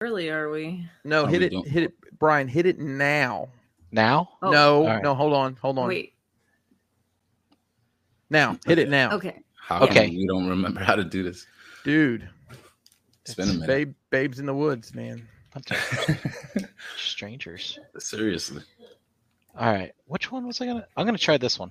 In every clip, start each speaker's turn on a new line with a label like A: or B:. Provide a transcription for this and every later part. A: early, are we?
B: No,
C: Oh,
B: hit
C: we
B: it,
C: don't-
B: hit it, Brian. Hit it now.
D: Now?
A: Oh,
B: no,
D: All right.
B: no, hold on, hold on.
A: Wait.
B: Now, hit it now,
A: Okay.
C: How come
D: Okay.
C: we don't remember how to do this.
B: dude.
C: It's been a minute.
B: Babe, babes in the woods, man.
D: Bunch of strangers.
C: Seriously.
D: All right. Which one was I gonna? I'm gonna try this one.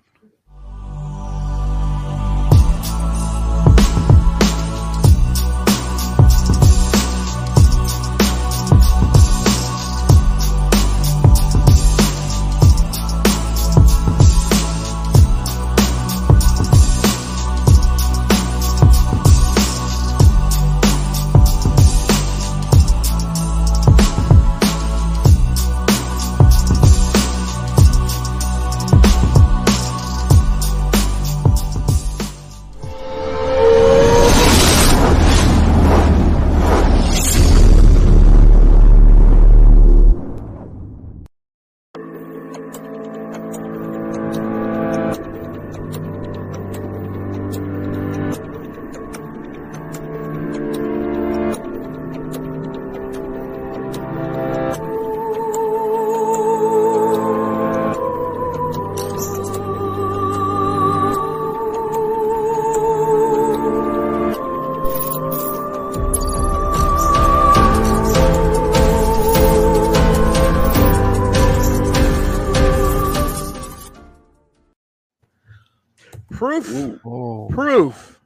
B: Proof,
D: Oh.
B: proof,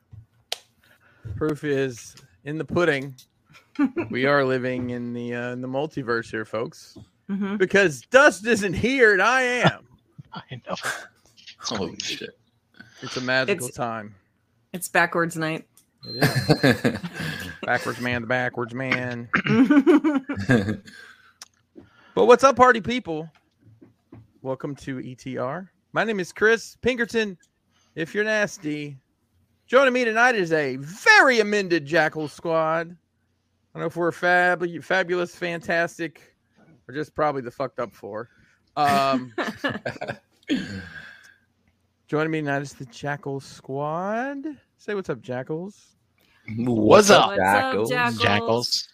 B: proof is in the pudding. we are living in the uh, in the multiverse here, folks,
A: hmm
B: because Dust isn't here and I am.
D: I know.
C: Holy shit.
B: It's a magical
A: It's-
B: time.
A: It's backwards night.
B: It is backwards man, the backwards man. But what's up, party people? Welcome to ETR. My name is Chris Pinkerton. If you're nasty, joining me tonight is a very amended Jackal squad. I don't know if we're fab, fabulous, fantastic, or just probably the fucked up four. Um, joining me tonight is the Jackal squad. Say what's up, Jackals.
C: What's
D: up?
A: What's up, Jackals?
D: Jackals.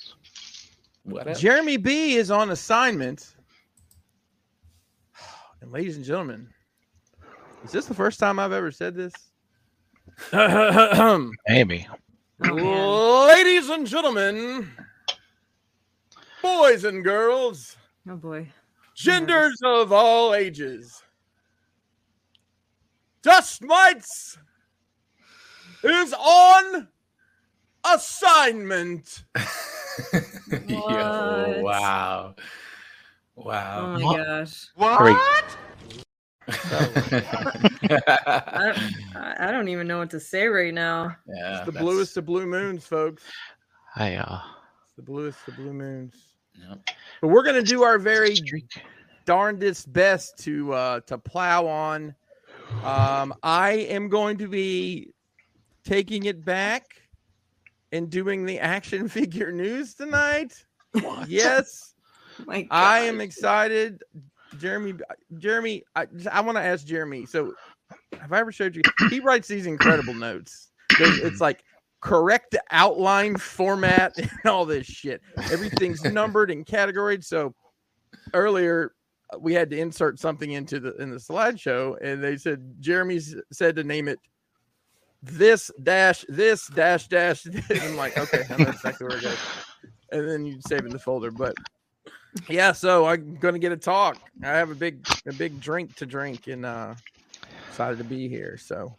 C: What up?
B: Jeremy B is on assignment. And ladies and gentlemen, is this the first time I've ever said this?
D: Maybe.
A: Oh, man.
B: ladies and gentlemen, boys and girls,
A: Oh, boy.
B: genders of all ages, Dust Mites is on assignment.
C: Yo,
A: What?
C: wow.
A: Oh
C: Wow.
A: my
D: What?
A: gosh.
D: Great.
A: I don't, I I don't even know what to say right now.
C: yeah,
B: the
C: that's-
B: bluest of blue moons, folks.
D: I uh.
B: It's the bluest of blue moons.
C: Yep.
B: But we're gonna do our very
D: streak.
B: darndest best to uh, to plow on. Um, I am going to be taking it back and doing the action figure news tonight. Yes,
A: My gosh.
B: I am excited. Jeremy, uh, Jeremy, I, I want to ask Jeremy. So, have I ever showed you? He writes these incredible notes. There's- It's like correct outline format and all this shit. Everything's numbered and categorized. So, earlier uh, we had to insert something into the in the slideshow, and they said Jeremy's said to name it this dash this dash dash. This. I'm like, okay, I know exactly where it goes. And then you save it in the folder, but yeah so i'm gonna get a talk i have a big a big drink to drink and uh excited to be here so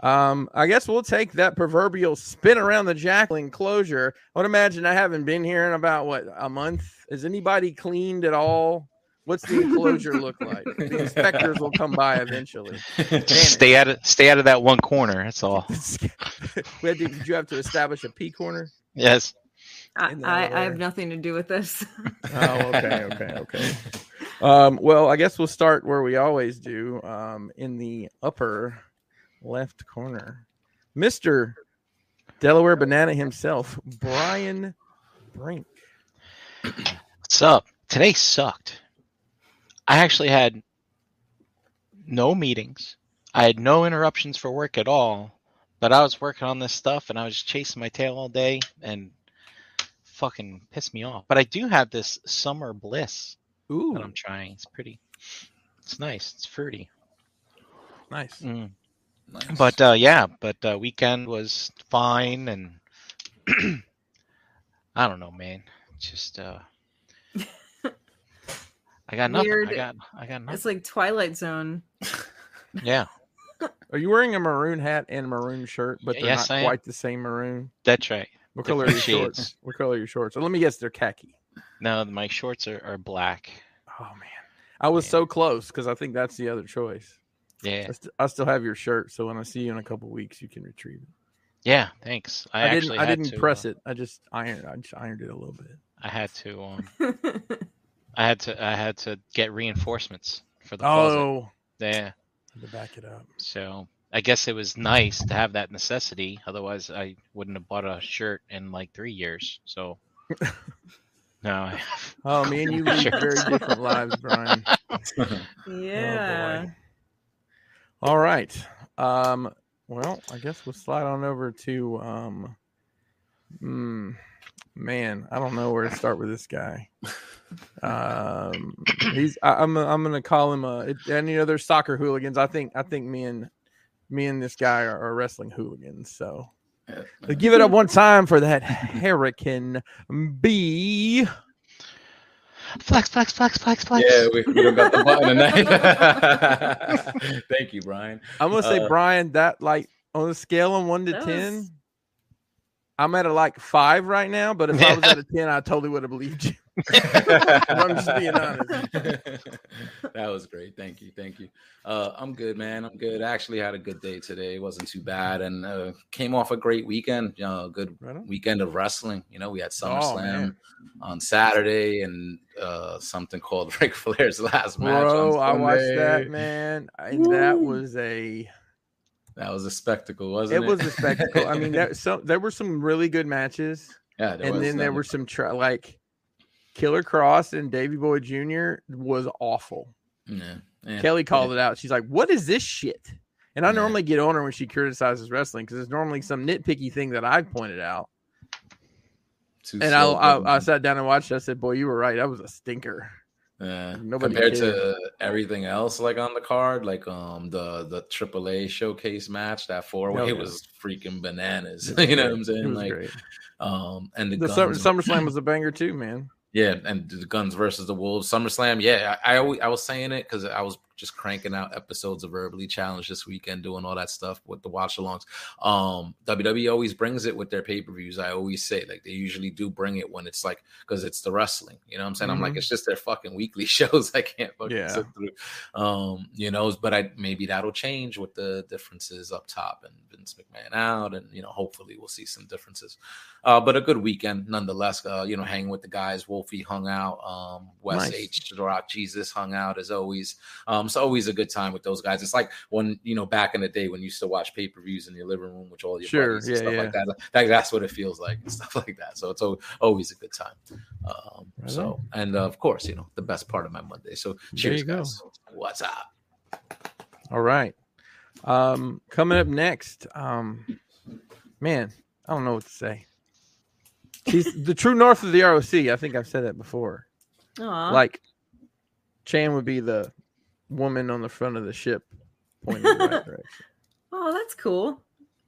B: um i guess we'll take that proverbial spin around the jackling closure i would imagine i haven't been here in about what a month is anybody cleaned at all what's the enclosure look like the inspectors will come by eventually
D: Stay out of stay out of that one corner. That's all.
B: we had to, did you have to establish a p corner
D: Yes.
A: I,
B: in the
A: I, I have
B: elevator.
A: nothing to do with this.
B: Oh, okay, okay, okay. Um, well, I guess we'll start where we always do, um, in the upper left corner. Mr. Delaware Banana himself, Brian Brink.
D: What's up? Today sucked. I actually had no meetings. I had no interruptions for work at all, but I was working on this stuff and I was chasing my tail all day and fucking piss me off. But I do have this summer bliss
B: Ooh,
D: that I'm trying. It's pretty. It's nice. It's fruity.
B: nice.
D: Mm.
C: Nice.
D: But uh, yeah, but uh, weekend was fine, and I don't know, man. Just uh, I got nothing. I
A: Weird.
D: got I got nothing.
A: It's like Twilight Zone.
D: Yeah,
B: Are you wearing a maroon hat and a maroon shirt, but they're
D: Yes,
B: not
D: I am.
B: quite the same maroon?
D: that's right.
B: What color are your
D: Different
B: shorts? What color are your shorts? let me guess, they're khaki.
D: No, my shorts are, are black.
B: Oh man, I was
D: Yeah.
B: so close because I think that's the other choice.
D: Yeah,
B: I, st- I still have your shirt, so when I see you in a couple weeks, you can retrieve it.
D: yeah. Thanks. I,
B: I, didn't.
D: actually
B: I
D: had
B: didn't
D: to,
B: press
D: uh,
B: it. I just ironed. I just ironed it a little bit.
D: I had to. Um,
A: That's
D: I had to. I had to get reinforcements for the closet.
B: Oh,
D: Yeah.
B: to back it up.
D: So I guess it was nice to have that necessity. Otherwise, I wouldn't have bought a shirt in like three years. So no, I-
B: Oh, me and you lead
D: Sure.
B: very different lives, Brian.
A: yeah.
B: Oh, All right. Um. Well, I guess we'll slide on over to um. mm, man, I don't know where to start with this guy. Um, he's. I, I'm. I'm gonna call him. Uh, if any other soccer hooligans? I think. I think me and me and this guy are, are wrestling hooligans. So
C: Yeah.
B: Uh, give it up one time for that hurricane B.
D: flex, flex, flex, flex, flex.
C: Yeah, we, we don't got the button tonight. Thank you, Brian.
B: I'm gonna say,
C: Uh,
B: Brian, that like on a scale of one to
A: That
B: ten,
A: was-
B: I'm at a like five right now. But if I was at a ten, I totally would have believed you.
C: I'm
B: just being honest.
C: that was great. Thank you. Thank you. Uh, I'm good, man. I'm good. I actually had a good day today. It wasn't too bad and uh, came off a great weekend. You know, a good
B: Right on.
C: weekend of wrestling. You know, we had SummerSlam
B: Oh, man.
C: on Saturday and uh, something called Ric Flair's last match.
B: Bro,
C: on
B: I watched
C: Sunday.
B: that man, and that
A: Woo.
B: was a
C: That was a spectacle,
B: it
C: wasn't it?
B: was a spectacle. I mean, there so there were some really good matches,
C: yeah, there
B: and
C: was
B: then there
C: some-
B: were some tra- like Killer Cross and Davy Boy Jr. was awful.
C: Yeah, yeah.
B: Kelly called it out. She's like, "What is this shit?" And I
C: Yeah.
B: normally get on her when she criticizes wrestling because it's normally some nitpicky thing that I've pointed out.
C: Too
B: And I,
C: slow
B: I, I
C: buttons.
B: sat down and watched. it. I said, "Boy, you were right. That was a stinker."
C: Yeah.
B: Nobody
C: compared
B: cared.
C: to everything else like on the card, like um the the AAA showcase match, that four way
B: Oh, yeah.
C: was freaking bananas. you know what I'm
B: It
C: saying?
B: was
C: Like
B: great.
C: um and the,
B: The
C: guns,
B: Summer, SummerSlam was a banger too, man.
C: yeah, and the guns versus the wolves, SummerSlam. Yeah, I I, always, I was saying it because I was just cranking out episodes of Verbally Challenged this weekend, doing all that stuff with the watch alongs. Um, WWE always brings it with their pay per views. I always say like they usually do bring it when it's like because it's the wrestling. You know what I'm saying? I'm like
B: Mhm.
C: it's just their fucking weekly shows. I can't fucking
B: Yeah.
C: sit through. Um, you know, but I maybe that'll change with the differences up top and Vince McMahon out, and you know, hopefully we'll see some differences uh, but a good weekend nonetheless. Uh, you know, hanging with the guys. Wolfie hung out. Um, Wes
B: Nice.
C: H. The Rock Jesus hung out as always. Um, it's always a good time with those guys. It's like when you know back in the day when you used to watch pay per views in your living room with all your
B: Sure,
C: buddies and
B: yeah,
C: stuff
B: yeah.
C: like that. Like, That's what it feels like and stuff like that. So it's al- always a good time. Um,
B: Right
C: so and uh, of course you know the best part of my Monday. So cheers,
B: you go.
C: guys. What's up?
B: All right. Um, coming up next, um, man, I don't know what to say. He's the true north of the ROC. I think I've said that before.
A: Aw.
B: Like, Chan would be the woman on the front of the ship, pointing in the right direction.
A: oh, that's cool.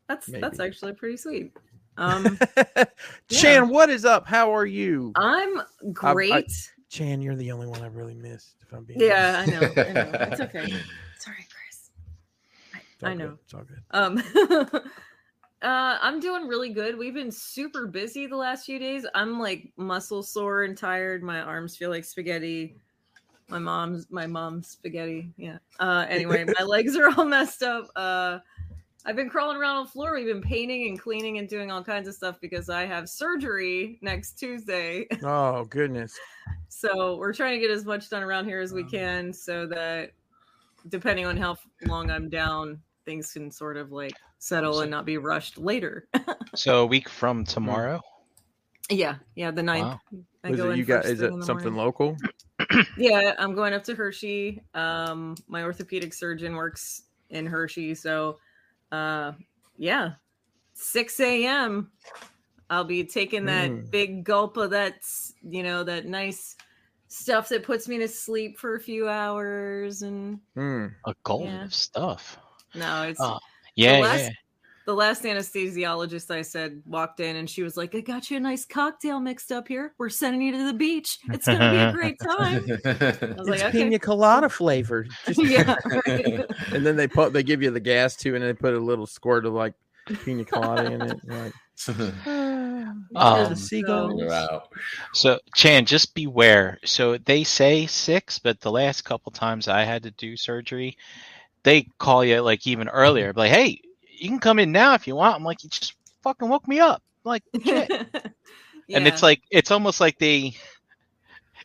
A: That's that's
B: Maybe.
A: actually pretty sweet. Um,
B: Chan, what is up? How are you?
A: I'm great.
B: Chan, you're the only one I really missed. If I'm being
A: yeah, I know. I know. It's okay. Sorry, Chris.
B: honest. It's all
A: I
B: good.
A: know.
B: It's all good.
A: Um, uh, I'm doing really good. We've been super busy the last few days. I'm like muscle sore and tired. My arms feel like spaghetti. My mom's my mom's spaghetti. Yeah. Uh, anyway, my legs are all messed up. Uh, I've been crawling around on the floor. We've been painting and cleaning and doing all kinds of stuff because I have surgery next Tuesday.
B: Oh goodness.
A: So we're trying to get as much done around here as
B: Um,
A: we can so that depending on how long I'm down, things can sort of like settle and not be rushed later.
D: So a week from tomorrow.
A: yeah, yeah, the ninth.
D: Wow.
A: I
B: Is
A: go
B: it
A: in
B: you got
A: first
B: is
A: thing
B: it
A: in the
B: something
A: morning.
B: local?
A: Yeah, I'm going up to Hershey. Um my orthopedic surgeon works in Hershey, so uh yeah. 6 a.m. I'll be taking that
B: Mm.
A: big gulp of that, s- you know, that nice stuff that puts me to sleep for a few hours. And
B: Hmm.
D: A gulp
A: Yeah.
D: of stuff.
A: no, it's
D: Oh, Yeah,
A: last-
D: yeah.
A: the last anesthesiologist I said walked in and she was like, I got you a nice cocktail mixed up here. We're sending you to the beach. It's going to be a great time. I was
B: It's
A: like, okay.
B: pina colada flavored. Just-
A: yeah. right.
B: and then they put they give you the gas too, and they put a little squirt of like pina colada in it. Like,
A: Because
D: Um,
A: so-
B: Seagulls.
C: wow.
D: So Chan, just beware. So they say six, but the last couple times I had to do surgery, they call you like even earlier, like, "Hey, you can come in now if you want." I'm like, "You just fucking woke me up." I'm like, "Shit." and it's
A: Yeah.
D: like it's almost like they,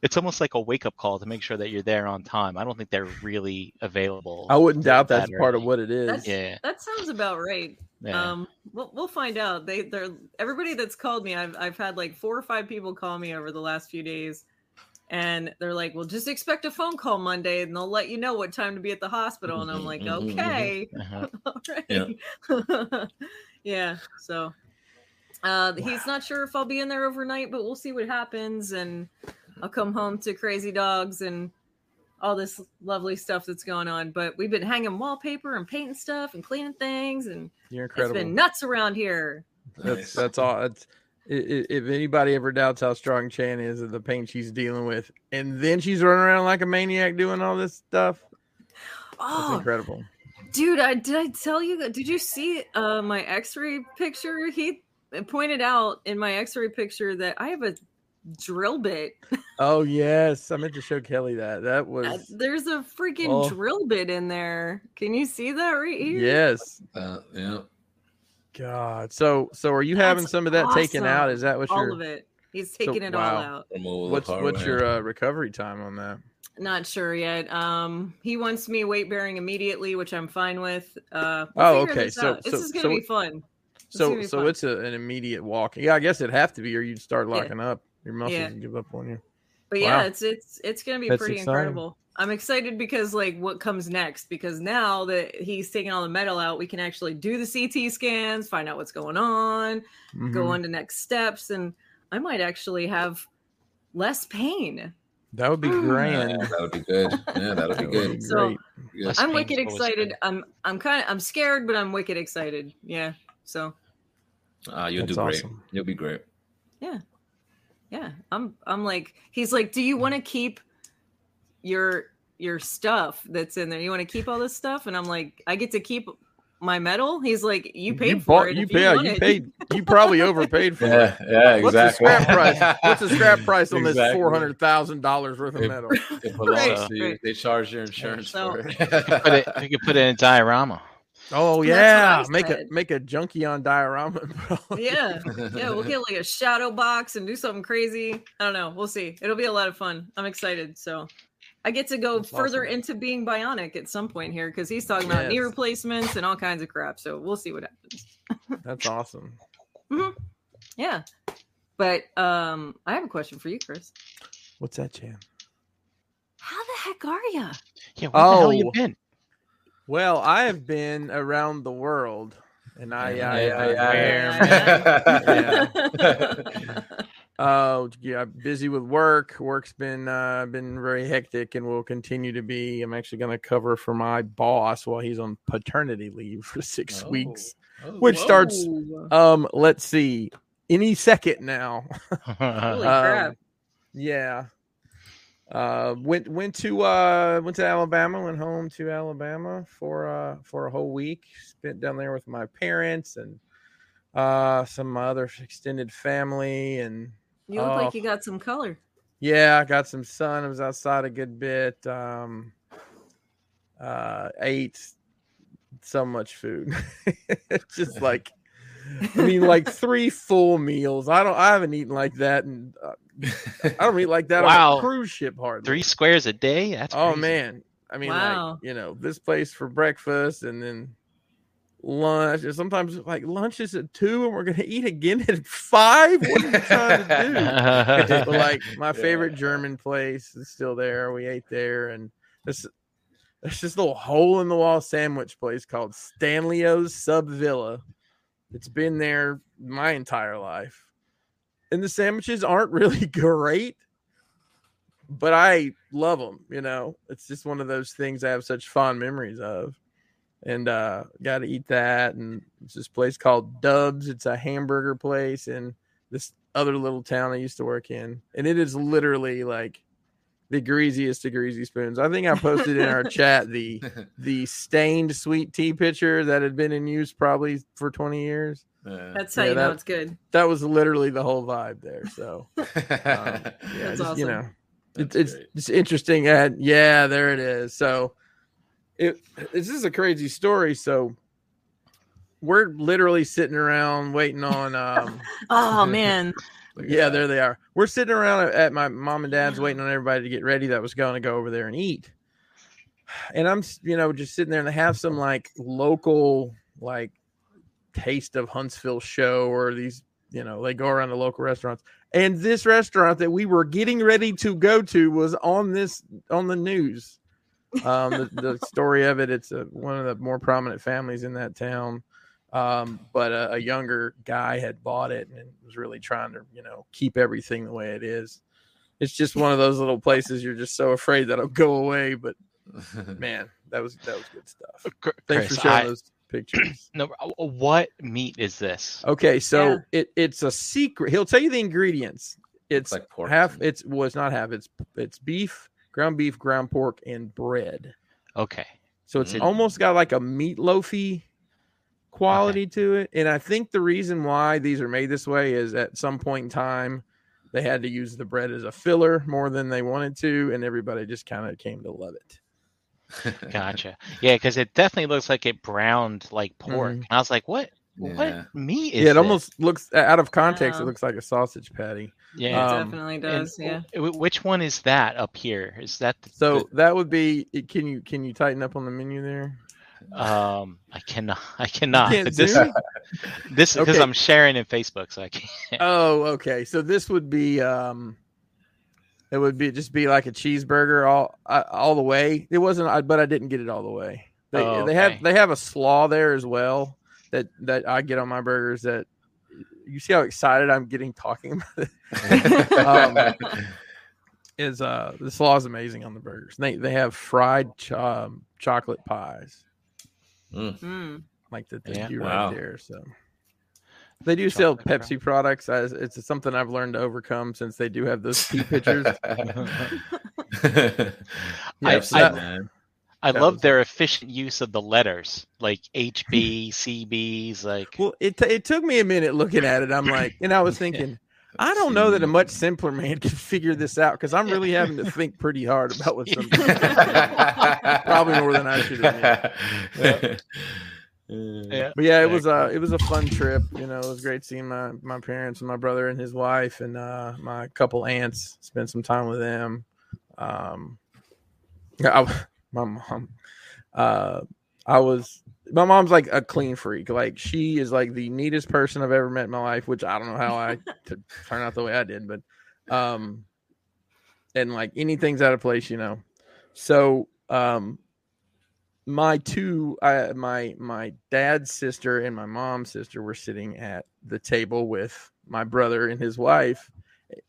D: it's almost like a wake up call to make sure that you're there on time. I don't think they're really available.
B: I wouldn't doubt that's
D: That
B: part of
D: early.
B: what it is.
A: That's-
D: yeah,
A: that sounds about right.
D: yeah.
A: Um, we'll, we'll find out. They, they're everybody that's called me. I've I've had like four or five people call me over the last few days, and they're like, "Well, just expect a phone call Monday, and they'll let you know what time to be at the hospital." And I'm
C: Mhm,
A: like,
D: Mm-hmm,
C: mhm, mhm.
A: "Okay, all
D: uh-huh.
A: right,
C: Yeah.
A: yeah." so, uh, he's not sure if I'll be in there overnight, but we'll see what happens, and I'll come home to crazy dogs and. All this lovely stuff that's going on, but we've been hanging wallpaper and painting stuff and cleaning things and
B: You're incredible.
A: it's been nuts around here.
B: That's that's all. That's, i- i- if anybody ever doubts how strong Chan is and the pain she's dealing with, and then she's running around like a maniac doing all this stuff, that's
A: Oh,
B: incredible.
A: dude, I did I tell you that? Did you see uh, my X-ray picture? He pointed out in my X-ray picture that I have a drill bit.
B: Oh yes, I meant to show Kelly that. That
A: Uh,
B: was
A: There's a freaking
B: Oh.
A: drill bit in there. Can you see that right here?
B: yes.
C: Uh, yeah.
B: God. So so are you having
A: That's
B: some of that taken out?
A: awesome.
B: Is that what
A: all
B: your
A: of it. He's
B: So-
A: taking it all
B: wow.
A: out.
C: Removal of
B: what's what's
C: hardware.
B: your uh, recovery time on that?
A: Not sure yet. Um, he wants me weight bearing immediately, which I'm fine with. Uh, we'll
B: Oh,
A: figure
B: okay.
A: This
B: So-
A: out. this
B: so-
A: is gonna
B: so-
A: be fun. It's gonna
B: So
A: be
B: so
A: fun.
B: it's a, an immediate walk. Yeah, I guess it'd have to be, or you'd start
A: Yeah.
B: locking up. Your muscles
A: Yeah.
B: would give up on you.
A: But yeah,
B: Wow.
A: it's it's it's gonna be
B: That's
A: pretty
B: exciting.
A: incredible. I'm excited because like what comes next? Because now that he's taking all the metal out, we can actually do the CT scans, find out what's going on, go
B: Mhm.
A: on to next steps, and I might actually have less pain.
B: That would be
A: Mm.
B: grand.
C: Yeah, that would be good. Yeah, that would be
B: That would
C: good.
B: be
A: So-
B: great.
C: Yes.
A: I'm
D: pain's
A: wicked
D: always good.
A: excited. I'm I'm kind of I'm scared, but I'm wicked excited. Yeah. So
C: Uh, you'll do
B: That's
C: great.
B: awesome.
C: You'll be great.
A: yeah, I'm I'm like he's like, do you want to keep your your stuff that's in there? You want to keep all this stuff? And I'm like, I get to keep my medal. He's like, you paid for
B: bought-
A: it.
B: You,
A: if
B: pay, you,
A: want it."
B: paid. You probably overpaid for it.
C: yeah,
B: What's the scrap price? What's the scrap price on this
C: Exactly.
B: four hundred thousand dollars worth of
C: It-
B: metal?
C: It belongs
A: Right,
C: to you.
A: right.
C: They charge your insurance
A: So-
C: for it.
D: Put it, you could put it in a diorama.
B: Oh
A: That's what I
B: yeah, make a
A: said.
B: make a junkie on diorama. Bro.
A: Yeah, yeah, we'll get like a shadow box and do something crazy. I don't know. We'll see. It'll be a lot of fun. I'm excited. So I get to go
B: That's
A: further
B: awesome.
A: into being bionic at some point here because he's talking about knee
B: Yes.
A: replacements and all kinds of crap. So we'll see what happens.
B: That's awesome.
A: Yeah. But um I have a question for you, Chris.
B: What's that, Chan?
A: How the heck are you?
D: Yeah, where the hell you
B: Oh.
D: been?
B: Well, I have been around the world, and I, I, I, uh, Oh, yeah, I'm busy with work. Work's been uh, been very hectic and will continue to be. I'm actually going to cover for my boss while he's on paternity leave for six
C: Oh.
B: weeks.
C: Oh,
B: Which
C: whoa.
B: starts-
A: Holy
B: Um, let's see, any second now. Um,
A: crap.
B: Yeah. Uh, went went to uh went to Alabama. Went home to Alabama for uh for a whole week. Spent down there with my parents and uh some of my other extended family and
A: You look like
B: oh.
A: you got some color.
B: Yeah, I got some sun. I was outside a good bit. Um, uh, ate so much food. it's just like, I mean, like three full meals. I don't. I haven't eaten like that, and uh, I don't eat like that on
D: Wow.
B: a cruise ship hardly.
D: Three squares a day? That's
B: Oh
D: crazy.
B: man, I mean,
A: Wow.
B: like you know, this place for breakfast and then lunch, and sometimes like lunch is at two, and we're gonna eat again at five. What are you trying to do? But, like my
C: Yeah.
B: favorite German place is still there. We ate there, and this there's this little hole in the wall sandwich place called Stanley's Sub Villa. It's been there my entire life, and the sandwiches aren't really great, but I love them. You know, it's just one of those things I have such fond memories of. And uh, got to eat that. And it's this place called Dubs. It's a hamburger place in this other little town I used to work in. And it is literally like the greasiest of greasy spoons. I think I posted in our chat the the stained sweet tea pitcher that had been in use probably for 20 years.
C: Yeah.
A: That's how
B: Yeah,
A: you know
B: that-
A: it's good.
B: That was literally the whole vibe there. So yeah,
A: That's
B: just,
A: awesome.
B: you know, it's
C: That's
B: it's
C: great.
B: it's interesting. And yeah, there it is. So it this is a crazy story. So we're literally sitting around waiting on um
A: Oh man,
C: Look at
B: yeah,
C: that.
B: there they are. We're sitting around at my mom and dad's waiting on everybody to get ready that was going to go over there and eat. And I'm, s- you know, just sitting there and they have some like local, like taste of Huntsville show or these, you know, they go around to local restaurants. And this restaurant that we were getting ready to go to was on this, on the news. Um, the, the story of it, it's a, one of the more prominent families in that town um, but a, a younger guy had bought it and was really trying to you know keep everything the way it is it's just one of those little places you're just so afraid that it'll go away but man that was that was good stuff
D: Cr-
B: thanks
D: Chris,
B: for sharing
D: I-
B: those pictures
D: no, uh, what meat is this?
B: okay so
A: Yeah.
B: it, it's a secret he'll tell you the ingredients it's,
C: it's like pork.
B: half it's well it's not half it's it's beef ground beef ground pork and bread
D: Okay.
B: So it's
D: Mm-hmm.
C: Mm.
B: almost got like a meatloafy quality to it. And I think the reason why these are made this way is at some point in time they had to use the bread as a filler more than they wanted to, and everybody just kind of came to love it.
D: Gotcha. Yeah, because it definitely looks like it browned like pork.
B: Mhm.
D: And I was like, what?
C: Yeah.
D: What meat is
B: yeah, it
D: this?
B: almost looks out of context, it
A: Yeah.
B: looks like a sausage patty.
A: it
D: Yeah.
B: uh, um,
A: definitely does. yeah,
D: Wh- Which one is that up here? Is that the,
B: So that would be it- can you can you tighten up on the menu there?
D: the- um? I cannot. I cannot.
B: can't
D: But this
B: zoom?
D: this because
B: Okay.
D: I'm sharing in Facebook, so I can't.
B: Oh, okay. So this would be um it would be just be like a cheeseburger all uh, all the way. It wasn't I, but I didn't get it all the way. They
D: Oh,
B: they
D: okay.
B: have they have a slaw there as well that that I get on my burgers that you see how excited I'm getting talking about it. Um, is uh the slaw is amazing on the burgers. They they have fried ch- um, chocolate pies
C: Mm.
A: Mm.
B: like the thank
D: Yeah.
B: you
C: Wow.
B: right there. So they do sell
D: Chocolate
B: Pepsi products. I, it's something I've learned to overcome since they do have those tea pitchers.
D: I-
C: I've seen
B: I-
C: that.
D: I
B: That
D: love
B: was-
D: their efficient use of the letters, like HB, CBs, like
B: Well, it t- it took me a minute looking at it. I'm like, and I was thinking, I don't know that a much simpler man could figure this out because I'm really having to think pretty hard about what some. Probably more than I should
C: have.
D: Yeah.
B: But yeah, it was uh it was a fun trip. You know, it was great seeing my my parents and my brother and his wife and uh my couple aunts. Spent some time with them. Um, I, my mom, uh, I was my mom's like a clean freak. Like she is like the neatest person I've ever met in my life. Which I don't know how I to turn out the way I did, but um, and like anything's out of place, you know. So um, my two I, my my dad's sister and my mom's sister were sitting at the table with my brother and his wife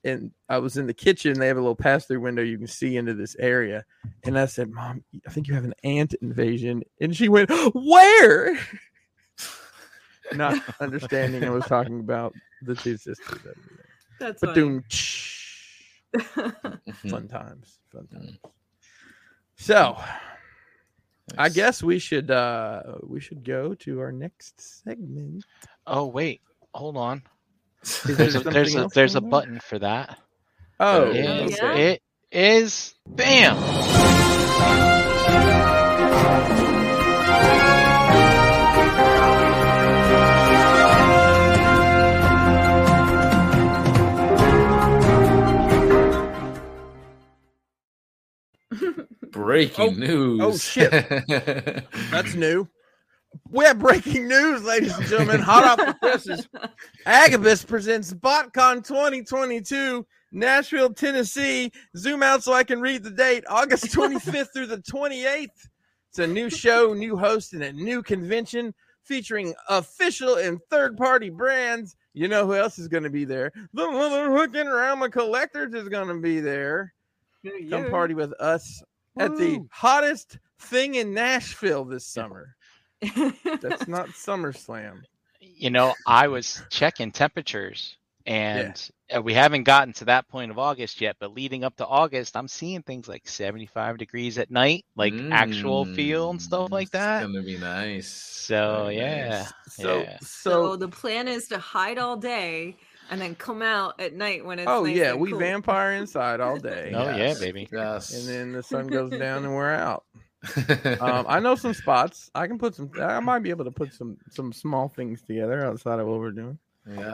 B: and i was in the kitchen they have a little pass-through window you can see into this area and i said mom i think you have an ant invasion and she went where not understanding i was talking about the two sisters over there.
A: That's funny.
B: but doom
C: Mm-hmm. Mm.
B: fun times fun times so I guess we should uh we should go to our next segment.
D: oh wait, hold on.
B: Is there
D: There's a
B: something
D: there's a
B: else
D: there's a
B: going on?
D: button for that.
B: Oh,
D: It-
A: yeah.
B: okay.
A: Yeah.
D: It is bam.
C: Breaking news.
B: oh, shit. that's new. We have breaking news, ladies and gentlemen. Hot off the presses. Agabus presents BotCon 2022, Nashville, Tennessee. Zoom out so I can read the date, August 25th through the 28th. It's a new show, new host, and a new convention featuring official and third party brands. You know who else is going to be there? The motherfucking Rama Collectors is going to be there. Come party with us at the hottest thing in Nashville this summer. That's not SummerSlam.
D: You know, I was checking temperatures and uh, we haven't gotten to that point of August yet, but leading up to August, I'm seeing things like 75 degrees at night, like actual feel and
C: Mm.
D: stuff like that.
C: Hmm. It's gonna be nice.
D: So,
C: Very
D: yeah.
B: So,
D: Yeah.
A: So,
B: so,
A: the plan is to hide all day and then come out at night when it's
B: oh
A: nice
B: yeah,
A: and
B: we
A: cool.
B: vampire inside all day.
D: Oh, yeah,
C: Yes.
D: baby.
C: Yes.
B: And then the sun goes down and we're out.
C: um,
B: Um, I know some spots. I can put some. I might be able to put some some small things together outside of what we're doing.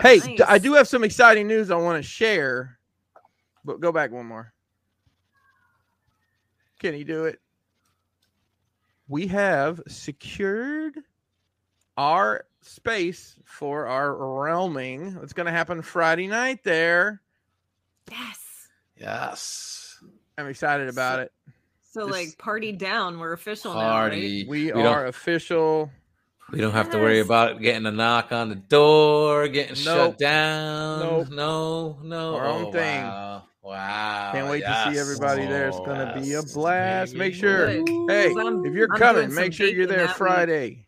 B: Hey, d- I
A: Nice.
B: do have some exciting news I want to share. But go back one more. Can you do it? We have secured our space for our realming. It's going to happen Friday night there.
A: Yes.
C: yes.
B: I'm excited about it.
A: So
C: This-
A: like party down. We're official now, right?
C: Party.
B: We,
C: don't-
B: are official.
C: We don't have to worry
A: Yes.
C: about getting a knock on the door, getting
B: Nope.
C: shut down.
B: Nope.
C: No, no. Oh,
B: Our own thing.
C: Wow. Wow.
B: Can't wait to see
C: Yes.
B: everybody there. It's going to be a
C: Oh, Yes,
B: blast. Make
C: baby.
B: sure.
A: Good.
B: Hey,
A: I'm-
B: if you're
A: I'm doing
B: coming,
A: some
B: make sure you're
A: baking
B: there
A: that week.
B: Friday.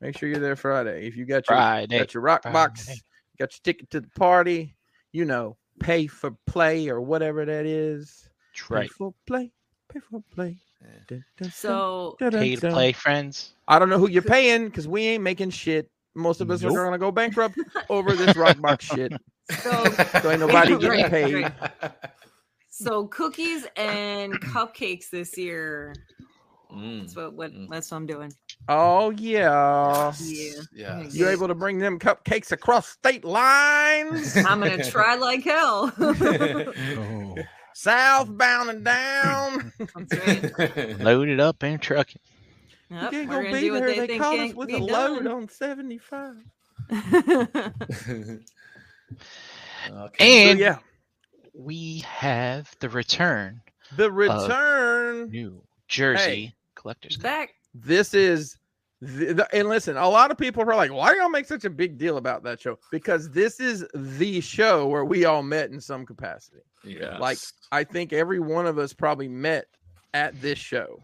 B: Make sure you're there Friday. If you got your
D: Friday.
B: got your rock box,
D: Friday.
B: got your ticket to the party, you know, pay for play or whatever that is.
D: That's
B: Pay
D: right.
B: for play, pay for play.
C: Yeah.
B: Dun, dun,
A: So
B: dun, dun,
D: Pay to
B: dun.
D: play, friends.
B: I don't know who you're paying because we ain't making shit. Most of us
D: Nope.
B: are gonna go bankrupt over this rock box shit.
A: so
B: So ain't nobody getting
A: Right,
B: paid.
A: right. so cookies and cupcakes this year. That's
C: Mm.
A: what, what
B: Mm-hmm.
C: Mm.
A: that's what I'm doing.
B: Oh yeah.
A: Yeah.
C: Yes.
B: You able to bring them cupcakes across state lines,
A: I'm gonna try like hell.
D: Oh.
B: southbound and down?
A: That's right.
D: Load it up and truck it.
B: You
A: Yep,
B: can't
A: we're
B: go
A: gonna
B: be
A: do what
B: there.
A: they,
B: They
A: think
B: caught us
A: can't
B: with
A: be
B: a load on seventy-five.
A: done.
C: okay.
B: So
D: And-
B: yeah,
D: We have the return
B: the return.
D: New Jersey collectors. Cup.
A: Back
B: this is the, the, and listen a lot of people are like why do y'all make such a big deal about that show because this is the show where we all met in some capacity
C: Yes.
B: like, i think every one of us probably met at this show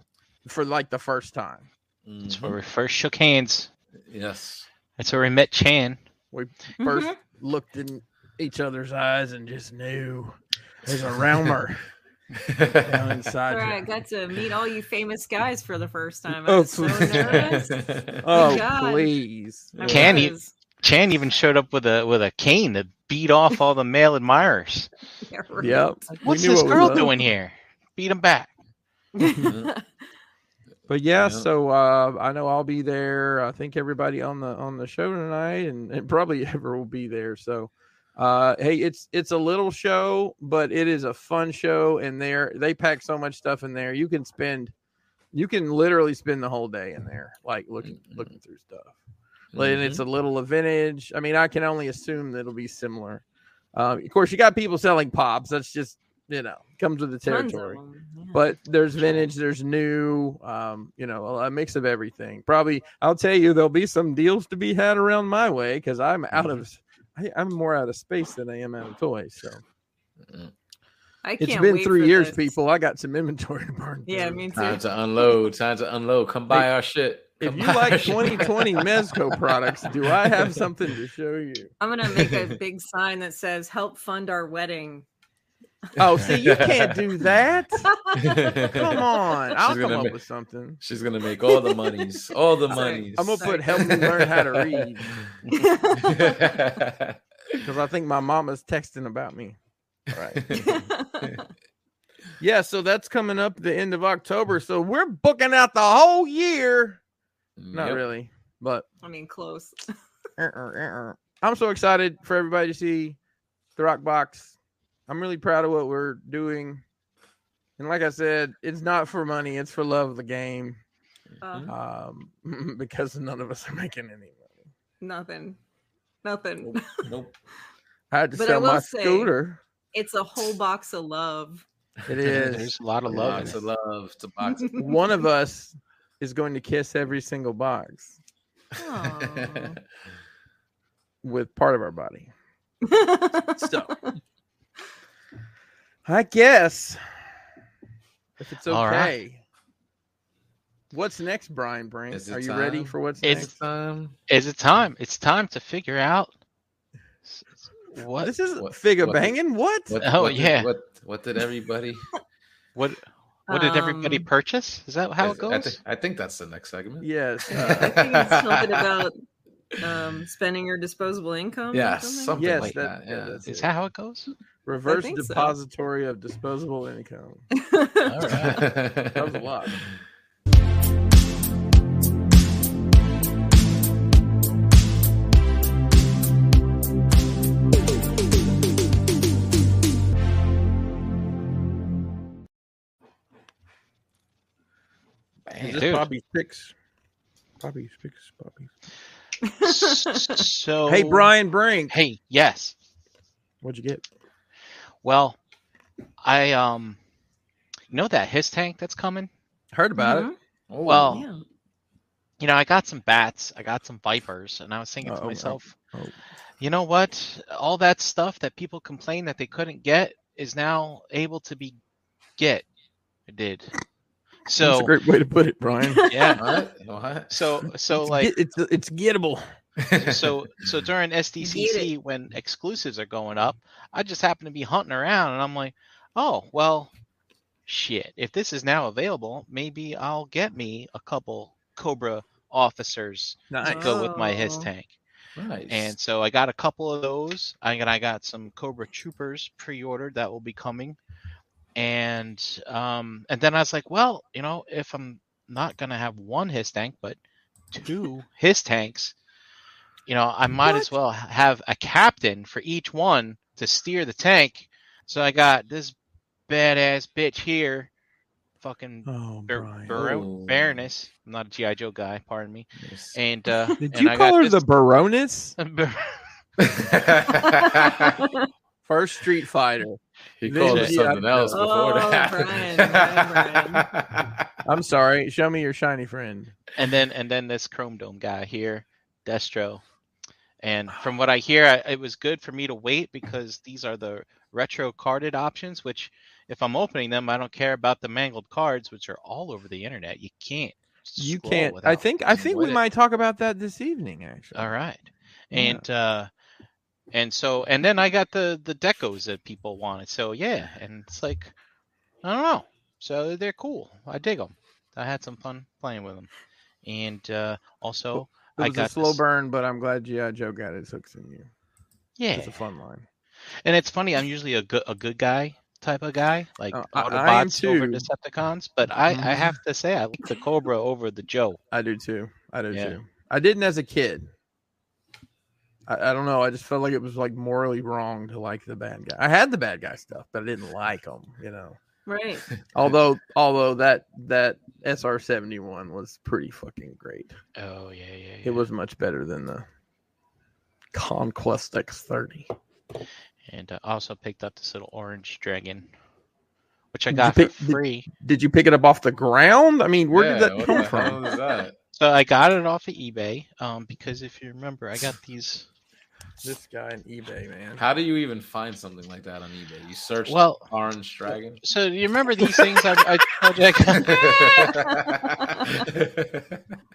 B: for like the first time
D: That's
C: Mhm.
D: where we first shook hands.
C: yes.
D: That's where we met Chan.
B: first
A: Mm-hmm.
B: looked in each other's eyes and just knew there's a realmer down
A: That's
B: inside
A: where I
B: you.
A: got to meet all you famous guys for the first time. I
B: Oh,
A: was so nervous.
B: oh
A: God.
B: please
A: I
D: Can you-
A: was.
D: Chan even showed up with a with a cane to beat off all the male admirers.
A: Yeah, right.
B: yep We
D: What's
B: knew
D: this
B: what was
D: girl
B: up.
D: doing here? Beat him back.
B: Mm-hmm. But yeah,
C: Yeah.
B: so uh, I know I'll be there. I think everybody on the on the show tonight, and, and probably ever will be there. So, uh, hey, it's it's a little show, but it is a fun show, and there they pack so much stuff in there. You can spend, you can literally spend the whole day in there, like looking
C: Mhm.
B: looking through stuff.
C: Mm-hmm.
B: Like, And it's a little of vintage. I mean, I can only assume that it'll be similar. Um, of course, you got people selling pops. That's just you know comes with the
A: Tons of
B: territory
A: them, yeah.
B: but there's vintage, there's new, um, you know, a, a mix of everything. Probably, I'll tell you, there'll be some deals to be had around my way because I'm
A: Mm-hmm.
B: out of, I, I'm more out of space than I am out of toys. So
A: I
B: it's
A: can't
B: been
A: wait
B: three
A: for
B: years,
A: this.
B: people. I got some inventory to burn.
A: Yeah,
B: through.
A: me
C: time
A: too.
C: to unload. Time to unload. Come buy our shit.
B: if
C: Come
B: you
C: buy our
B: like
C: shit.
B: 2020 Mezco products, do I have something to show you?
A: I'm gonna make a big sign that says "Help fund our wedding."
B: Oh, see, you can't do that. Come on, I'll come
C: She's gonna
B: up
C: make-
B: with something.
C: She's gonna make all the monies. All the
A: Sorry.
C: monies.
B: I'm gonna put help me learn how to read because I think my mama's texting about me. All right. Yeah, so that's coming up the end of October. So we're booking out the whole year. Not
C: Yep.
B: really, but
A: I mean, close.
B: er, er, er, er. I'm so excited for everybody to see the Rock Box. I'm really proud of what we're doing. And like I said, it's not for money, it's for love of the game.
C: Mm-hmm.
A: Uh,
B: Um, because none of us are making any money.
A: nothing. Nothing.
C: Nope.
B: I had to
A: But I
B: sell my
A: will say-
B: scooter.
A: It's a whole box of love.
B: It is.
D: There's a lot of love.
C: Lots
D: in it.
C: of love. It's a box.
B: One of us is going to kiss every single box.
A: Aw.
B: with part of our body.
C: so
B: I guess. If it's okay.
D: All right.
B: What's next, Brian Brink?
C: Is it
B: Are you ready
C: time?
B: for what's
D: It's-
B: next?
C: time.
D: Is it time? It's time to figure out s- s- what
B: This is
C: What-
B: figure
C: what-
B: banging. What?
C: What,
D: Oh,
C: what
D: yeah.
C: Did, what what did everybody?
D: what what did everybody
A: Um,
D: purchase? Is that how it
C: I, thi-
D: goes?
C: I think that's the next segment.
B: Yes.
A: I
B: uh,
A: think it's something about um, spending your disposable income. or
C: Yeah,
A: something.
C: something
B: Yes,
C: like
B: that-
C: that.
B: yeah,
C: Yeah.
B: that's-
D: Is that how it goes?
B: reverse
A: think so.
B: depository of disposable income.
D: All right.
C: that
B: was a lot. Is this
D: Dude.
B: Bobby Six? Bobby Six. Bobby.
D: so
B: Hey, Brian Brink.
D: Hey, yes.
B: What'd you get?
D: Well, I um, you know that his tank that's coming.
B: Heard about it.
A: Mhm.
D: Well,
A: Yeah.
D: you know, I got some bats, I got some vipers, and I was thinking to
B: Uh-oh,
D: myself,
B: uh-oh.
D: you know what? All that stuff that people complained that they couldn't get is now able to be get did.
B: That's a
D: So
B: great way to put it, Brian.
D: yeah.
C: what? What?
D: So so
B: It's
D: like
B: get- it's it's gettable.
D: so so during SDCC when exclusives are going up, I just happen to be hunting around and I'm like, oh well, shit. If this is now available, maybe I'll get me a couple Cobra officers to
B: Nice.
D: go with my his
A: Oh.
D: tank.
C: nice.
D: And so I got a couple of those. I got I got some Cobra Troopers pre-ordered that will be coming. And um and then I was like, well, you know, if I'm not gonna have one his tank, but two his tanks, you know, I might as well ha- have a captain for each one to steer the tank. So I got this badass bitch here, fucking
B: Oh,
D: Bar-
B: Brian.
D: Bar-
C: Ooh.
D: Baroness. I'm not a GI Joe guy, pardon me.
C: Nice.
D: And uh,
B: Did
D: and
B: you
D: I got
B: call her
D: this-
B: the Baroness? First Street Fighter.
C: he
B: They
C: called it
D: should-
C: something else
A: Oh,
C: before that.
A: Brian, oh, Brian,
B: I'm sorry. Show me your shiny friend.
D: and then and then this chrome dome guy here destro and
B: Ah.
D: from what i hear I, it was good for me to wait because these are the retro carded options which if i'm opening them i don't care about the mangled cards which are all over the internet you can't
B: You
D: scroll
B: can't. I
D: without
B: think. I
D: fucking
B: think
D: with
B: we
D: it.
B: might talk about that this evening. Actually.
D: all right
B: Yeah.
D: and uh and so and then i got the the decos that people wanted so yeah and it's like i don't know so they're cool i dig them i had some fun playing with them and uh also
B: It
D: I
B: was a
D: got
B: slow
D: this-
B: burn, but I'm glad GI Joe got his hooks in you.
D: yeah
B: It's a fun line.
D: And it's funny, I'm usually a good a good guy type of guy, like
B: Oh, I-
D: Autobots
B: I am
D: over
B: too.
D: Decepticons. But I, I
B: Mhm.
D: have to say, I like the Cobra over the Joe.
B: I do too. I do
D: Yeah.
B: too. I didn't as a kid. I, I don't know. I just felt like it was like morally wrong to like the bad guy. I had the bad guy stuff, but I didn't like them. You know.
A: Right.
B: Although, although that that SR seventy one was pretty fucking great.
D: Oh yeah, yeah, yeah.
B: It was much better than the Conquest X thirty.
D: And I also picked up this little orange dragon, which I
B: Did you
D: got for
B: pick- did-
D: free.
B: Did you pick it up off the ground? I mean, where
C: Yeah,
B: did that
C: what
B: come
C: the
B: from?
C: hell is that?
D: So I got it off of eBay, um, because if you remember, I got these.
B: This guy on eBay, man.
C: How do you even find something like that on eBay? You search
D: Well,
C: orange dragon.
D: so do you remember these things? I, I told you I got-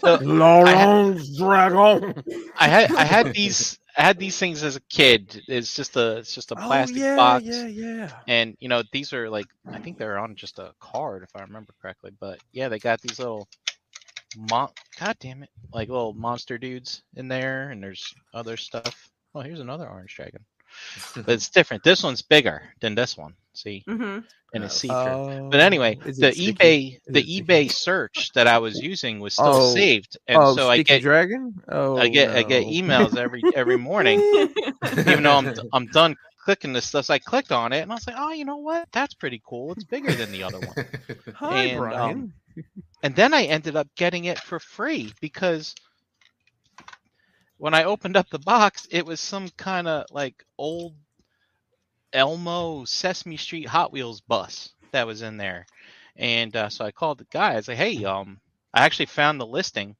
D: So
B: Laurent's dragon.
D: I had I had these I had these things as a kid. It's just a it's just a plastic
B: oh, yeah,
D: box.
B: Yeah, yeah.
D: and you know these are like i think they're on just a card if i remember correctly but yeah they got these little mon- god damn it like little monster dudes in there and there's other stuff oh here's another orange dragon but it's different this one's bigger than this one see
A: hmm
D: and it's
C: Oh.
D: see-through but anyway
B: is
D: the
B: it sticky?
D: ebay
B: Is
D: the
B: it sticky?
D: ebay search that i was using was still
B: Oh,
D: saved and
B: oh,
D: so i
B: Sticky
D: get
B: dragon. Oh,
D: i get i get
B: no.
D: emails every every morning even though I'm I'm done clicking this stuff. So I clicked on it and I was like, oh, you know what? That's pretty cool. It's bigger than the other one.
B: Hi,
D: and, um,
B: Brian.
D: And then I ended up getting it for free because when I opened up the box, it was some kind of like old Elmo Sesame Street Hot Wheels bus that was in there. And uh, so I called the guy. I was like, hey, um, I actually found the listing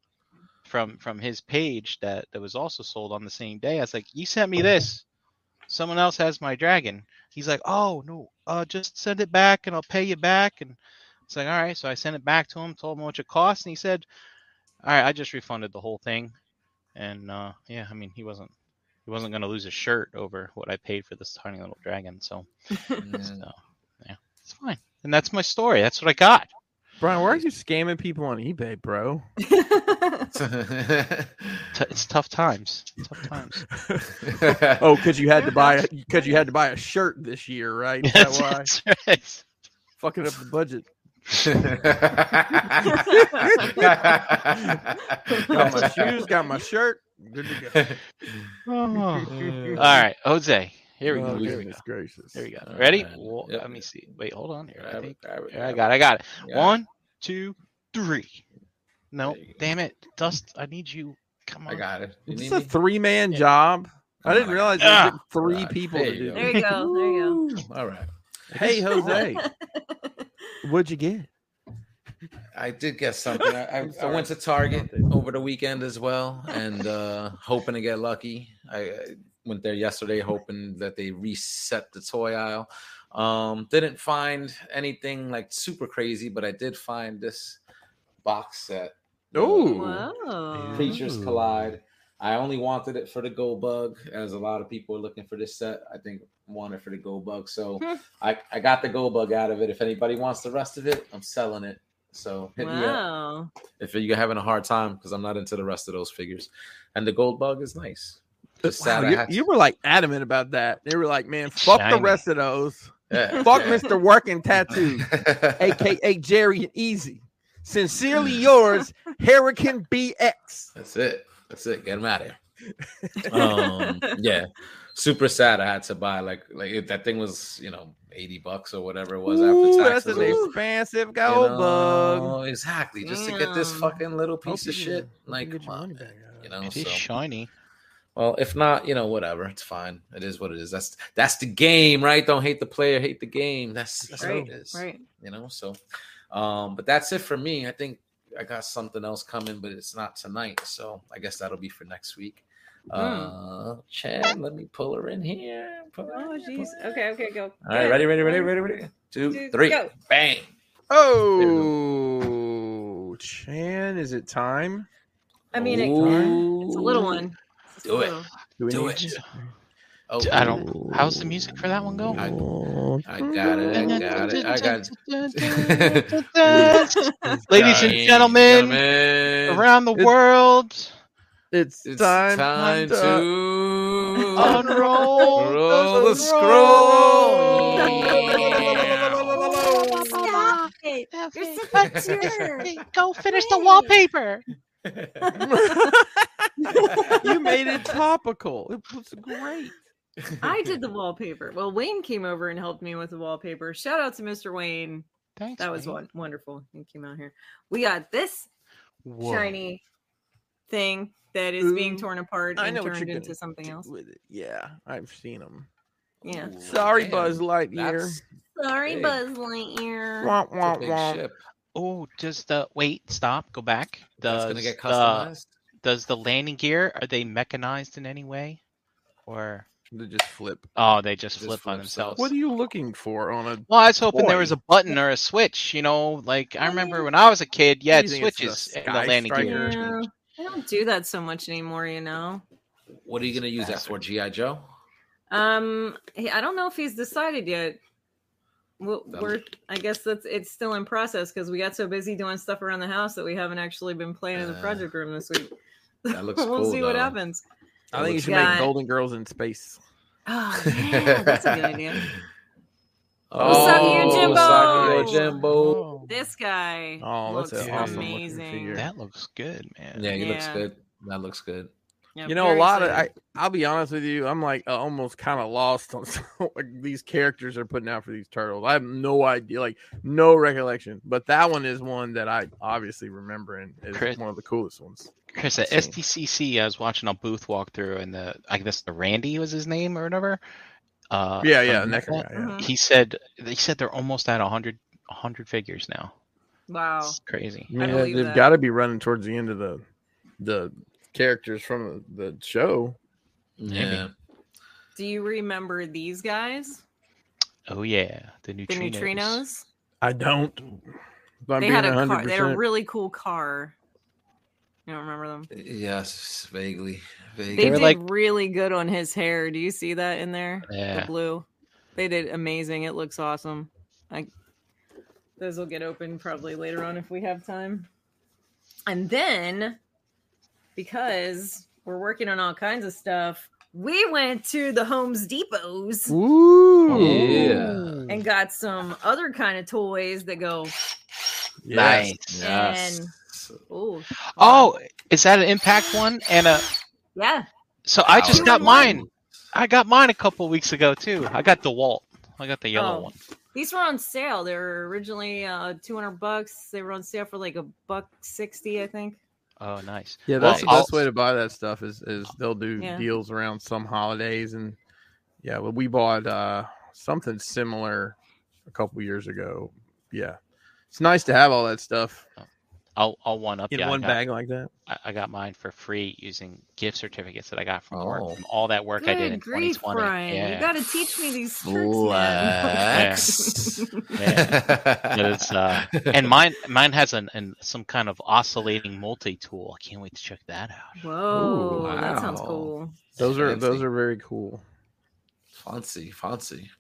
D: from from his page that that was also sold on the same day. I was like, "You sent me this. Someone else has my dragon." He's like, "Oh no, uh, just send it back and I'll pay you back." And it's like, "All right." So I sent it back to him, told him how much it cost, and he said, "All right, I just refunded the whole thing." And uh, yeah, I mean, he wasn't he wasn't going to lose his shirt over what I paid for this tiny little dragon. So, so, yeah, it's fine. And that's my story. That's what I got.
B: Brian, why are you scamming people on eBay, bro?
D: T- it's tough times. Tough times.
B: Oh, because you had to buy because you had to buy a shirt this year, right? Is that
D: That's-
B: why?
D: that's right.
B: Fucking up the budget. Got my shoes, got my shirt. Good to go.
D: Oh. All right, Jose. Here we
B: Oh,
D: go. Here we go.
B: goodness gracious.
D: Here we go.
C: All
D: Ready?
C: right.
D: Wo-
C: Yep.
D: Let me see. Wait, hold on here. I,
C: Grab it,
D: think-
C: grab it,
D: here, I
C: grab
D: got. It, I got it.
C: Yeah.
D: One, two, three. No,
C: There you go.
D: damn it, Dust. I need you. Come on.
C: I got it. You
B: It's
C: need
B: a
C: me?
B: three man
D: Yeah.
B: job. I didn't
C: All right.
B: realize it
D: Ah.
B: took three
C: Right.
B: people
C: There
B: to do
C: you go.
A: There you go. There you
C: All right.
B: Hey Jose, what'd you get?
C: I did get something. I, I, I went to Target over the weekend as well, and uh, hoping to get lucky. I, I went there yesterday, hoping that they reset the toy aisle. Um, didn't find anything like super crazy, but I did find this box set.
A: go.
B: Ooh.
A: Wow.
C: Creatures
B: Ooh.
C: Collide. I only wanted it for the Go Bug, as a lot of people are looking for this set. I think wanted for the Go Bug, so
A: Hmm.
C: I, I got the Go Bug out of it. If anybody wants the rest of it, I'm selling it. So hit me up
A: Wow.
C: if you're having a hard time because I'm not into the rest of those figures. And the gold bug is nice. Just
B: Wow,
C: sad I
B: you,
C: had to-
B: you were like adamant about that. They were like, man, fuck the
D: Shiny.
B: rest of those.
C: Yeah.
B: Fuck
C: Yeah.
B: Mr. Working Tattoo, aka Jerry and Easy. Sincerely yours, Hurricane BX.
C: That's it. That's it. Get him out of here. um, yeah. Super sad I had to buy like like if that thing was, you know, 80 bucks or whatever it was
B: Ooh,
C: after
B: that's
C: taxes.
B: an
C: It was-
B: expensive
C: you
B: gold
C: know,
B: bug.
C: Exactly. Just to get this
A: Damn.
C: fucking little piece
B: Hope
C: of
B: you-
C: shit.
B: hope you
C: Like, uh,
B: get
C: come
B: your money
C: on,
B: back
C: man.
B: out of
C: you
B: it.
C: know,
D: It is
C: so-
D: shiny.
C: Well, if not, you know, whatever. It's fine. It is what it is. That's that's the game, right? Don't hate the player, hate the game. That's that's
A: Right.
C: what it is.
A: Right.
C: You know, so um, but that's it for me. I think I got something else coming, but it's not tonight. So I guess that'll be for next week.
A: Hmm.
C: Uh Chad, let me pull her in here. Pull her
A: Oh
C: in here,
A: jeez.
C: pull her in.
A: Okay. Okay. Go.
C: All right, ready, ready, ready, ready, ready. Two,
A: Two,
C: three,
A: go.
C: bang.
B: Oh, Chan, is it time?
A: I mean, it,
C: Ooh.
A: it's a little one. It's a
C: Do it.
A: little.
B: we
C: Do
B: need
C: it.
B: you?
C: Oh,
D: I don't. How's the music for that one going?
C: I- I got it. I got it. I got Ladies
D: Ladies and gentlemen around the
B: It's-
D: world,
B: It's,
C: It's
B: time,
C: time,
B: to.
C: to
D: Oh, unroll,
C: roll the scroll.
E: Stop it. You're such a jerk.
D: Go finish
E: the
D: wallpaper.
B: you made it topical. It was great.
A: I did the wallpaper. Well, Wayne came over and helped me with the wallpaper. Shout out to Mr. Wayne.
D: Thanks.
A: That was
D: mate.
A: one wonderful. He came out here. We got this
D: Whoa.
A: shiny thing that is being
B: Ooh,
A: torn apart
B: I
A: and
B: know what
A: turned
B: you're
A: into
B: gonna
A: something
B: do
A: else.
B: With it. Yeah, I've seen them.
A: Yeah.
C: Ooh,
B: Sorry,
C: damn.
B: Buzz Lightyear.
C: That's
A: Sorry,
C: Big.
A: Buzz Lightyear.
B: Womp,
C: a
B: womp,
C: big
B: womp.
C: ship.
D: Oh, does the wait? Stop. Go back.
C: That's
D: Does
C: gonna get
D: the
C: customized.
D: does the landing gear are they mechanized in any way, or
B: They just flip.
D: oh they just
C: Just
D: flip on
C: flips up.
D: themselves?
B: What are you looking for on a?
D: Well, I was hoping there
B: Boy.
D: was a button or a switch. You know, like I remember when I was a kid, you
B: What
D: had
B: do you think it's, the
D: switches in the
B: Sky
D: landing
B: Striker?
D: gear.
A: Yeah. I don't do that so much anymore, you know.
C: What are you gonna use that for, GI Joe?
A: Um, he- I don't know if he's decided yet. Well,
C: That'll-
A: we're I guess that's it's still in process because we got so busy doing stuff around the house that we haven't actually been playing in the
C: Uh,
A: project room this week.
C: that looks
A: we'll
C: cool,
A: see what
C: though.
A: happens.
B: I think you should
A: Got-
B: make Golden Girls in space.
A: Oh yeah, that's a good idea.
C: Oh,
A: What's up, Yojimbo?
C: Sakura Jimbo.
D: Oh,
A: This guy
B: Oh, that's
A: looks
D: an awesome
B: looking
A: amazing.
B: figure.
D: that looks good, man.
C: Yeah, he looks
A: Yeah.
C: good. That looks good.
A: Yeah,
B: you know, a
A: very
B: lot
A: excited.
B: of I, I'll be honest with you, I'm like uh, almost kind of lost on some- what these characters are putting out for these turtles. I have no idea, like no recollection. But that one is one that I obviously remember and is
D: Chris-
B: one of the coolest ones.
D: Chris, at
B: Let's see.
D: SDCC, I was watching a booth walkthrough, and the I guess the Randy was his name or whatever. Uh,
B: Yeah,
D: from
B: yeah,
D: Mecca.
B: neck guy. Yeah.
A: Mhm.
D: He said they said they're almost at 100, 100 figures now.
A: wow.
D: It's crazy.
A: I
B: yeah
A: believe
B: they've
A: that.
B: got to be running towards the end of the the characters from the show.
C: Yeah.
A: Do you remember these guys?
D: Oh yeah, the neutrinos.
A: The neutrinos?
B: I don't. But I'm
A: they
B: being
A: had a car.
B: 100%.
A: They had a really cool car. You don't remember them?
C: Yes, vaguely.
A: They
C: Vaguely.
D: were
A: did
D: like-
A: really good on his hair. Do you see that in there? The
D: Yeah.
A: blue. They did amazing. It looks awesome. I those will get open probably later on if we have time. And then because we're working on all kinds of stuff, we went to the Homes Depots
B: Ooh.
C: Yeah.
A: and got some other kind of toys that go,
B: Yes.
D: Nice.
C: Yes.
A: oh,
D: Oh, is that an impact one? And a
A: yeah.
D: so I just
A: Power
D: got
A: one.
D: mine. I got mine a couple weeks ago too. I got the Walt. I got the
A: Oh.
D: yellow one.
A: These were on sale. They were originally uh, 200 bucks. They were on sale for like a buck 60, I think.
D: Oh, nice.
B: Yeah, that's
D: Well,
B: the best
D: I'll-
B: way to buy that stuff is is they'll do
A: Yeah.
B: deals around some holidays and yeah, well, we bought uh something similar a couple years ago. Yeah. It's nice to have all that stuff
D: I'll, I'll one up
B: in
D: you. I
B: one
D: got-
B: bag like that.
D: I, I got mine for free using gift certificates that I got from
C: Oh.
D: work from all that work I did in 2020.
A: Brian.
D: yeah.
A: You got to teach me these tricks. man.
C: Flex.
D: yeah. But it's, uh, and mine mine has an, an some kind of oscillating multi tool. I can't wait to check that out.
A: Whoa,
C: Ooh,
A: that sounds
C: wow.
A: cool.
B: Those are
C: Fancy.
B: those are very cool.
C: fancy, fancy.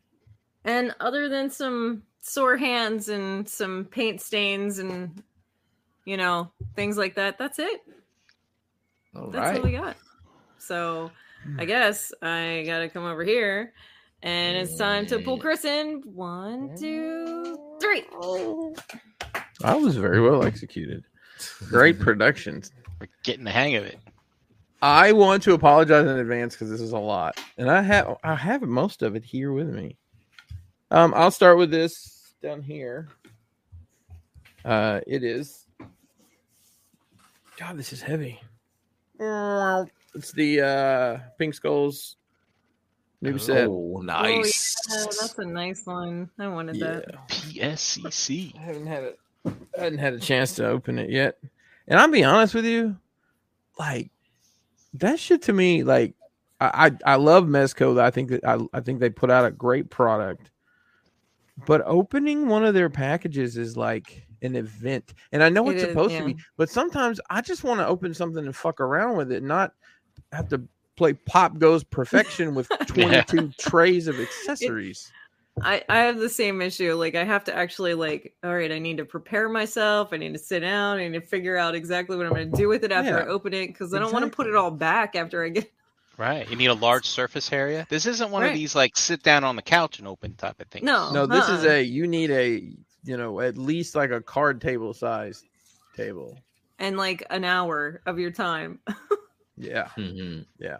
A: And other than some sore hands and some paint stains and you know things like that, that's it.
C: All
A: That's
C: right.
A: what we got. So
D: Hmm.
A: I guess I gotta come over here, and it's time to pull Chris in. One, two, three.
B: That was very well executed. Great productions.
D: We're getting the hang of it.
B: I want to apologize in advance because this is a lot, and I have I have most of it here with me. Um, I'll start with this down here. Uh, it is. God, this is heavy. It's the uh, Pink Skulls new set.
C: Oh, nice.
A: nice. Oh, that's a nice one. I wanted
B: Yeah.
A: that.
D: PSCC.
B: I haven't had it. I hadn't had a chance to open it yet. And I'll be honest with you, like that shit to me, like I I, I love Mezco. I think that I, I think they put out a great product. But opening one of their packages is like an event. And I know
A: It
B: it's
A: is,
B: supposed to
A: yeah.
B: be, but sometimes I just want to open something and fuck around with it, not have to play Pop Goes Perfection with 22 trays of accessories.
A: I, I have the same issue. Like I have to actually like, all right, I need to prepare myself. I need to sit down. I need to figure out exactly what I'm going to do with it after I
B: Yeah,
A: open it because I don't want to put it
B: exactly.
A: all back after I get.
D: Right. You need a large surface area. This isn't one
A: Right.
D: of these like sit down on the couch and open type of things.
A: No.
B: No, this is
A: Uh-uh.
B: a you need a you know at least like a card table size table.
A: And like an hour of your time.
B: Yeah,
C: Mhm.
B: yeah.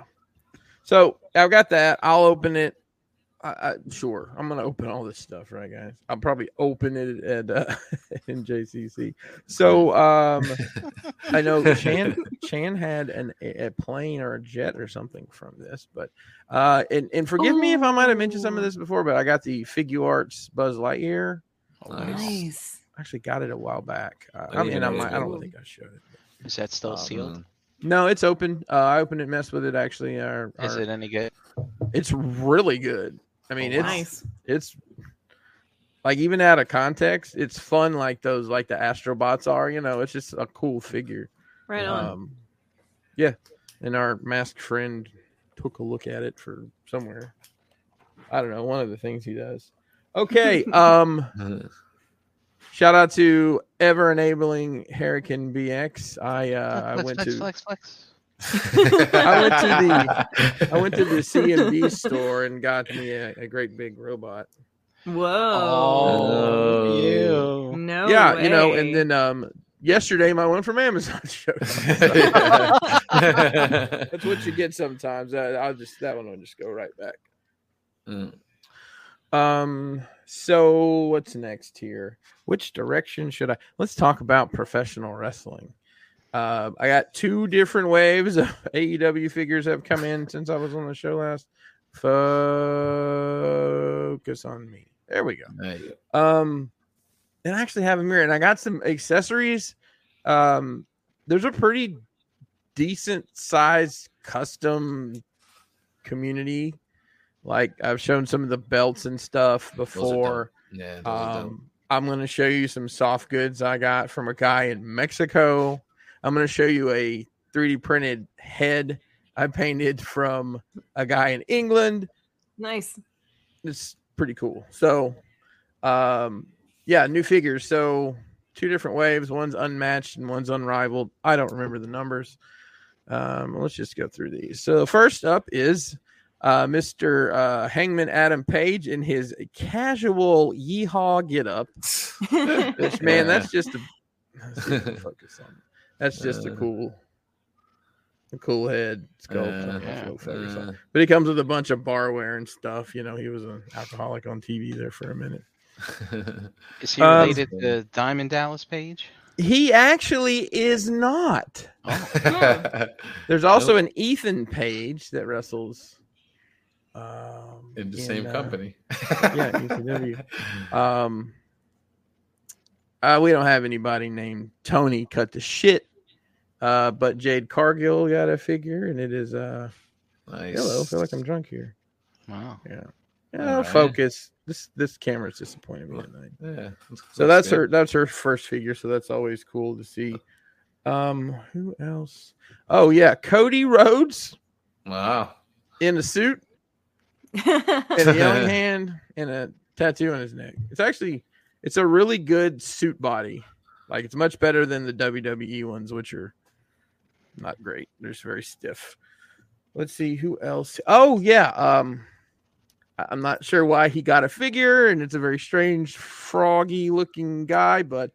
B: So I've got that. I'll open it. I, I, sure, I'm gonna open all this stuff, right, guys? I'll probably open it at uh, in JCC. So um, I know Chan Chan had an, a a plane or a jet or something from this, but uh, and and forgive me if I might have mentioned some of
A: Ooh.
B: this before, but I got the Figure Arts Buzz Lightyear. Oh,
C: Nice.
B: actually got it a while back. Uh,
C: Oh,
B: I
C: you
B: mean,
C: know
B: I,
C: it's
B: might, I
C: good.
B: don't think I showed it.
D: Is that still
B: Um,
D: sealed?
B: No, it's open. Uh, I opened it, messed with it. Actually, our,
D: Is
B: our-
D: it any good?
B: It's really good. I mean,
D: Oh,
B: it's
D: wow.
A: Nice.
B: it's like even out of context, it's fun. Like those, like the Astrobots are. You know, it's just a cool figure.
A: Right on.
B: Um, yeah, and our masked friend took a look at it for somewhere. I don't know. One of the things he does. Okay. Um. Shout out to ever enabling Hurricane BX. I uh, I
D: flex,
B: went
D: flex,
B: to
D: flex, flex.
B: I
C: went to
B: I went to the CMB store and got me a, a great big robot.
A: Oh. Whoa.
D: Oh. you.
A: No.
B: Oh. yeah, you know,
A: way.
B: and then um yesterday my one from Amazon showed up. So,
C: the.
B: That's what you get sometimes. Uh, I'll just that one will just go right back. Um so what's next here? Which direction should I Let's talk about professional wrestling. Uh, I got two different waves of AEW figures have come in since I was on the show last. Focus on me. There we go. Um, and I actually have a mirror, and I got some accessories. Um, there's a pretty decent sized custom community. Like I've shown some of the belts and stuff before.
C: Yeah, those are dope.
B: Um, I'm going to show you some soft goods I got from a guy in Mexico. I'm going to show you a 3D printed head I painted from a guy in England.
A: Nice.
B: It's pretty cool. So, um, yeah, new figures. So, two different waves. One's unmatched and one's unrivaled. I don't remember the numbers. Um, let's just go through these. So, first up is uh, Mr. Uh, Hangman Adam Page in his casual yeehaw get up. um, Which, man, that's just a let's see if I can focus on. it. That's just a
C: Uh.
B: cool, a cool head sculpt. I don't know if
D: Yeah.
B: we'll focus on it.
C: Uh,
B: But he comes with a bunch of barware and stuff. You know, he was an alcoholic on TV there for a minute.
D: Is he
B: Um,
D: related to Diamond Dallas Page?
B: He actually is not.
D: Oh,
B: Oh, There's also an Ethan Page that wrestles um,
C: in the same
B: uh,
C: company.
B: yeah, ECW. Um, uh, we don't have anybody named Tony cut the shit, uh, but Jade Cargill got a figure, and it is uh,
C: Nice.
B: hello. I feel like I'm drunk here.
D: Wow.
B: Yeah,
C: Alright.
B: focus. This this camera's disappointing me tonight.
C: Yeah, looks-
B: So
C: looks
B: that's
C: good.
B: her that's her first figure, so that's always cool to see. Um, who else? Oh yeah, Cody Rhodes
C: Wow.
B: in a suit and a yelling hand and a tattoo on his neck. It's actually it's a really good suit body. Like it's much better than the WWE ones, which are not great. They're just very stiff. Let's see who else. Oh yeah, um, I- I'm not sure why he got a figure, and it's a very strange froggy looking guy. But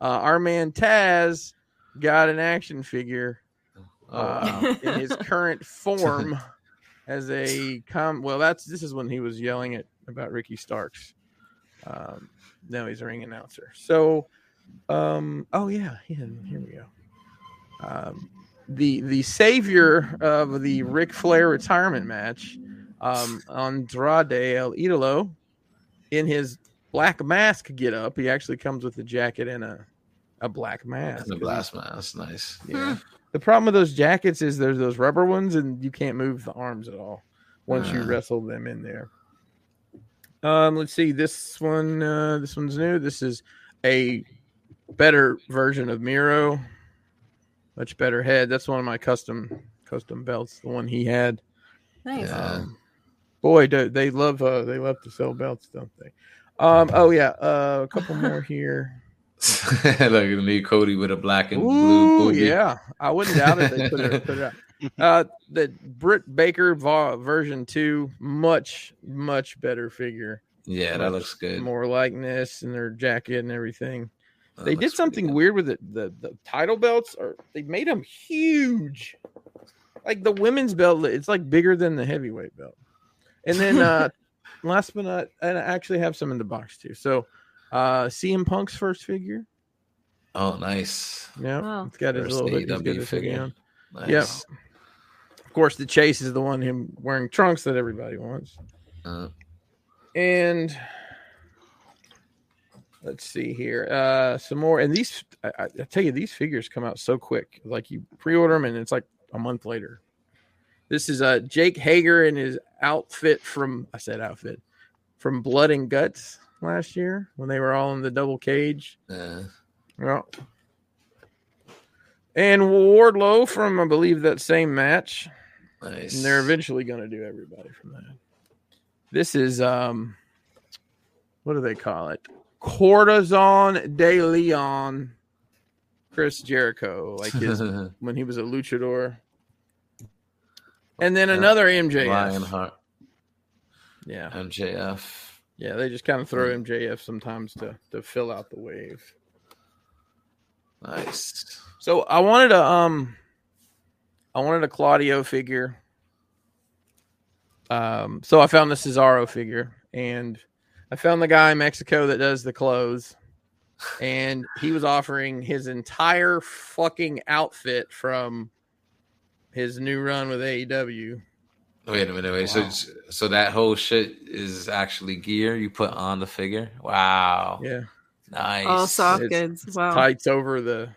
B: uh, our man Taz got an action figure
C: Oh, wow.
B: uh, in his current form as a com. Well, that's this is when he was yelling at about Ricky Starks. Um, now he's a ring announcer. So, um, oh yeah, yeah, here we go. Um, the the savior of the Ric Flair retirement match, um, Andrade El Idolo, in his black mask get up. He actually comes with a jacket and a a black mask.
C: And the blast man. That's nice.
B: Yeah. The problem with those jackets is there's those rubber ones and you can't move the arms at all once you
C: Ah.
B: wrestle them in there. Um, let's see. This one, uh, this one's new. This is a better version of Miro. Much better head. That's one of my custom custom belts. The one he had.
A: nice.
C: Yeah.
B: Um, boy, do, they love uh, they love to sell belts, don't they? Um, oh yeah, uh, a couple more here.
C: Look, you need Cody with a black and blue
B: Ooh,
C: boogie.
B: yeah. I wouldn't doubt it. They put it, put it out. Uh, the Britt Baker va- version two, much much better figure,
C: Yeah, that looks good.
B: more likeness in their jacket and everything.
C: That
B: They did
C: Oh, looks pretty
B: something
C: good.
B: weird with it. The the title belts are they made them huge, like the women's belt. It's like bigger than the heavyweight belt. And then uh, last but not, and I actually have some in the box too. So uh, CM Punk's first figure.
C: Oh, nice.
B: Yeah,
A: Wow.
B: it's got his
C: First
B: little bit. He's
C: AEW
B: got his figure
C: figure.
B: on.
C: nice.
B: Yeah. Of course, the chase is the one him wearing trunks that everybody wants.
C: Uh,
B: And let's see here, uh, some more. And these, I, I I tell you, these figures come out so quick. Like you pre-order them, and it's like a month later. This is uh Jake Hager in his outfit from I said outfit from Blood and Guts last year when they were all in the double cage.
C: uh,
B: Yeah. And Wardlow from I believe that same match.
C: nice.
B: And they're eventually going to do everybody from that. This is um, what do they call it? Cortazon de Leon, Chris Jericho, like his when he was a luchador, and then
C: Yeah.
B: another MJF.
C: Lionheart,
B: Yeah,
C: MJF.
B: yeah, they just kind of throw MJF sometimes to to fill out the wave.
C: Nice.
B: So I wanted a um I wanted a Claudio figure. Um so I found the Cesaro figure and I found the guy in Mexico that does the clothes and he was offering his entire fucking outfit from his new run with E AEW.
C: Wait a minute. Wait.
D: Wow.
C: So, so that whole shit is actually gear you put on the figure. Wow.
B: Yeah.
C: Nice.
A: All soft
B: It's
A: goods. Wow.
B: Tights over the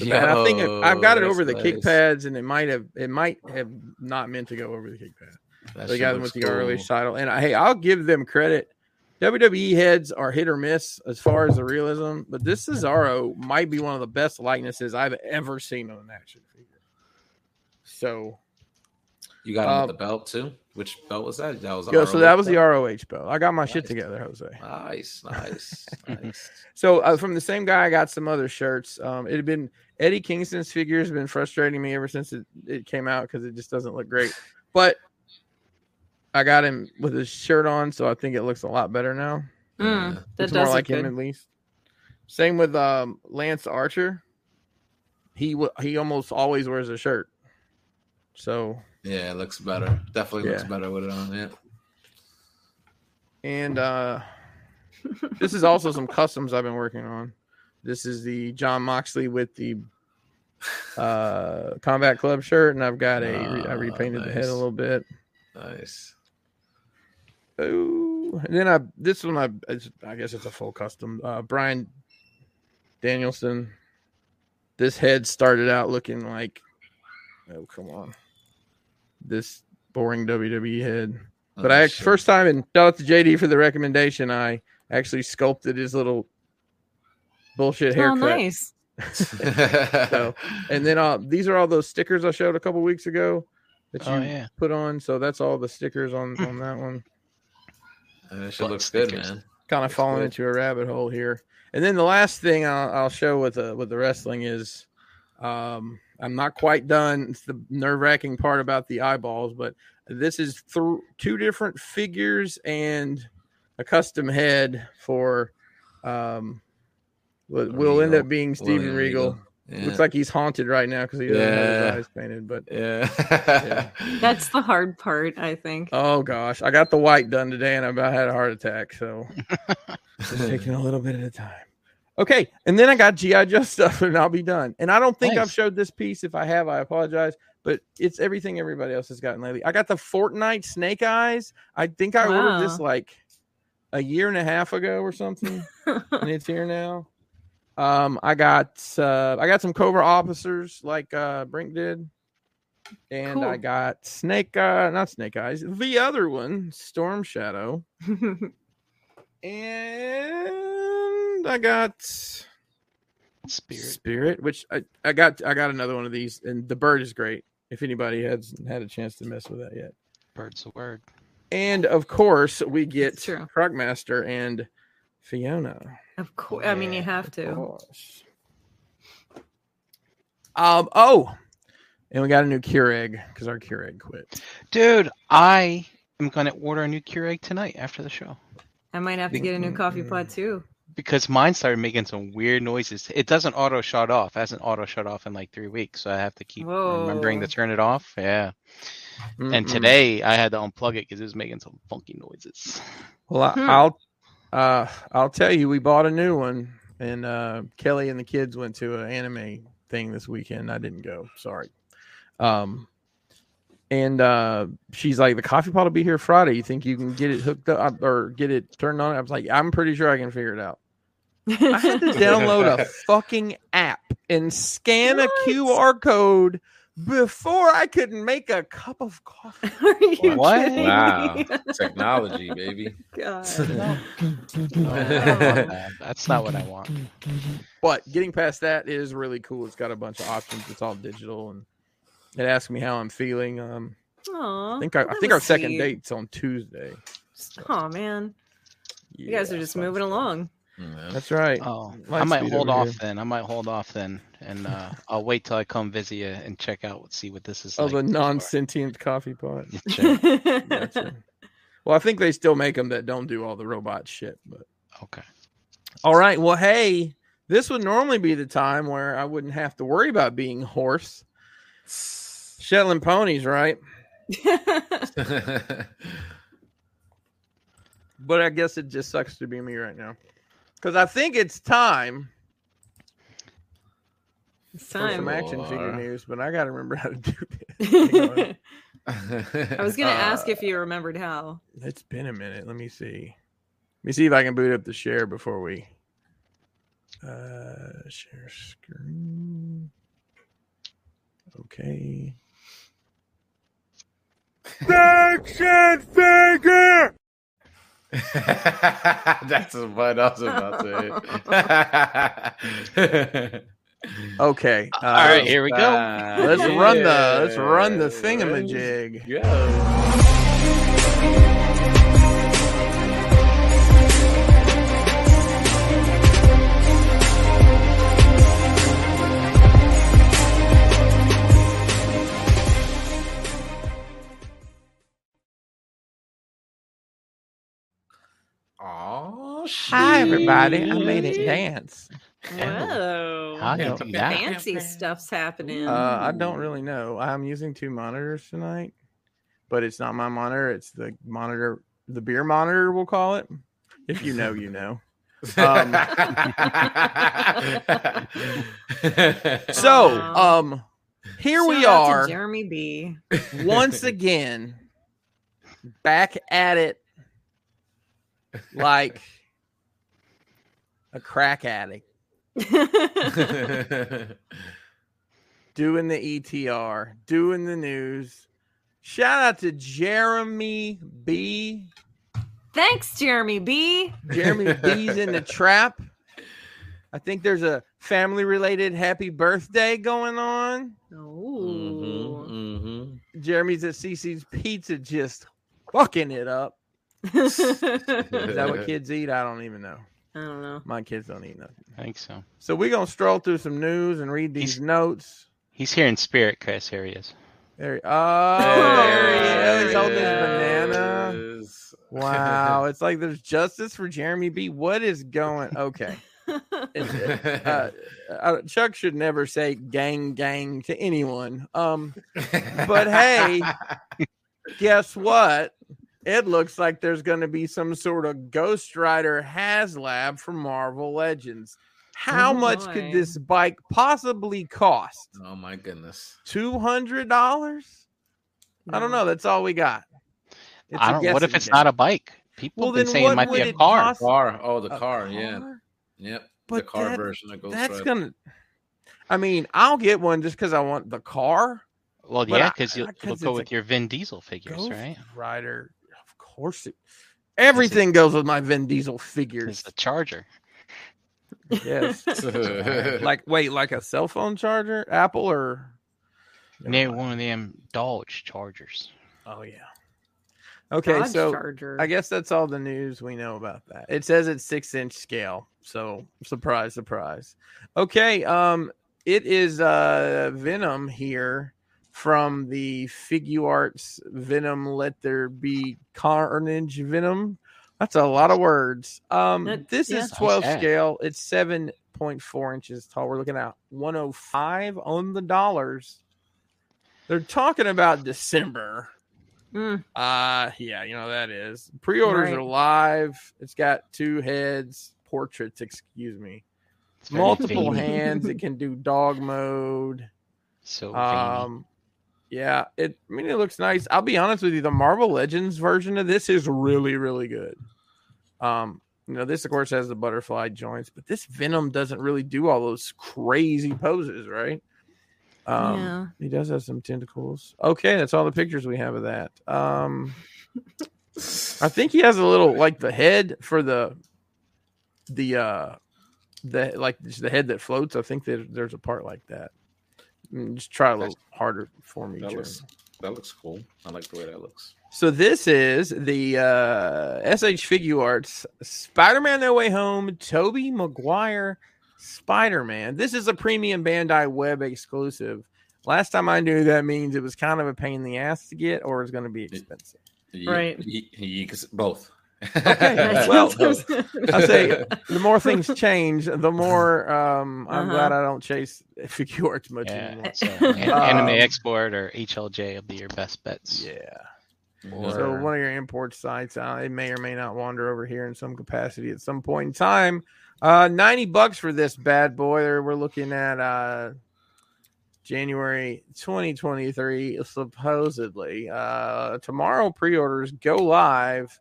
B: And I think I've, I've got it
C: Yo,
B: over the
C: that's
B: kick
C: nice.
B: pads, and it might have it might have not meant to go over the kick pad.
C: That
B: They
C: shit
B: got them
C: looks
B: with the
C: cool.
B: earliest title, and uh, hey, I'll give them credit. WWE heads are hit or miss as far as the realism, but this Cesaro might be one of the best likenesses I've ever seen on an action figure. So,
C: You got him
B: Um,
C: with the belt too. Which belt was that? That was
B: yo, so that was the
C: belt?
B: ROH belt. I got my shit
C: Nice.
B: together, Jose.
C: Nice, nice, nice.
B: So uh, from the same guy, I got some other shirts. Um, it had been Eddie Kingston's figure has been frustrating me ever since it, it came out because it just doesn't look great. But I got him with his shirt on, so I think it looks a lot better now.
A: Mm,
C: Yeah.
A: that does
B: it's more
A: look
B: like
A: good.
B: him at least. Same with um, Lance Archer. He w- he almost always wears a shirt. So
C: Yeah, it looks better. Definitely looks
B: Yeah.
C: better with it on. Yeah.
B: and uh, this is also some customs I've been working on. This is the John Moxley with the uh, Combat Club shirt, and I've got a re- I
C: Ah,
B: repainted the head
C: nice.
B: a little bit.
C: Nice.
B: Ooh. And then I this one I it's, I guess it's a full custom. Uh, Brian Danielson. This head started out looking like, oh come on, this boring WWE head. But I
C: Oh,
B: actually,
C: shit.
B: first time, and shout out to JD for the recommendation. I actually sculpted his little bullshit
A: Oh,
B: haircut.
A: nice.
B: And then uh, these are all those stickers I showed a couple weeks ago that you
D: Oh yeah.
B: put on. So that's all the stickers on on that one.
C: that shit looks good, man.
B: Kind of
C: Looks
B: falling
C: good.
B: into a rabbit hole here. And then the last thing I'll, I'll show with the with the wrestling is, um, I'm not quite done. It's the nerve wracking part about the eyeballs, but this is through two different figures and a custom head for, um, what will end
C: Regal.
B: up being Steven
C: William
B: Regal.
C: Yeah.
B: Looks like he's haunted right now because he doesn't have
C: Yeah.
B: his eyes painted, but.
C: yeah.
A: That's the hard part, I think.
B: Oh gosh, I got the white done today, and I about had a heart attack. So just taking a little bit at a time. Okay, and then I got GI Joe stuff, and I'll be done. And I don't think I've
D: Nice.
B: showed this piece. If I have, I apologize. But it's everything everybody else has gotten lately. I got the Fortnite Snake Eyes. I think I ordered this like a year and a half ago or something, and it's here now. Um, I got uh, I got some Cobra officers like uh, Brink did, and I
A: Cool.
B: got Snake uh, not Snake Eyes, the other one, Storm Shadow. And I got Spirit,
D: Spirit.
B: which I, I got I got another one of these, and the bird is great. If anybody has had a chance to mess with that yet,
D: Bird's the word.
B: and of course we get
A: It's true.
B: Crocmaster and Fiona.
A: of course. I mean, you
B: Yeah,
A: have
B: of
A: to.
B: course. Um. Oh, and we got a new Keurig because our Keurig quit.
D: Dude, I am gonna order a new Keurig tonight after the show.
A: I might have to get a new coffee pot too.
D: because mine started making some weird noises. It doesn't auto shut off. It hasn't auto shut off in like three weeks, so I have to keep remembering to
A: Whoa.
D: turn it off. Yeah. And
B: Mm-mm.
D: today I had to unplug it because it was making some funky noises.
B: Well, I,
A: Hmm.
B: I'll uh, I'll tell you, we bought a new one, and uh, Kelly and the kids went to an anime thing this weekend. I didn't go. Sorry. Um, and uh, she's like, "The coffee pot will be here Friday. You think you can get it hooked up or get it turned on?" I was like, "I'm pretty sure I can figure it out." I had to download a fucking app and scan
A: What?
B: a QR code before I could make a cup of coffee.
A: Are you
D: What?
A: kidding
C: Wow.
A: me? Oh,
C: Technology, baby.
A: God.
D: Uh, That's not what I want.
B: But getting past that is really cool. It's got a bunch of options. It's all digital, and it asks me how I'm feeling. Um,
A: Aw,
B: I think I,
A: well,
B: I
A: Oh, that
B: think our
A: was
B: second
A: sweet.
B: date's on Tuesday.
A: Oh man, you guys
B: Yeah,
A: are just
B: fun
A: moving
B: stuff.
A: along.
C: Yeah.
B: That's right.
D: Oh, I
B: Lightspeed
D: might hold
B: over
D: off
B: here.
D: then. I might hold off then, and uh, I'll wait till I come visit you and check out, see what this is
B: Oh,
D: like.
B: the
D: before I
B: non-sentient coffee pot.
D: check.
B: Gotcha. well, I think they still make them that don't do all the robot shit. But
D: Okay.
B: all right. Well, hey, this would normally be the time where I wouldn't have to worry about being hoarse. Shetland ponies, right? But I guess it just sucks to be me right now. Because I think it's time
A: It's
B: for some
A: time.
C: Mac-
B: action figure
C: Or-
B: news, but I got to remember how to do this.
A: I
C: I
A: was gonna ask
B: Uh,
A: if you remembered how.
B: It's been a minute. Let me see. Let me see if I can boot up the share before we uh, share screen. Okay.
C: That's what I was about to say.
B: Okay. Uh,
D: All right, here we go.
B: Let's run the let's run the thingamajig.
C: Yeah. Aw,
B: Hi everybody! I
C: shit.
B: made it dance.
A: Whoa.
D: How do you- yeah.
A: Fancy stuff's happening.
B: Uh, I don't really know. I'm using two monitors tonight, but it's not my monitor. It's the monitor, the beer monitor, we'll call it. If you know, you know. Um, So,
A: Wow.
B: um, here we
A: Shout out to
B: are
A: Jeremy B.
B: once again, back at it, like a crack addict. doing the ETR, doing the news. Shout out to Jeremy B.
A: Thanks, Jeremy B.
B: Jeremy B's in the trap. I think there's a family related happy birthday going on.
C: Mm-hmm,
B: Mm-hmm.
A: Ooh.
B: Jeremy's at CC's Pizza just fucking it up. Is that what kids eat? I don't even know.
A: I don't know.
B: My kids don't eat nothing.
D: I think so.
B: So we're going to stroll through some news and read these
D: He's-
B: notes.
D: He's here in spirit, Chris. Here he is.
B: There, oh, there he is. He's holding his banana. Wow, it's like there's justice for Jeremy B. What is going? Okay, It's- uh, uh, Chuck should never say "gang gang" to anyone. Um, but hey, guess what? It looks like there's going to be some sort of Ghost Rider HasLab from Marvel Legends. How
A: Oh
B: much could
A: my.
B: this bike possibly cost?
C: oh my goodness.
B: Two hundred dollars? I don't know. That's all we got. It's
D: I
B: a
D: don't. What if
B: guessing
D: it's
B: game.
D: not a bike? People
B: Well,
D: have been
B: then
D: saying
B: what
D: it might be
B: would
D: a
B: it
D: car.
B: cost?
C: Car. Oh, the
B: A
C: car. Yeah.
B: car?
C: Yep. the
B: But
C: car
B: that-
C: version of Ghost
B: That's
C: Rider.
B: gonna. I mean, I'll get one just because I want the car.
D: Well,
B: But
D: yeah,
B: I-
D: because you'll,
B: I- 'cause
D: you'll
B: it's
D: go
B: a
D: with your Vin Diesel figures,
B: Ghost
D: right?
B: Rider, of course. It, everything goes with my Vin Diesel
D: It's
B: figures.
D: the Charger.
B: yes. like wait, like a cell phone charger, Apple or?
D: Near one of them Dodge Chargers.
B: Oh yeah. Okay,
A: Dodge
B: so
A: Charger.
B: I guess that's all the news we know about that. It says it's six inch scale. So surprise, surprise. Okay, um, it is uh Venom here from the Figuarts Venom Let There Be Carnage Venom. That's a lot of words. Um,
A: That-
B: this
A: yeah.
B: is 12
D: Okay.
B: scale. It's 7.4 inches tall. We're looking at 105 on the dollars. They're talking about December.
A: Mm,
B: Uh yeah, you know that is. Pre-orders
A: Right.
B: are live. It's got two heads, portraits, excuse me.
D: It's very
B: Multiple
D: veiny,
B: hands. It can do dog mode.
D: So veiny.
B: Um yeah, it I mean it looks nice. I'll be honest with you, the Marvel Legends version of this is really really good. Um you know, this of course has the butterfly joints, but this Venom doesn't really do all those crazy poses, right? Um
A: yeah.
B: he does have some tentacles. Okay, that's all the pictures we have of that. Um I think he has a little like the head for the the uh the like just the head that floats. I think that there's a part like that. Mm, Just try a little harder for me,
C: That
B: Jeremy.
C: looks, that looks cool. I like the way that looks.
B: So this is the uh SH Figure Arts Spider-Man No Way Home, Toby Maguire Spider-Man. This is a premium Bandai web exclusive. Last time I knew that means it was kind of a pain in the ass to get or it's going to be expensive.
C: Ye-
A: Right.
C: ye- ye- 'cause both.
B: Okay, well, I say the more things change, the more um I'm
A: Uh-huh.
B: glad I don't chase Figure Arts much
D: yeah,
B: anymore.
D: so, an- Anime
B: Um,
D: Export or HLJ will be your best bets.
B: Yeah.
C: Or-
B: So one of your import sites, uh, it may or may not wander over here in some capacity at some point in time. Uh, ninety bucks for this bad boy. There we're looking at uh, January twenty twenty three, supposedly. Uh, tomorrow pre-orders go live.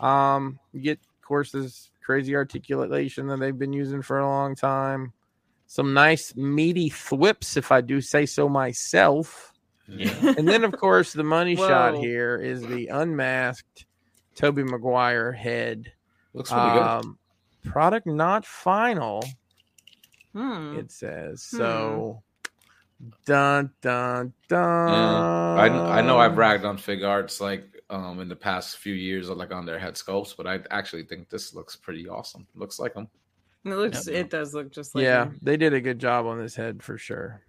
B: Um, you get of course this crazy articulation that they've been using for a long time. some nice meaty thwips, if I do say so myself.
C: Yeah.
B: And then, of course, the money shot
A: Whoa.
B: here is the unmasked Toby Maguire head.
C: Looks really good.
B: Um, product not final,
A: Hmm.
B: it says. So, dun dun dun.
C: I, kn- I know
B: Um,
C: I've ragged on Fig Arts like um in the past few years, like on their head sculpts, but I actually think this looks pretty awesome. Looks like them.
A: It looks.
D: Yeah.
A: It does look just like.
B: Yeah,
A: him.
B: they did a good job on this head for sure.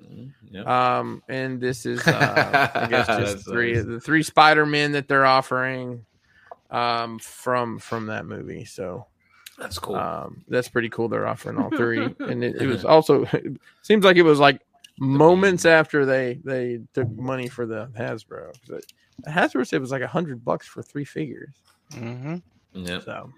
C: Mm-hmm, Yeah.
B: Um, and this is uh, I guess
C: That's
B: just three
C: nice.
B: the three Spider Men that they're offering um from from that movie. So
C: That's cool.
B: um that's pretty cool. They're offering all three, and it, it was also seems like it was like moments after they they took money for the Hasbro. 'Cause it- Hasbro said it was like a hundred bucks for three figures.
D: Mm-hmm.
C: yeah.
B: So,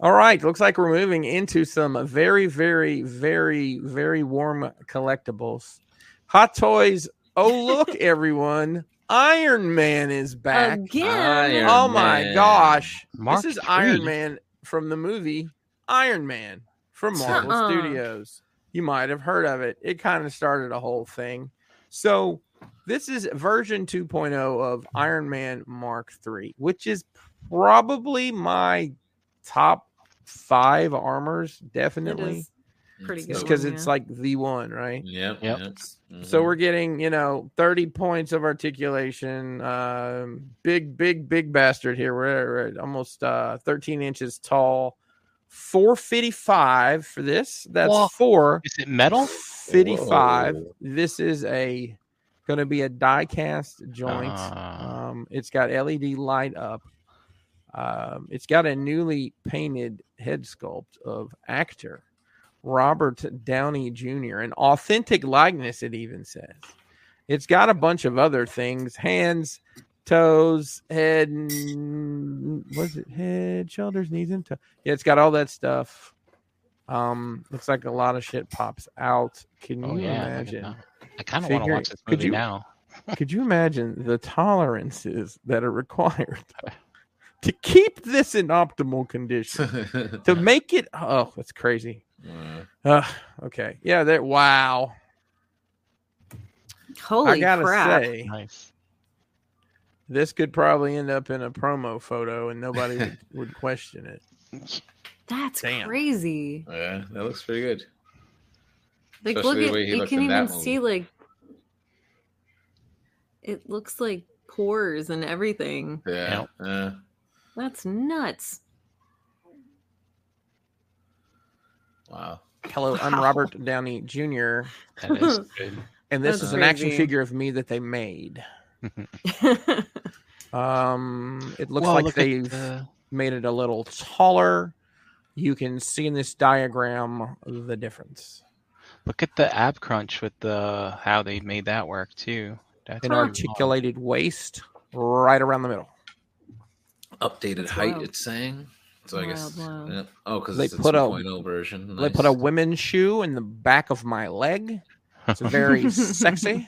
B: all right, looks like we're moving into some very, very, very, very warm collectibles. Hot toys. Oh look, everyone! Iron Man is back.
A: Again.
C: Iron
B: oh my
C: Man.
B: gosh!
D: Mark
B: this is Iron
D: III.
B: Man from the movie Iron Man from Marvel
A: Uh-uh.
B: Studios. You might have heard of it. It kind of started a whole thing. So, this is version 2.0 of Iron Man Mark III, which is probably my top five armors,
A: It
B: definitely.
A: is pretty good.
B: Just
A: one,
B: because it's
A: yeah.
B: like the one, right?
C: Yep.
D: Yep.
B: So
C: Mm-hmm.
B: we're getting, you know, 30 points of articulation. Um, big, big, big bastard here. We're, we're at almost uh, 13 inches tall. 455 for this. That's
D: Whoa.
B: four
D: Is it metal?
B: 55.
C: Whoa.
B: This is a going to be a die cast joint.
D: Ah.
B: Um, it's got LED light up. Um, it's got a newly painted head sculpt of actor Robert Downey Jr., an authentic likeness, it even says. It's got a bunch of other things hands, toes, head, and was it head, shoulders, knees, and toes? Yeah, it's got all that stuff. Um, looks like a lot of shit pops out. Can
D: Oh
B: you
D: yeah. look at
B: imagine?
D: that. I kind of want to
B: Figure-
D: watch this
B: could
D: movie
B: you-
D: now.
B: Could you imagine the tolerances that are required to keep this in optimal condition?
C: Mm-hmm.
B: to make it oh, that's crazy. Uh, okay. Yeah, that wow.
A: Holy
B: I gotta
A: crap!
B: say,
D: Nice.
B: this could probably end up in a promo photo and nobody would, would question it.
A: That's
B: Damn.
A: crazy.
C: yeah, that looks pretty good.
A: Like
C: Especially the
A: look
C: way
A: at
C: he
A: you
C: looked
A: can
C: in that
A: even see
C: movie.
A: like it looks like pores and everything.
C: Yeah. uh, yeah.
A: That's nuts.
C: Wow.
B: Hello, I'm
A: Wow.
B: Robert Downey Jr.
D: That is good.
B: And this
A: That's
B: is an action
A: crazy.
B: figure of me that they made. Um, it looks
D: Whoa,
B: like
D: look at
B: they've
D: the-
B: made it a little taller. You can see in this diagram the difference.
D: Look at the ab crunch with the how they made that work too. That's
B: An
D: pretty
B: articulated waist right around the middle.
C: Updated
A: That's
C: height,
A: wild.
C: it's saying. So I guess.
A: Wild, wild.
C: yeah. Oh, because
B: They
C: it's
B: put
C: a
B: a-
C: 2.0 version.
B: They put a women's shoe in the back of my leg. It's very sexy.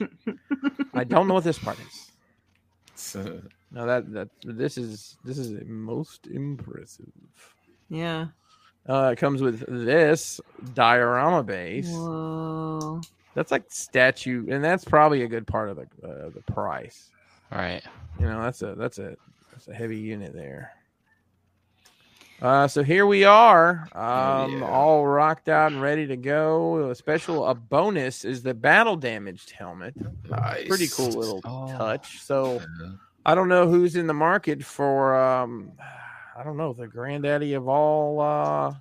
B: I don't know what this part is.
C: a.
B: No, that that this is this is the most impressive.
A: yeah.
B: Uh, it comes with this diorama base.
A: Whoa.
B: That's like statue, and that's probably a good part of the uh, the price.
D: All right.
B: you know that's a that's a that's a heavy unit there uh so here we are um
C: yeah.
B: all rocked out and ready to go a special a bonus is the battle damaged helmet
C: Nice.
B: pretty cool little
D: Oh.
B: touch so
C: Yeah.
B: i don't know who's in the market for um i don't know the granddaddy of all uh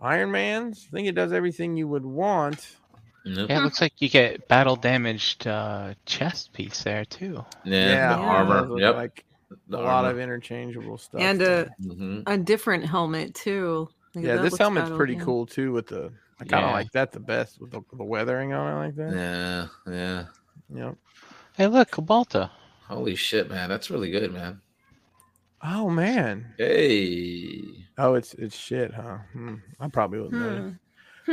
B: iron man's i think it does everything you would want
C: Yep.
D: Yeah, it looks like you get battle damaged uh, chest piece there too.
C: Yeah,
A: Yeah.
C: the
B: those
C: armor.
B: look
C: Yep,
B: like
C: the
B: a lot
C: armor.
B: of interchangeable stuff
A: And uh,
B: there.
A: a
C: Mhm.
A: a different helmet too. Like,
B: yeah,
A: that
B: this
A: looks
B: helmet's
A: battle-
B: pretty
A: yeah.
B: cool too. With the I kind of
D: Yeah.
B: like that the best with the, the weathering on it like that.
C: Yeah, yeah.
B: Yep.
D: Hey, look, Cobalta.
C: Holy shit, man, that's really good, man.
B: Oh man.
C: Hey,
B: Oh, it's it's shit, huh? Hmm. I probably wouldn't. know.
A: Hmm.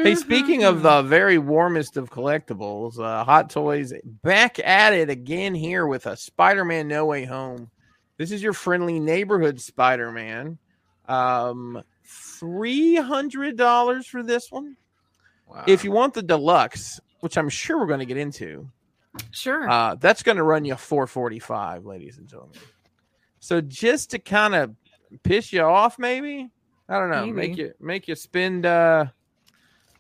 B: Hey, speaking of the very warmest of collectibles, uh, Hot Toys back at it again here with a Spider-Man No Way Home. This is your friendly neighborhood Spider-Man. Um, three hundred dollars for this one.
C: Wow.
B: If you want the deluxe, which I'm sure we're going to get into,
A: Sure.
B: uh, that's going to run you 445, ladies and gentlemen. So just to kind of piss you off, maybe I don't know, make
A: Maybe.
B: you make you spend uh,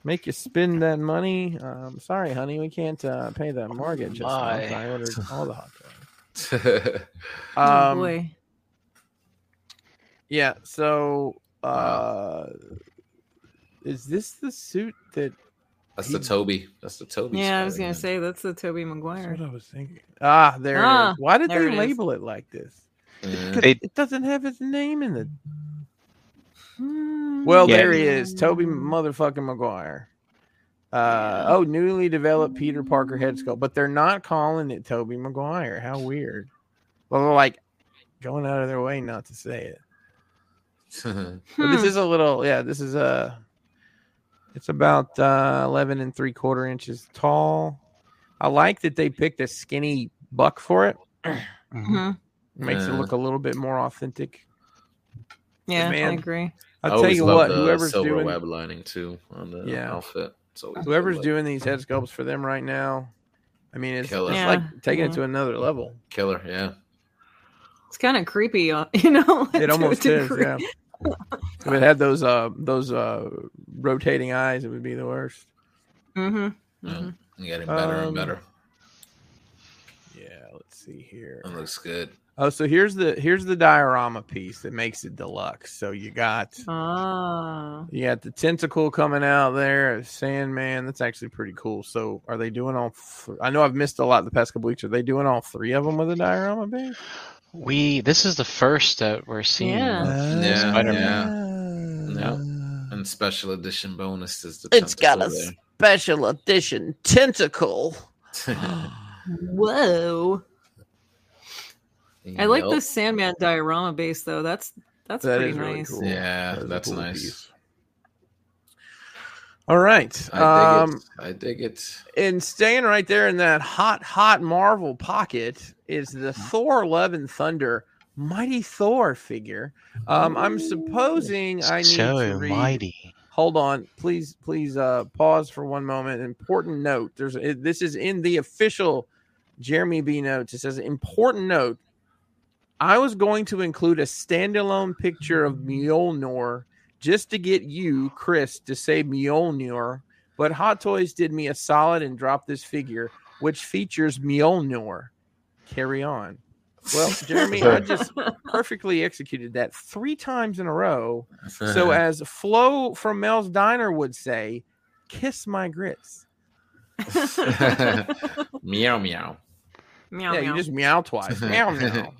B: make you spend that money. Um, sorry, honey, we can't uh, pay the mortgage. this month.
D: my.
B: I ordered all the hot dogs.
A: oh
B: Um,
A: boy.
B: Yeah. So, uh, is this the suit that?
C: that's the Toby. That's the Toby.
A: Yeah, I was gonna
C: Spider-Man.
A: say that's the Toby
B: That's
A: Maguire.
B: what I was thinking. Ah, there it
A: Ah,
B: is. Why did
A: there
B: they
A: it is.
B: label it like this?
C: Yeah.
B: Could-
D: They-
B: it doesn't have his name in the.
A: Hmm.
B: Well,
D: Yeah.
B: there he is, Toby motherfucking Maguire. Uh, oh, newly developed Peter Parker head sculpt, but they're not calling it Toby Maguire.
C: Hmm.
B: How weird. Well, they're like going out of their way not to say it. But this
A: Hmm.
B: is a little, yeah, this is a, it's about uh, 11 and three quarter inches tall. I like that they picked a skinny buck for it.
D: Mm-hmm.
B: Hmm.
A: Mhm.
B: Makes it
C: Yeah.
B: look a little bit more authentic.
A: Yeah,
B: man.
A: I agree.
B: I'll tell
C: always
B: you
C: love
B: what,
C: the
B: whoever's
C: silver
B: doing,
C: web lining too on the
B: Yeah.
C: outfit. So
B: whoever's doing these head sculpts for them right now, I mean, it's,
C: Killer.
B: it's
A: Yeah,
B: like taking it
A: yeah.
B: to another level.
C: killer, yeah.
A: It's kind of creepy, uh, you know. to
B: It
A: a
B: almost is,
A: degree.
B: yeah. If it had those uh those uh rotating eyes, it would be the worst.
A: Mhm,
C: Yeah.
B: Mm-hmm.
A: mhm.
C: And Getting better
B: Um,
C: and better.
B: Yeah, let's see here.
C: It looks good.
B: Oh, so here's the here's the diorama piece that makes it deluxe. So you got
A: Ah.
B: you got the tentacle coming out there, Sandman. That's actually pretty cool. So are they doing all? Th- I know I've missed a lot the past couple weeks. Are they doing all three of them with a diorama piece?
D: We this is the first that we're seeing.
A: Yeah.
D: of
C: Yeah,
B: Uh, Spider-Man.
C: yeah. And special edition bonus is the
B: It's got a
C: tentacle
B: special edition tentacle.
C: there.
A: Whoa. I like
C: Yup.
A: this Sandman diorama base though. That's that's
B: That
A: pretty
B: is really
A: nice.
B: cool.
C: Yeah,
B: That is a
C: that's
B: cool
C: nice.
B: piece. All right.
C: I dig
B: um,
C: it. I dig it.
B: and staying right there in that hot, hot Marvel pocket is the
C: Mm-hmm.
B: Thor Love and Thunder Mighty Thor figure. Um, I'm supposing I need to
D: so
B: read.
D: mighty.
B: Hold on, please, please uh, pause for one moment. Important note: There's it, this is in the official Jeremy B notes. It says important note. I was going to include a standalone picture of Mjolnir just to get you, Chris, to say Mjolnir, but Hot Toys did me a solid and dropped this figure, which features Mjolnir. Carry on. Well, Jeremy, I just perfectly executed that three times in a row.
C: Uh-huh.
B: So, as Flo from Mel's Diner would say, kiss my grits.
C: meow meow.
A: meow,
B: yeah,
A: meow.
B: you just meow twice. meow, meow.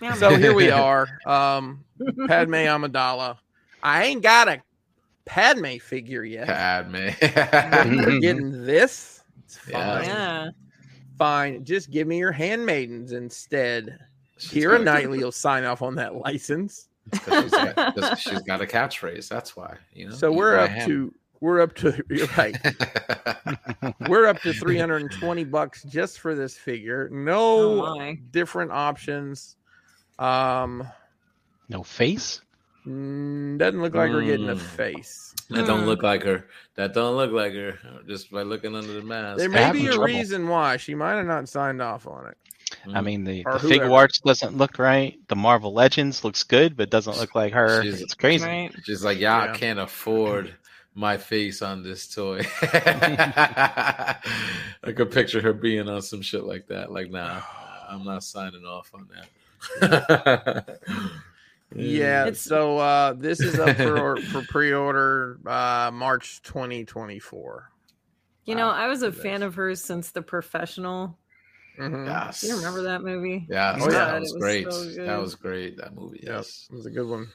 A: meow,
B: So, here we are. Um, Padme Amidala. I ain't got a Padme figure yet.
C: God, man.
B: We're getting this. It's fine.
C: Yeah.
A: Mm-hmm. yeah.
B: Fine. Just give me your handmaidens instead.
C: She's
B: Kira
C: got-
B: Knightley will sign off on that license.
C: 'cause she's got- 'cause she's got a catchphrase. That's why. You know.
B: So
C: Eat
B: we're
C: my
B: up
C: hand.
B: to we're up to you're right. We're up to 320 bucks just for this figure.
A: Oh,
B: No
A: my.
B: different options. Um
D: No face.
B: mm, doesn't look like we're getting a
C: Mm.
B: face.
C: that
A: Mm.
C: don't
B: Hmm.
C: look like her. That don't look like her. Just by looking under the mask.
B: There may
D: having
B: be a
D: trouble.
B: reason why she might have not signed off on it.
C: Mm-hmm.
D: I mean, the,
B: Or
D: the
B: whoever.
D: figure arts doesn't look right. The Marvel Legends looks good, but doesn't look like her.
C: She's-
D: it's crazy.
A: Right.
C: She's like, y'all
B: Yeah.
C: can't afford my face on this toy. I could picture her being on some shit like that. Like, nah, I'm not signing off on that. Mm.
B: Yeah,
A: It's-
B: so uh this is up for, for pre-order uh March 2024.
A: You know,
C: Wow,
A: I was a
C: that's-
A: fan of hers since The Professional.
B: Mhm.
C: Yes.
A: Do you remember that movie?
C: Yeah,
B: Oh, yeah.
C: that was
A: It was
C: great.
A: so good.
C: that was great. That movie. Yes.
B: It was a good one.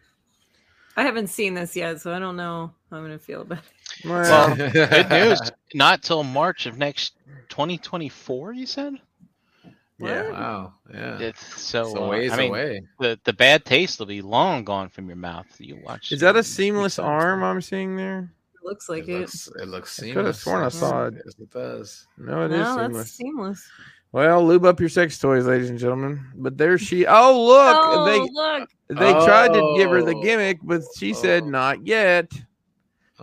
A: I haven't seen this yet, so I don't know how I'm gonna feel about it.
B: Well,
D: Good news. Not till March of next 2024. You said.
B: yeah.
C: Wow. Yeah.
D: It's so.
C: it's a
D: uh,
C: ways
D: I mean,
C: away.
D: the the bad taste will be long gone from your mouth. You watch.
B: Is that a
D: it.
B: seamless
D: It's-
B: arm I'm seeing there?
A: Looks like
C: it,
A: it.
C: looks, it looks
B: I
C: seamless.
B: could have sworn I
C: Yes,
B: saw it.
C: Yes, it does.
B: No, it is
A: no,
B: seamless.
A: that's seamless.
B: Well, lube up your sex toys, ladies and gentlemen. But there she. Oh, look,
A: oh,
B: they
A: look.
B: they tried to give her the
C: Oh.
B: gimmick, but she said
C: Oh.
B: not yet.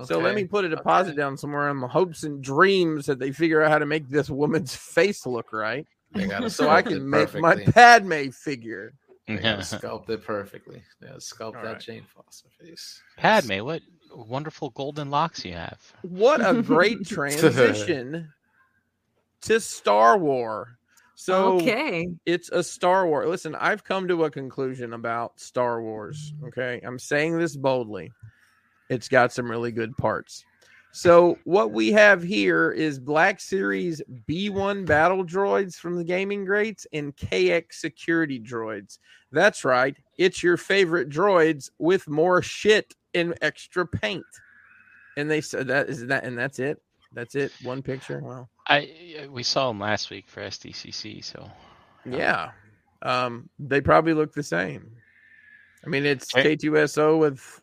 B: So let
C: Okay.
B: me put a deposit down somewhere in my hopes and dreams that they figure out how to make this woman's face look right,
C: They got it
B: so I
C: sculpted
B: can make my
C: perfectly.
B: Padme figure.
C: They got it
D: Yeah.
C: sculpted perfectly. They got to sculpt
B: All
C: that
B: right.
C: Jane Foster face.
D: Padme, what wonderful golden locks you have.
B: What a great transition to Star Wars. So
A: okay.
B: it's a Star Wars. Listen, I've come to a conclusion about Star Wars. Okay. I'm saying this boldly. It's got some really good parts. So what we have here is Black Series B1 battle droids from the gaming greats and KX security droids. That's right. It's your favorite droids with more shit and extra paint. And they said that is that and that's it. That's it. One picture. Wow.
D: I we saw him last week for SDCC, so
B: Yeah. Um, they probably look the same. I mean, it's
D: Hey.
B: K2SO with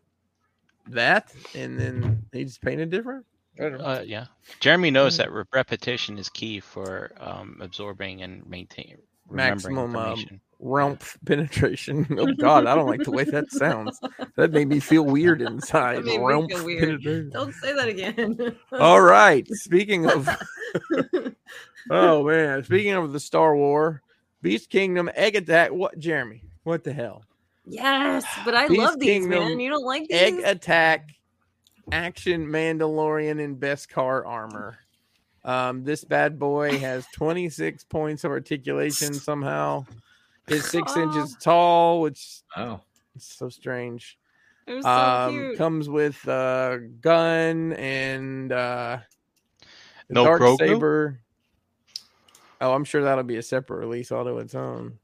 B: that, and then he's painted different. I don't know.
D: uh, yeah. Jeremy knows
C: Hmm.
D: that re- repetition is key for um, absorbing and maintaining
B: Maximum, um, Rumpf penetration. Oh God, I don't like the way that sounds. That made me feel weird inside.
A: That made me feel
B: Rumpf
A: weird.
B: penetration.
A: Don't say that again.
B: All right. Speaking of oh man, speaking of the Star War, Beast Kingdom, Egg Attack. What Jeremy? What the hell?
A: yes, but I
B: Beast
A: love these,
B: Kingdom,
A: man. You don't like these?
B: Egg Attack, Action Mandalorian, and Best Car Armor. Um, this bad boy has 26 points of articulation somehow. Is six
A: Aw.
B: inches tall, which
C: Oh,
B: is so strange.
A: They're so
B: um,
A: cute.
B: comes with a gun and uh, the
D: No
B: dark
D: Grogu?
B: saber. Oh, I'm sure that'll be a separate release all to its own.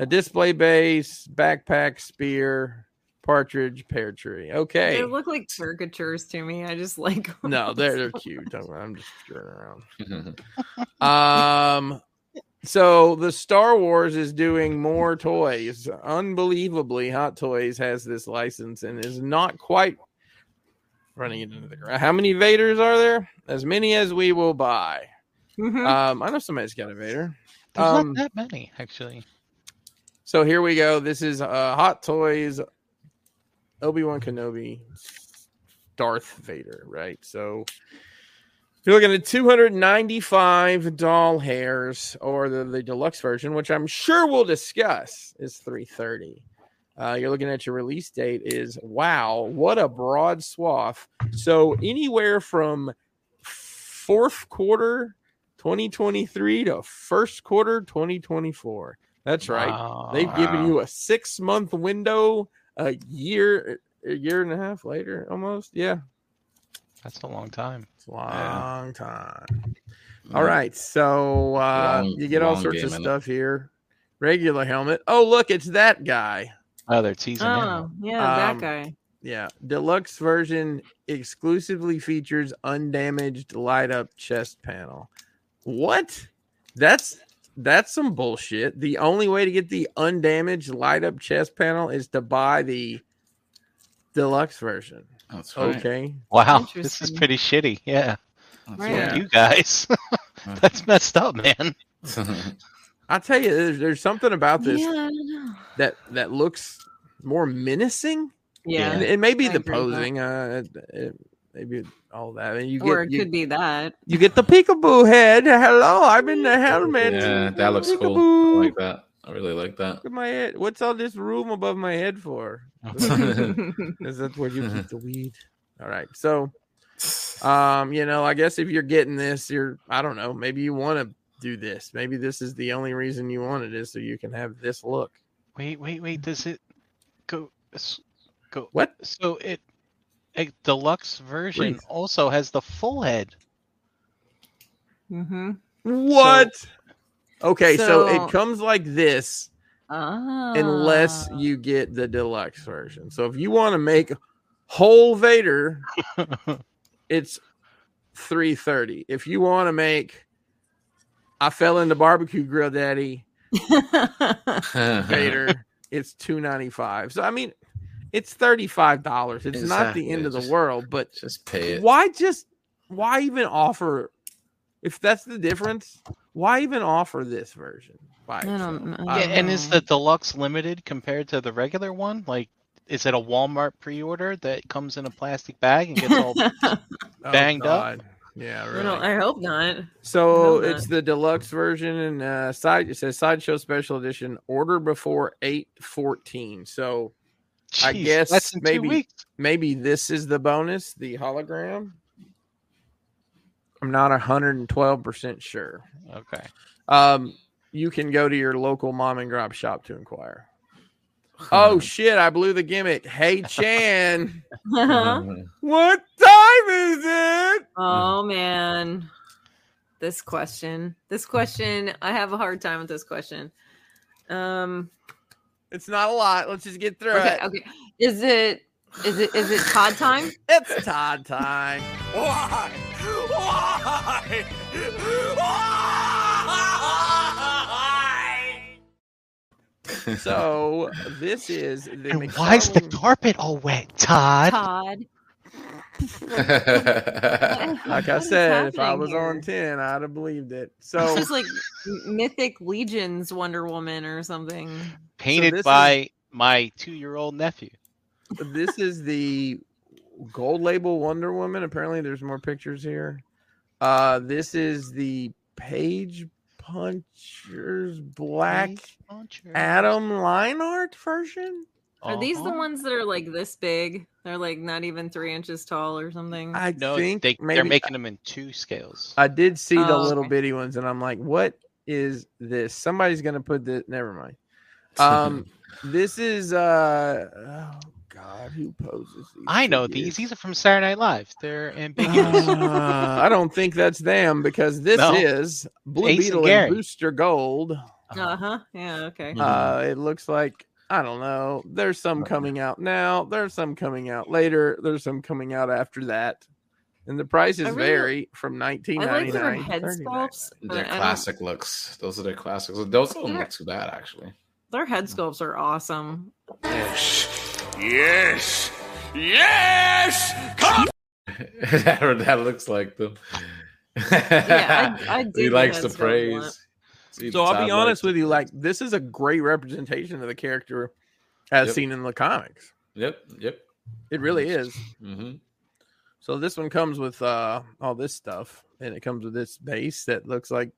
B: A display base, backpack, spear, partridge, pear tree. Okay.
A: They look like caricatures to me. I just like 'em.
B: No, they're they're cute. I'm, I'm just screwing around. Um, so the Star Wars is doing more toys. Unbelievably, Hot Toys has this license and is not quite running it into the ground. How many Vaders are there? As many as we will buy.
A: Mhm.
B: Um, I know somebody's got a Vader.
D: There's
B: um,
D: not that many actually.
B: So here we go. This is uh, Hot Toys Obi Wan Kenobi, Darth Vader, right? So you're looking at 295 doll hairs, or the, the deluxe version, which I'm sure we'll discuss, is 330. Uh, you're looking at your release date is wow, what a broad swath. So anywhere from fourth quarter 2023 to first quarter 2024. That's right. They've given
C: Wow.
B: you a six month window, a year, a year and a half later, almost. Yeah,
D: That's a long time.
B: it's a long time. All right, so uh,
C: Long-
B: you get all
C: long
B: sorts
C: game,
B: of
C: isn't it?
B: stuff here. Regular helmet. Oh, look, it's that guy.
D: Oh, they're teasing him.
A: Oh, yeah,
B: Um,
A: that guy.
B: Yeah, deluxe version exclusively features undamaged light up chest panel. What? That's that's some bullshit. The only way to get the undamaged light up chest panel is to buy the deluxe version.
C: That's right.
B: Okay.
D: Wow, this is
A: Interesting.
D: pretty shitty. Yeah,
C: That's
A: Right.
D: yeah.
B: Yeah.
D: you guys, that's messed up, man.
C: right.
B: I tell you, there's, there's something about this
A: Yeah, I don't know.
B: that that looks more menacing.
A: Yeah,
B: And it may be
A: I
B: the
A: agree with that.
B: posing. Uh, it- it, maybe all that. And you
A: or
B: get
A: it
B: you,
A: could be that.
B: you get the peekaboo head. Hello, I'm in the helmet.
C: yeah, that looks cool. I
B: Peekaboo.
C: like that. I really like that.
B: Look at my head. What's all this room above my head for?
A: Mm-hmm.
B: Is that where you keep the weed? All right. So, um, you know, I guess if you're getting this, you're, I don't know, maybe you want to do this. Maybe this is the only reason you wanted is so you can have this look.
D: Wait, wait, wait. Does it go? s- Go.
B: What?
D: So it, a deluxe version
B: Please.
D: also has the full head.
A: mm-hmm.
B: What? okay,
A: So-
B: so, it comes like this
A: ah.
B: unless you get the deluxe version. So if you want to make whole Vader, it's 330. If you want to make I fell into barbecue grill daddy Vader, it's 295. So I mean, it's $35. It's not the
C: Exactly,
B: end of the
C: just-
B: world, but
C: Just pay it.
B: why just why even offer if that's the difference? Why even offer this version? By
A: I don't
B: itself?
A: know.
B: I
D: yeah,
B: don't
D: and is the deluxe limited compared to the regular one? Like, is it a Walmart pre-order that comes in a plastic bag and gets all banged up?
B: Oh, Yeah,
A: I, don't,
B: really.
A: I hope not.
B: So
A: I know
B: it's the deluxe version and uh, side. It says sideshow special edition. Order before eight fourteen. So I
D: Jeez,
B: guess
D: that's in
B: maybe-
D: two weeks.
B: maybe this is the bonus, the hologram. I'm not hundred and twelve percent sure.
D: Okay.
B: Um, you can go to your local mom and grab shop to inquire. Oh shit! I blew the gimmick. Hey Chan, Uh-huh. what time is it?
A: oh man. This question. This question, I have a hard time with this question. Um
B: It's not a lot. Let's just get through
A: okay,
B: it.
A: okay. Is it is it is it Todd time?
B: It's Todd time.
F: Why? Why? Why?
B: So this is the
D: And why is the
B: McFarlane-
D: carpet all wet, Todd?
A: Todd.
B: like I said, if I was on ten, I'd have believed it. So
A: This is like Mythic Legion's Wonder Woman or something.
D: Painted
B: this is-
D: by my two-year-old nephew.
B: this is the gold label Wonder Woman. Apparently, there's more pictures here. Uh, this is the Page Punchers Black Adam line art version.
A: Are these the
D: Uh-huh.
A: ones that are like this big? They're like not even three inches tall or something.
B: I
D: Mm, No,
B: think
D: they,
B: maybe
D: they're making them in two scales.
B: I did see the
A: Oh,
B: little
A: okay.
B: bitty ones, and I'm like, what is this? Somebody's gonna put this. Never mind. Um, this is uh, oh god, who poses these?
D: I know
B: figures?
D: these. These are from Saturday Night Live. They're ambiguous.
A: Ah.
B: Uh, I don't think that's them because this
D: No.
B: is Blue
D: Ace and
B: Beetle and,
D: Gary. Mm-hmm.
B: Booster Gold.
A: Uh huh. Yeah. Okay.
B: Uh, it looks like I don't know. There's some coming out now. There's some coming out later. There's some coming out after that, and the prices
A: I really-
B: vary from
A: I like
B: 1999.
A: their
B: to
A: head
B: 39.
A: sculpts. but
C: Their
A: I don't-
C: classic looks. Those are their classics. Those don't look too bad, actually.
A: Their head sculpts are awesome.
F: Yes! Yes! Come!
C: that, that looks like them.
A: Yeah, I- I
C: he
A: dig
C: likes
A: that
C: the
A: stuff a lot.
C: praise. See,
B: So I'll
C: Todd
B: be honest
C: likes-
B: with you. Like this is a great representation of the character as
C: Yep.
B: seen in the comics.
C: Yep, yep.
B: It really is.
C: hmm
B: So this one comes with uh all this stuff, and it comes with this base that looks like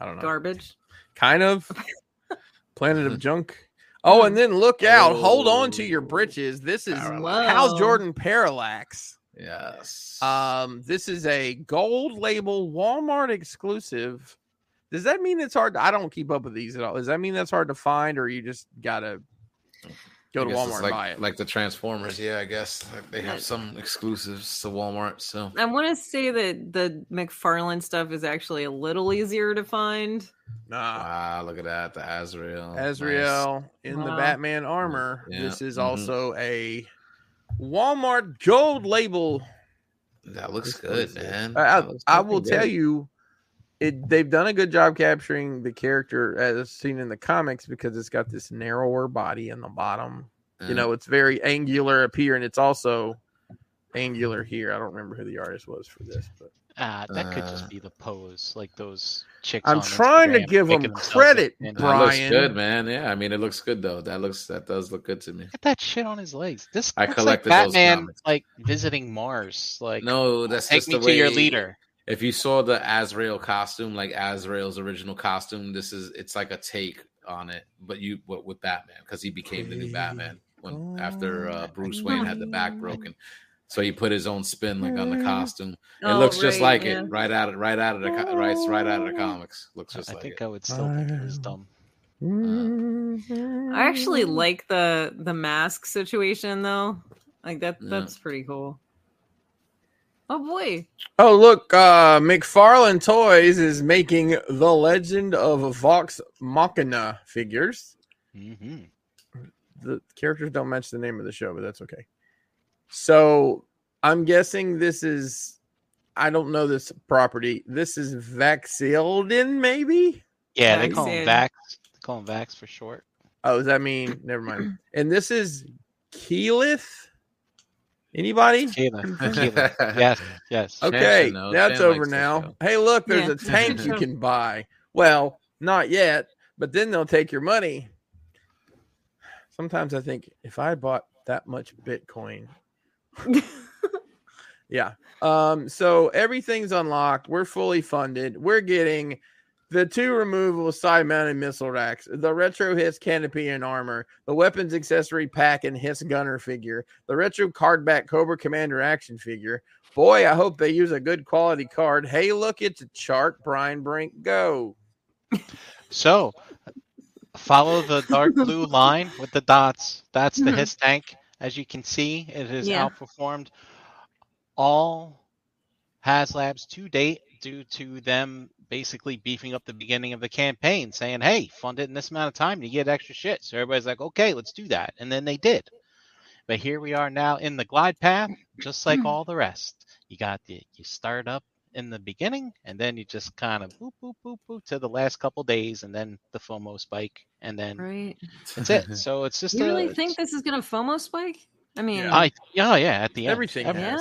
B: I don't know,
A: Garbage.
B: kind of planet of junk. Oh, and then look out! Hold on to your
C: Oh.
B: britches. This is
C: Parallax.
B: Hal
A: Whoa.
B: Jordan Parallax.
C: Yes.
B: Um, this is a gold label Walmart exclusive. Does that mean it's hard? To, I don't keep up with these at all. Does that mean that's hard to find, or you just gotta go
C: I
B: to
C: guess it's
B: Walmart
C: like,
B: and buy it?
C: Like the Transformers, yeah, I guess. Like they have some exclusives to Walmart, so
A: I want to say that the McFarlane stuff is actually a little easier to find. Uh,
B: nah.
C: ah, look at that. The Azrael. Oh, nice.
B: Azrael in the
A: Wow.
B: Batman armor.
C: Yeah.
B: This is
C: Mhm.
B: also a Walmart gold label.
C: That looks good,
B: Exclusive.
C: man.
B: I, I-
C: That looks
B: I
C: fucking
B: will tell
C: good.
B: you, it they've done a good job capturing the character as seen in the comics because it's got this narrower body in the bottom.
C: Yeah.
B: You know, it's very angular up here, and it's also angular here. I don't remember who the artist was for this, but
D: Ah, that could
C: Uh,
D: just be the pose, like those chicks.
B: I'm
D: on
B: trying to
D: Instagram
B: give 'em
D: picking themselves up
B: credit,
D: and-
B: bro.
C: That looks
B: Brian.
C: good, man. Yeah, I mean, it looks good though. That looks that does look good to me.
D: Look at that shit on his legs. This
C: I
D: I looks like
C: collected those
D: Batman,
C: comics.
D: like visiting Mars. Like,
C: No, that's
D: take
C: just
D: me
C: the
D: to
C: way
D: your leader.
C: If you saw the Azrael costume, like Azrael's original costume, this is it's like a take on it, but you but with Batman because he became the new Batman when after
D: Oh,
C: uh, Bruce Wayne had the back broken, so he put his own spin like on the costume. It
A: Oh,
C: looks just
A: right,
C: like
A: yeah.
C: it, right out of right out of the co- right right out of the comics. Looks just
D: Oh. I
C: like
D: think
C: it.
D: I would still think it was dumb.
A: I actually like the the mask situation though. Like that
C: Yeah.
A: that's pretty cool. Oh boy.
B: Oh, look, uh, McFarlane Toys is making the Legend of Vox Machina figures.
D: hmm
B: The characters don't match the name of the show, but that's okay. So I'm guessing this is, I don't know this property. This is Vaxilden, maybe?
D: Yeah, they call
A: Vaxxed.
D: him Vax. They call him Vax for short.
B: Oh, does that mean, never mind. And this is Keelith? Anybody?
D: Keelan, Keelan. Yes, yes.
C: Okay.
B: Okay,
C: Shannon knows.
B: that's
C: Shannon
B: over
C: likes this
B: now.
C: show.
B: Hey, look, there's
A: Yeah.
B: a tank you can buy. Well, not yet, but then they'll take your money. Sometimes I think if I bought that much Bitcoin. yeah. Um, so everything's unlocked. We're fully funded. We're getting the two removable side mounted missile racks, the retro hiss canopy and armor, the weapons accessory pack and hiss gunner figure, the retro card back Cobra Commander action figure. Boy, I hope they use a good quality card. Hey, look, it's a chart. Brian Brink, go.
D: So follow the dark blue line with the dots. That's the
A: Mhm.
D: his tank. As you can see, it has
A: Yeah.
D: outperformed all HasLabs to date due to them basically beefing up the beginning of the campaign, saying, hey, fund it in this amount of time, you get extra shit. So everybody's like, okay, let's do that. And then they did. But here we are now in the glide path, just
A: Hmm.
D: like all the rest. You got the, you start up in the beginning, and then you just kind of boop, boop, boop, boop to the last couple days, and then the FOMO spike, and then
A: right?
D: that's it. So it's just
A: You
D: a,
A: really
D: it's-
A: think this is gonna FOMO spike? I mean,
B: Yeah.
D: I yeah yeah at the end
B: Everything
D: every-
B: has.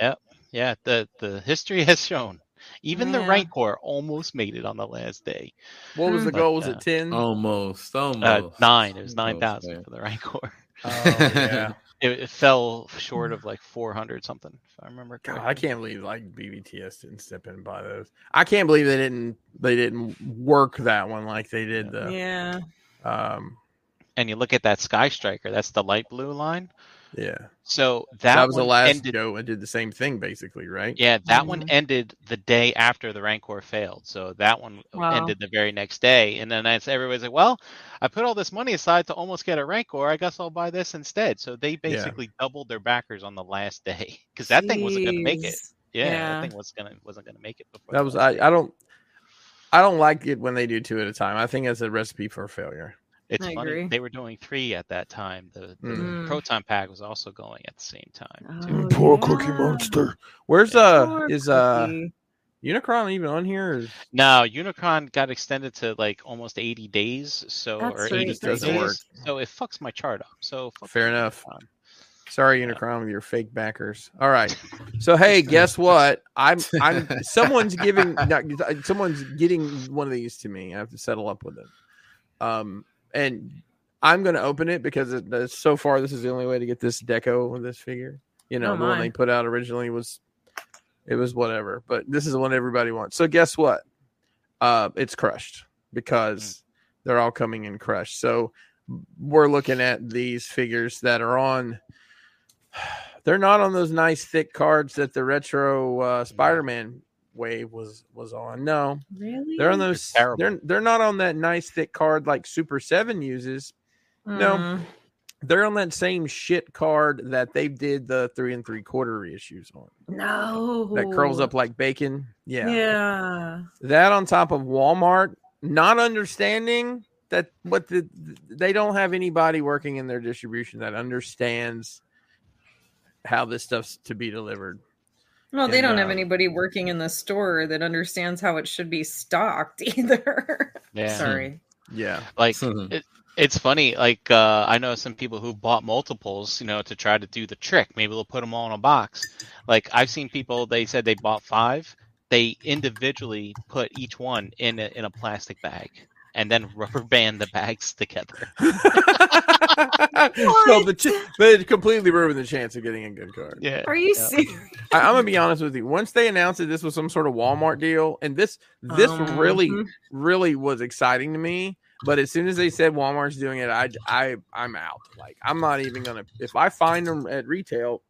A: yeah.
D: yeah the the history has shown even the
A: Yeah.
D: rank war almost made it on the last day
B: What was the
D: Mm.
B: goal? Was
D: Like,
B: it 10?
C: Almost, almost
D: uh, nine it was nine
C: Almost,
D: thousand
C: man.
D: for the rank war
B: Oh, yeah.
D: it, it fell
A: Hmm.
D: short of like four hundred something if I remember
B: God,
D: correctly.
B: I can't believe like BBTS didn't step in and buy those. I can't believe they didn't they didn't work that one like they did
A: Yeah.
B: the um
D: and you look at that sky striker that's the light blue line
B: yeah.
D: so
B: That,
D: that,
B: was the
D: one
B: last Mm-hmm.
D: ended
B: show and did the same thing basically, right?
D: Yeah, that one ended the day after the Rancor failed. So that one
A: Wow.
D: ended the very next day. And then it's, everybody's like, well, I put all this money aside to almost get a Rancor. I guess I'll buy this instead. So they basically doubled their backers on the last day because that thing wasn't going to make it.
A: Jeez.
D: Yeah,
A: Yeah.
D: that thing was gonna, wasn't going to make it before.
B: That
D: the
B: was
D: last
B: I,
D: day.
B: I don't I don't like it when they do two at a time. I think that's a recipe for failure.
D: It's
A: I
D: funny.
A: agree.
D: They were doing three at that time. The, the
B: Mm-hmm.
A: Mm.
D: Proton Pack was also going at the same time. too.
A: Oh, Poor Cookie yeah.
B: Monster. Where's uh
A: Poor
B: is uh
A: Cookie.
B: Unicron even on here? or is-
D: No, Unicron got extended to like almost 80 days, so
A: That's
D: or
A: right,
D: 83
A: It doesn't
D: days.
B: work.
D: So it fucks my chart up. So fuck
B: Fair
D: you,
B: enough.
D: Unicron.
B: Sorry,
D: Yeah.
B: Unicron, with your fake backers. All right. So hey, guess what? I'm I'm someone's giving no, someone's getting one of these to me. I have to settle up with it. Um, and I'm gonna open it because it, uh, so far this is the only way to get this deco of this figure. You know,
A: Oh,
B: the one
A: my.
B: they put out originally was it was whatever, but this is the one everybody wants. So guess what? Uh, it's crushed because they're all coming in crushed. So we're looking at these figures that are on they're not on those nice thick cards that the retro uh, Spider-Man wave was was on. No,
A: Really?
B: they're on those.
D: They're
B: They're
D: terrible.
B: they're, not on that nice thick card like Super Seven uses. no.
A: Mm.
B: They're on that same shit card that they did the three and three quarter reissues on.
A: No.
B: That curls up like bacon. Yeah.
A: Yeah.
B: That on top of Walmart not understanding that what the they don't have anybody working in their distribution that understands how this stuff's to be delivered.
A: Well, they
B: And,
A: don't have
B: uh,
A: anybody working in the store that understands how it should be stocked either.
D: Yeah.
A: Sorry.
B: Yeah.
D: Like it, it's funny. Like uh, I know some people who bought multiples, you know, to try to do the trick. Maybe they'll put them all in a box. Like I've seen people. They said they bought five. They individually put each one in a, in a plastic bag and then rubber band the bags together.
B: so the ch- but it completely ruined the chance of getting a good card.
D: Yeah.
A: Are you
D: Yeah.
A: serious?
B: I, I'm gonna be honest with you. Once they announced that this was some sort of Walmart deal, and this this
A: Um,
B: really
A: mhm.
B: really was exciting to me. But as soon as they said Walmart's doing it, I I I'm out. Like I'm not even gonna if I find them at retail,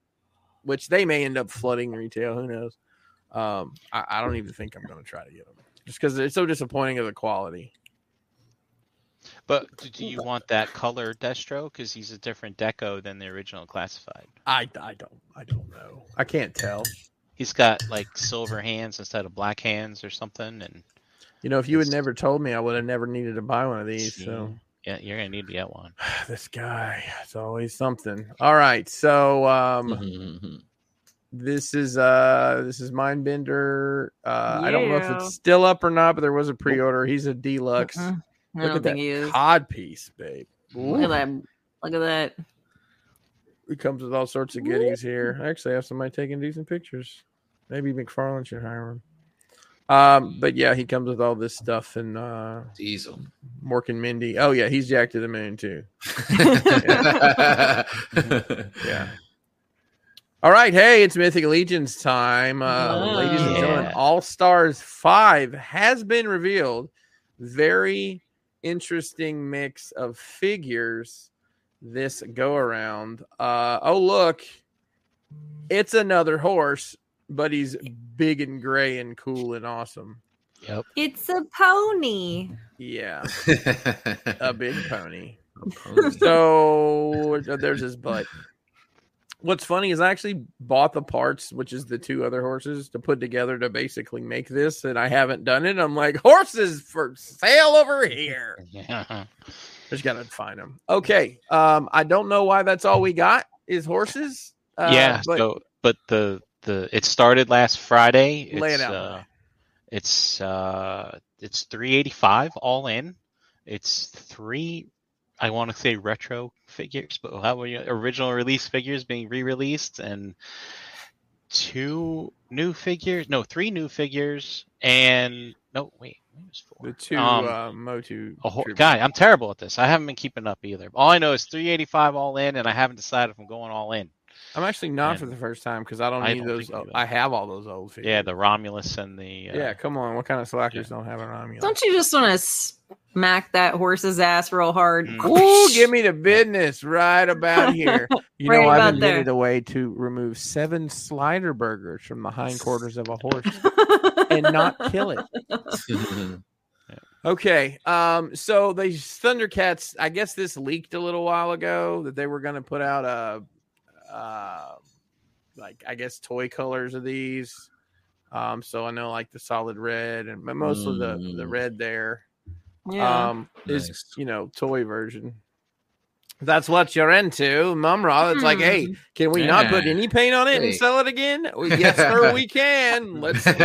B: which they may end up flooding retail. Who knows? Um, I, I don't even think I'm gonna try to get them just because it's so disappointing of the quality.
D: But do- do you want that color Destro? Because he's a different deco than the original classified.
B: I I don't I don't know. I can't tell.
D: He's got like silver hands instead of black hands or something, and
B: You know, if you had
D: It's-
B: never told me, I would have never needed to buy one of these. So
D: yeah, you're gonna need to get one.
B: this guy, it's always something. All right, so
C: Mm-hmm.
B: um, this is uh, this is Mindbender. Uh, I don't know if
A: Yeah.
B: it's still up or not, but there was a pre-order. He's a deluxe.
A: Mm-mm. mm-hmm. I
B: Look
A: don't
B: at
A: think
B: that
A: he is.
B: cod piece, babe.
C: mm-hmm.
A: Look at that. Look at that.
B: It comes with all sorts of goodies here. I actually have somebody taking decent pictures. Maybe McFarlane should hire him. Um, but yeah, he comes with all this stuff and uh
C: Diesel.
B: Mork and Mindy. Oh yeah, he's jacked to the moon too. Yeah. All right, hey, it's Mythic Legions time. Uh,
A: Oh.
B: Ladies and gentlemen,
D: Yeah.
B: All Stars 5 has been revealed. Very interesting mix of figures this go around. Uh, oh, look, it's another horse, but he's big and gray and cool and awesome.
D: Yep.
E: It's a pony.
B: Yeah, a
C: A
B: big pony.
C: pony.
B: So there's his butt. What's funny is I actually bought the parts, which is the two other horses, to put together to basically make this, and I haven't done it. I'm like, horses for sale over here. Uh,
D: Yeah.
B: Just gotta find them. Okay. Um, I don't know why that's all we got is horses. Uh,
D: yeah.
B: but
D: so, but the the it started last Friday. It's,
B: Lay it out.
D: Uh, it's uh it's 385 all in. It's three. I want to say retro figures, but how were you original release figures being re-released and two new figures? No, three new figures and no wait, it was four.
B: the two
D: Um,
B: uh, Motu
D: a whole,
B: troopers.
D: guy, I'm terrible at this. I haven't been keeping up either. All I know is 385 all in, and I haven't decided if I'm going all in.
B: I'm actually not
D: and-
B: for the first time because I don't
D: I
B: need
D: don't
B: those.
D: think you
B: o-
D: will.
B: I have all those old figures.
D: Yeah, the Romulus and the uh,
B: yeah. Come on, what kind of slackers don't have an army?
A: Don't you just want to smack that horse's ass real hard?
D: Mm.
B: Ooh, give me the business right about here. You know,
A: Right
B: I've
A: about
B: invented
A: there.
B: a way to remove seven slider burgers from the hindquarters of a horse and not kill it. Okay. Um, so the Thundercats, I guess this leaked a little while ago that they were going to put out a, uh, like I guess toy colors of these. Um, so I know like the solid red and most of the the
C: Mm.
B: red there
A: Yeah.
B: um is
C: Nice.
B: you know toy version that's what you're into mumra it's like hey
A: Hmm.
B: can we not put
C: Yeah.
B: any paint on it and
C: Hey.
B: sell it again Well, yes sir we can let's do it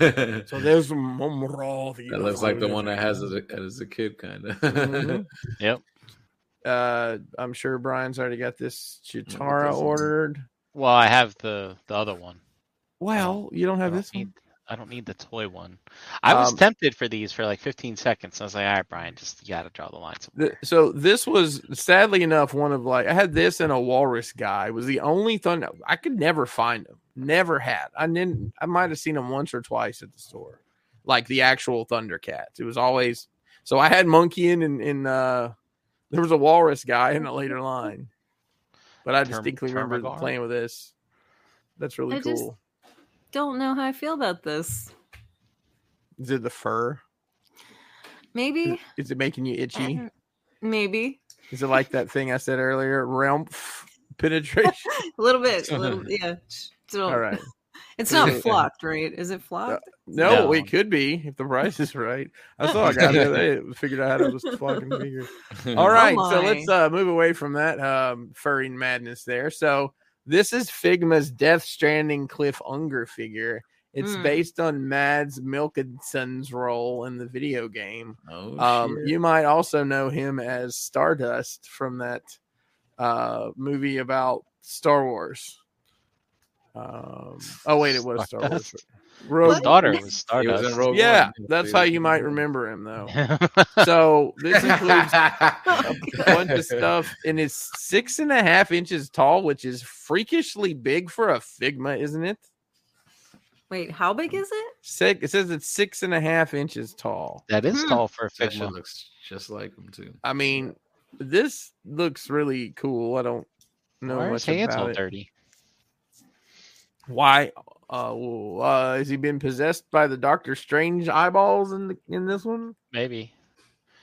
C: it.
B: so there's mumra the
C: that looks like the one I
B: that
C: has as a, as a kid, kind of.
B: Mhm.
D: Yep.
B: uh i'm sure brian's already got this chitara
C: doesn't.
B: ordered
D: Well, I have the the other one.
B: well you don't
D: I
B: have
D: don't
B: this
D: need,
B: one
D: I don't need the toy one. I was
B: Um,
D: tempted for these for like 15 seconds. I was like, all right, Brian, just you got to draw the line
B: Th-
D: somewhere.
B: so this was sadly enough one of like I had this and a walrus guy It was the only thunder I could never find them. Never had. I didn't. I might have seen them once or twice at the store, like the actual Thundercats. It was always so I had monkey in and in, uh there was a walrus guy in a later line, but I
D: Term-
B: distinctly remember
D: Termagar?
B: playing with this. That's really
A: I just-
B: cool.
A: Don't know how I feel about this.
B: Is it the fur? Is,
A: Maybe,
B: is it making you itchy?
A: maybe
B: Is it like that thing I said earlier? Realm penetration.
A: a little bit. A little, yeah. Still,
B: All right.
A: It's not
B: Okay.
A: flocked, right? Is it flocked?
B: No,
D: No.
B: it could be if the price is right. I saw a guy the other day figured out how to just fucking figure.
C: Mm-hmm.
B: All right, so
A: my.
B: let's uh, move away from that um, furry madness there. So this is Figma's Death Stranding Cliff Unger figure. It's
A: Mm.
B: based on Mads Milkinson's role in the video game.
C: Oh,
B: Um,
C: shit.
B: you might also know him as Stardust from that uh, movie about Star Wars. Um, oh wait, it was Star Wars.
D: Stardust?
B: Rogue
D: His daughter was
C: He was
D: Stardust.
C: in Rogue
B: yeah,
C: One.
B: that's how you might remember him, though.
D: yeah,
B: So this includes a
A: Oh,
C: a
B: bunch of stuff, and it's six and a half inches tall, which is freakishly big for a Figma, isn't it?
A: Wait, how big is it?
B: Six, it says it's six and a half inches tall.
D: that is
A: Hmm.
D: tall for a
C: That shit
D: Figma.
C: looks just like him too.
B: I mean, this looks really cool. I don't know
D: Why are his
B: much
D: hands all
B: about it.
D: dirty?
B: Why? Uh, well, uh, has he been possessed by the Doctor Strange eyeballs in the, in this one?
D: Maybe.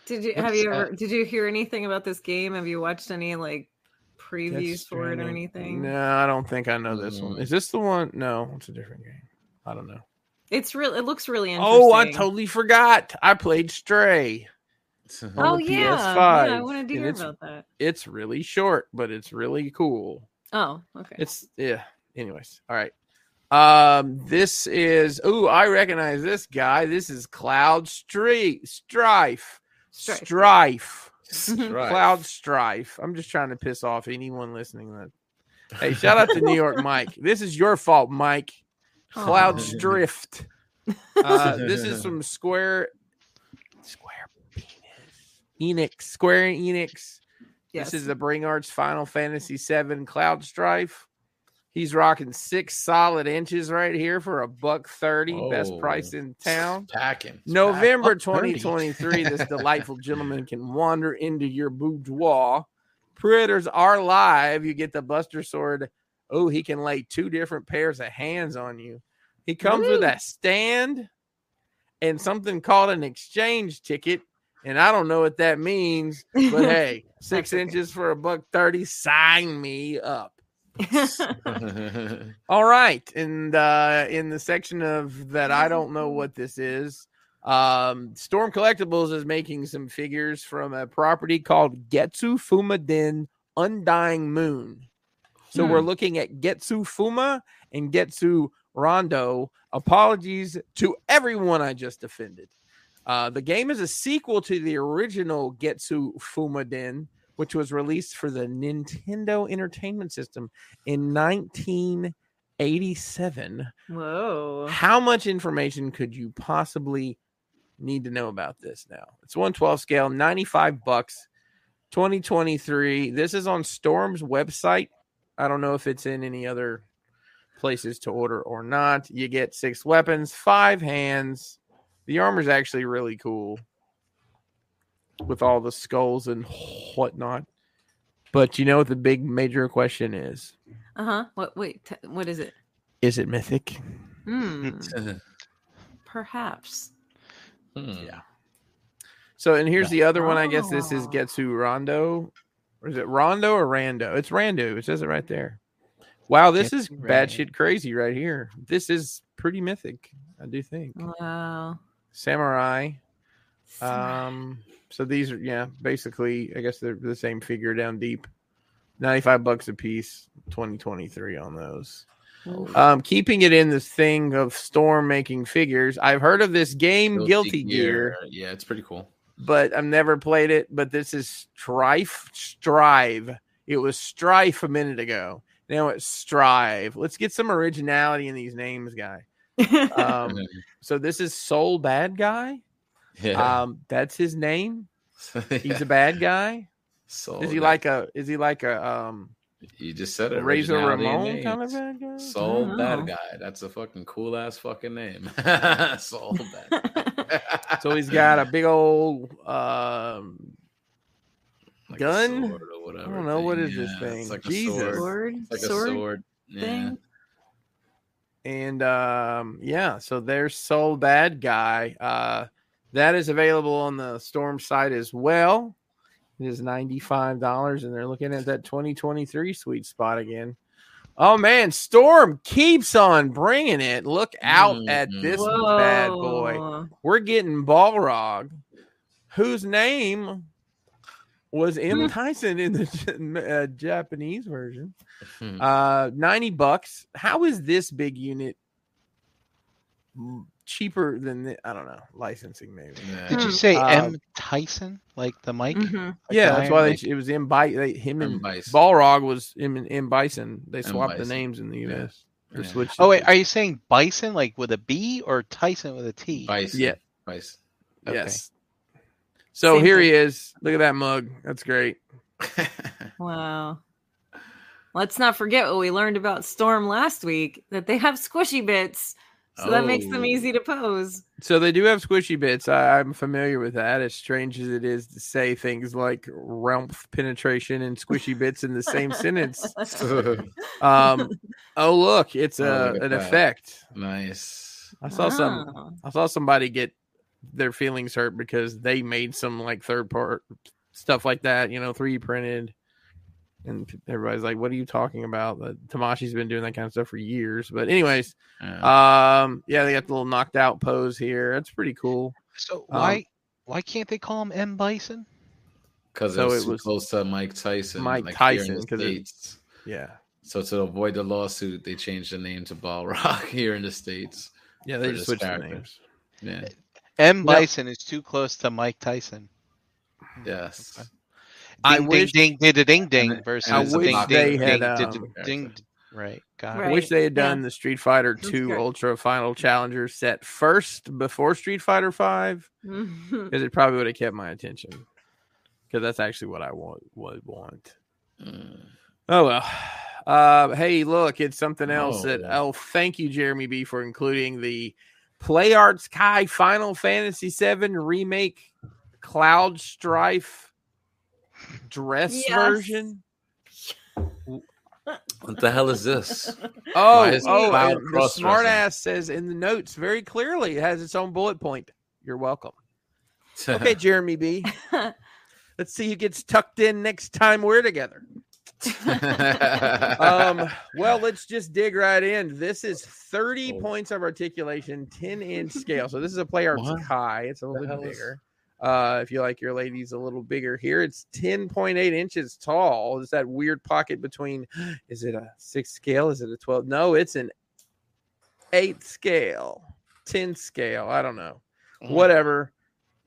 A: Did you
D: What
A: have
D: is
B: uh,
A: you ever? Did you hear anything about this game? Have you watched any like
B: Death
A: previews for it or
B: Stranding.
A: anything?
B: No, I don't think I know this
D: Hmm.
B: one.
C: Mm.
B: Is this the one? No, it's a different game. I don't know.
A: It's real. It looks really interesting.
B: Oh, I totally forgot. I played Stray. on
A: Oh
B: the
A: yeah,
B: PS5,
A: yeah. I wanted to
B: and
A: hear
B: it's-
A: about that.
B: It's really short, but it's really cool.
A: Oh, okay.
B: It's yeah. Anyways, all right. Um, this is ooh, I recognize this guy. This is Cloud Street Strife. Strife.
A: Strife.
C: Right.
B: Cloud Strife. I'm just trying to piss off anyone listening. to That hey, shout out to New York Mike. This is your fault, Mike.
A: Oh.
B: Clouds drift. Uh, this is from Square Square Penis Enix Square Enix.
A: Yes.
B: This is the Bring Arts Final Fantasy VII Cloud Strife. He's rocking six solid inches right here for a buck thirty, best
C: Whoa.
B: price in town.
C: Packing.
B: November
D: Buck 30.
B: 2023, this delightful gentleman can wander into your boudoir. Predators are live. You get the Buster Sword. Oh, he can lay two different pairs of hands on you. He comes with a stand and something called an exchange ticket. And I don't know what that means, but hey, six
A: okay.
B: inches for a buck 30, sign me up.
C: Pack.
B: All right, and uh, in the section of that, I don't know what this is. Um, Storm Collectibles is making some figures from a property called Getsu Fumaden Undying Moon. So we're looking at Getsu Fuma and Getsu Rondo. Apologies to everyone I just offended. Uh, the game is a sequel to the original Getsu Fumaden, which was released for the Nintendo Entertainment System in 19- 87.
A: Whoa.
B: How much information could you possibly need to know about this now? It's 112 scale, 95 bucks, 2023. This is on Storm's website. I don't know if it's in any other places to order or not. You get six weapons, five hands. The armor's actually really cool with all the skulls and whatnot. But you know what the big major question is?
A: Uh huh. What? Wait. T- what is it?
B: Is it mythic?
A: Hmm. Perhaps.
C: Hmm.
B: So, and here's the other one. I guess this is
A: Oh.
B: Getsu Rondo, or is it Rondo or Rando? It's Rando. It says it right there. Wow, this is
D: Getsu
B: batshit crazy right here. This is pretty mythic, I do think.
A: Mm. Wow.
B: Samurai. Um, so these are yeah, basically, I guess they're the same figure down deep. Ninety-five bucks a piece, twenty twenty-three on those.
A: Oof.
B: Um, keeping it in this thing of storm making figures. I've heard of this game, Guilty, Gear
C: Yeah, it's pretty cool.
B: but I've never played it. But this is Strife Strive. It was Strife a minute ago. Now it's Strive. Let's get some originality in these names, guy. Um, so this is Soul Bad Guy.
C: yeah.
B: Um, that's his name. Uh, He's
C: Yeah. Oh,
B: a bad guy.
C: Soul
B: Is he
C: guy.
B: like a? Is he like a um
C: you just said it?
B: Razor
C: originality in
B: Ramon kind of
C: names.
B: bad guy?
C: Soul
A: don't know.
C: bad guy. That's a fucking cool ass fucking name. Soul bad. Guy.
B: So he's got a big old um
C: Like a
B: gun?
C: sword or whatever
B: I don't know, what is this thing?
C: It's like
B: Jesus.
C: a sword.
A: sword.
C: It's like
A: sword
C: a sword. Yeah.
A: thing.
B: and um yeah so there's soul bad guy uh that is available on the storm site as well it is $95 and they're looking at that 2023 sweet spot again oh man storm keeps on bringing it look out at
C: Mm.
B: this bad boy
A: Whoa.
B: we're getting balrog whose name was m
A: Hmm.
B: tyson in the uh, japanese version
C: Hmm.
D: Mm-hmm.
B: uh 90 bucks how is this big unit m- cheaper than the, i don't know licensing maybe
C: Yeah.
D: Did you
A: Hmm.
D: say
B: Uh,
D: M Tyson? Like the mic?
A: Mhm.
B: yeah that's why
D: Iron
B: they, it was in by they, him
C: M.
B: and
C: Bison.
B: balrog was him and M. bison they
C: M.
B: swapped
C: Bison.
B: the names in the
C: Yeah.
B: us They
C: Yeah.
B: switched
D: Oh
B: it
D: wait,
B: to-
D: are you saying Bison like with a B or Tyson with a T?
C: Bison.
B: Yeah.
C: Bison.
D: okay.
B: yes so
A: Same
B: here
A: thing.
B: he is look at that mug that's great
A: Wow. Let's not forget what we learned about Storm last week that they have squishy bits. So that makes them
C: Oh.
A: easy to pose.
B: so they do have squishy bits I, i'm familiar with that as strange as it is to say things like rumpf penetration and squishy bits in the same sentence um oh look it's
C: Oh,
B: a
C: look at
B: an
C: that.
B: effect
C: nice.
B: i saw
E: Ah.
B: some
A: Wow.
B: i saw somebody get their feelings hurt because they made some like third part stuff like that you know 3d printed and p- everybody's like what are you talking about Uh, tamashi's been doing that kind of stuff for years but anyways
C: Yeah.
B: um yeah they got the little knocked out pose here that's pretty cool
D: So
B: Um,
D: why why can't they call him M Bison?
C: Because
B: So
C: it was
B: it
C: too
B: was
C: close to Mike Tyson.
B: Mike
C: like here in
B: Tyson,
C: the
B: 'cause it-
C: States.
B: yeah
C: So to avoid the lawsuit, they changed the name to Balrog here in the states.
B: yeah they
C: For
B: just
C: this
B: switched the
C: character.
B: names
C: Yeah.
D: M
B: No.
D: Bison is too close to Mike Tyson.
C: Yes.
B: I
D: Ding,
B: wish-
D: ding ding ding ding ding
C: And
D: versus
B: I
C: it's a
B: wish
C: block.
B: they
D: ding,
B: had
D: ding,
B: um,
D: ding, ding, Right. Got
B: I
D: it.
E: Right.
B: wish they had
E: yeah.
B: done the Street Fighter Two
A: Okay.
B: Ultra Final Challenger set first before Street Fighter Five,
A: Mhm.
B: because it probably would have kept my attention. Because that's actually what I want. Would want. Oh well. Uh, hey, look, it's something else
C: Oh.
B: that. Oh, thank you, Jeremy B, for including the Play Arts Kai Final Fantasy VII remake Cloud Strife dress
A: Yes.
B: version.
C: What the hell is this?
B: Oh,
C: Why is
B: oh,
C: Cloud
B: and the
C: cross-dressing?
B: smart ass says in the notes very clearly it has its own bullet point. You're welcome. Okay, Jeremy B. Let's see who gets tucked in next time we're together. um, well, let's just dig right in. This is 30
C: Oh.
B: points of articulation, 10 inch scale. So this is a play arts
C: What?
B: high. It's a little
C: The
B: bit
C: hell is-
B: bigger. Uh, if you like your ladies a little bigger here, it's 10.8 inches tall. It's that weird pocket between is it a six scale? Is it a 12? No, it's an eight scale, 10 scale. I don't know
D: Mm.
B: whatever.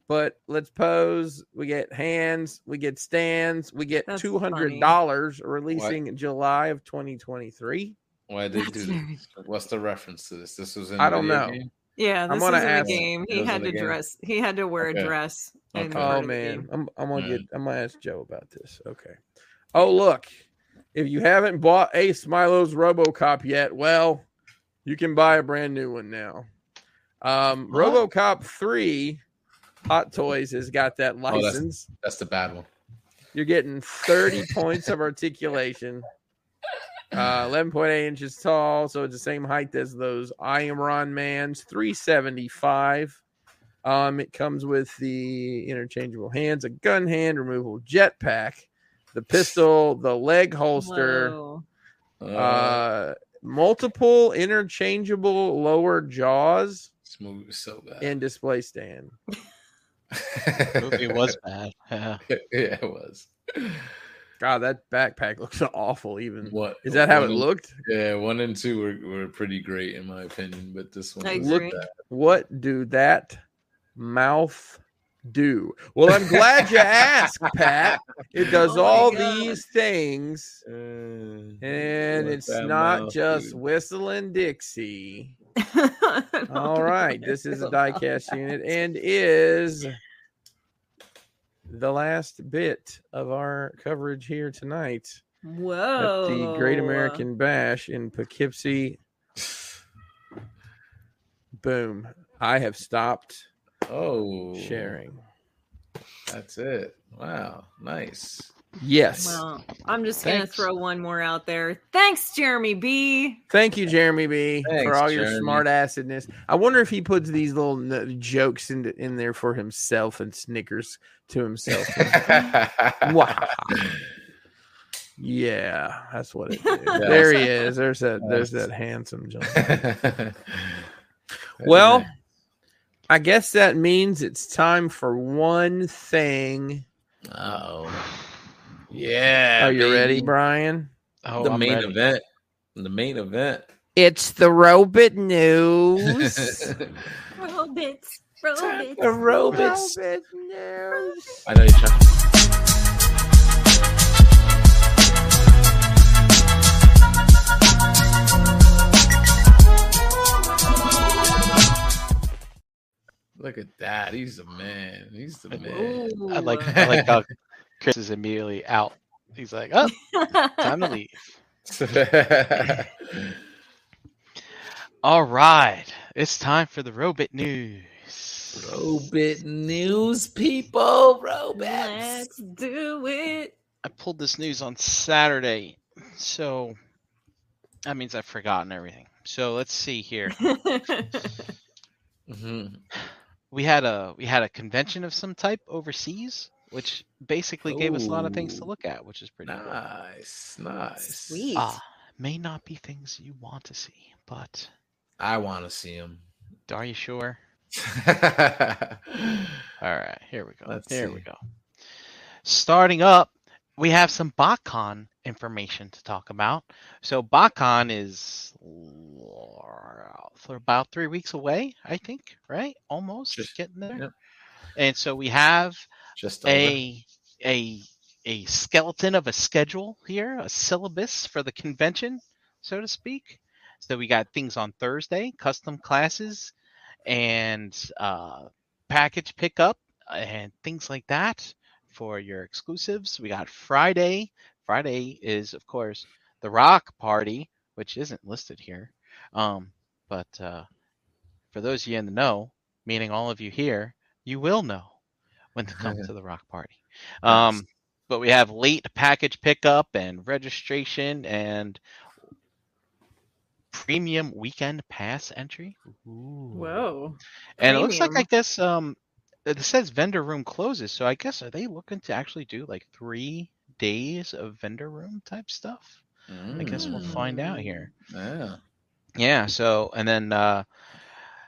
B: But let's pose. We get hands. We get stands. We get
A: That's
B: two hundred dollars releasing July of twenty twenty three.
C: Why did they
A: That's
C: do
A: very-
C: this? What's the reference to this? This was in
B: I
C: a
B: don't
C: video
B: know.
C: game?
A: yeah,
B: I'm
A: this
B: gonna
A: is in the
B: ask-
A: game.
C: Those
A: He
C: are
A: had
C: the
A: to
C: game.
A: dress. He had to wear
C: Okay.
A: a dress. in
C: Okay.
A: order
B: Oh
A: to
B: man,
A: game.
B: I'm, I'm gonna
C: Yeah.
B: get. I'm gonna ask Joe about this. Okay. Oh look, if you haven't bought Ace Milo's RoboCop yet, well, you can buy a brand new one now. Um,
C: What?
B: RoboCop three, Hot Toys has got that
C: that's-
B: license.
C: That's the bad one.
B: You're getting 30 points of articulation. Uh, 11.8 inches tall, so it's the same height as those I Am Ron Man's 375. Um, it comes with the interchangeable hands, a gun hand, removable jetpack, the pistol, the leg holster,
A: Whoa.
C: Uh,
B: uh, multiple interchangeable lower jaws,
C: this movie was so bad.
B: and display stand.
D: The movie was bad. Yeah.
C: yeah, it was.
B: God, that backpack looks awful. Even
C: What
B: is that how it
C: one and-
B: looked?
C: Yeah, one and two were, were pretty great in my opinion, but this one
A: I
C: was
A: agree.
C: bad.
B: What do that mouth do? Well, I'm glad you asked, Pat. It does
A: Oh my
B: all
A: God.
B: these things,
C: Uh,
B: and
C: what
B: it's
C: that
B: not
C: mouth,
B: just
C: dude.
B: whistling Dixie.
A: I don't
B: All
A: know
B: right,
A: what
B: this is
A: it's
B: a
A: about.
B: diecast unit and is the last bit of our coverage here tonight at
A: Whoa.
B: the
A: Oh.
B: Great American Bash in Poughkeepsie. Boom. I have stopped
C: Oh,
B: sharing.
C: That's it. Wow, nice.
B: Yes.
A: Well, I'm just
D: Thanks.
A: gonna throw one more out there. Thanks, Jeremy B.
B: Thank you, Jeremy B, for
C: Thanks,
B: all your
C: Jeremy.
B: smart acidness. I wonder if he puts these little n- jokes in, in there for himself and snickers to himself. wow. Yeah, that's what it is. There he is. There's that there's that handsome gentleman. Well, I guess that means it's time for one thing.
C: oh, yeah.
B: Are you ready,
C: baby.
B: Brian?
D: Oh,
C: the
D: I'm
C: main
D: ready.
C: event. The main event.
B: It's the robot news.
E: Robots. Robots.
C: The robots.
B: robot news.
C: I know you're trying. Look at that. He's the man. He's the man.
D: I like
A: Ooh.
D: I like how Chris is immediately out. He's like, oh, time to leave. All right, it's time for the robot news.
C: Robit news, people. Robots.
A: Let's do it.
D: I pulled this news on Saturday, so that means I've forgotten everything. So let's see here.
C: Mhm.
D: We had a we had a convention of some type overseas, which basically gave us a lot of things to
C: Ooh.
D: look at, which is pretty cool.
C: Nice. Nice.
A: Sweet.
D: Ah, may not be things you want to see, but
C: I want to see him.
D: are you sure? All right, here we go.
C: Let's
D: here
C: see.
D: we go. Starting up, we have some BotCon information to talk about. So BotCon is l- for about three weeks away, I think, right? Almost
C: Just-
D: getting there.
C: yep.
D: And so we have
C: Just over.
D: a a a skeleton of a schedule here, a syllabus for the convention. so to speak. So we got things on Thursday, custom classes and uh, package pickup and things like that for your exclusives. We got Friday. Friday is, of course, the rock party, which isn't listed here. Um, but uh, for those of you in the know, meaning all of you here, you will know when to come to the rock party. Um, but we have late package pickup and registration and premium weekend pass entry.
A: Whoa.
D: And it looks like I
A: Premium.
D: guess um it says vendor room closes, so I guess are they looking to actually do like three days of vendor room type stuff? I guess we'll find out here.
C: Mm, Yeah.
D: Yeah, so and then uh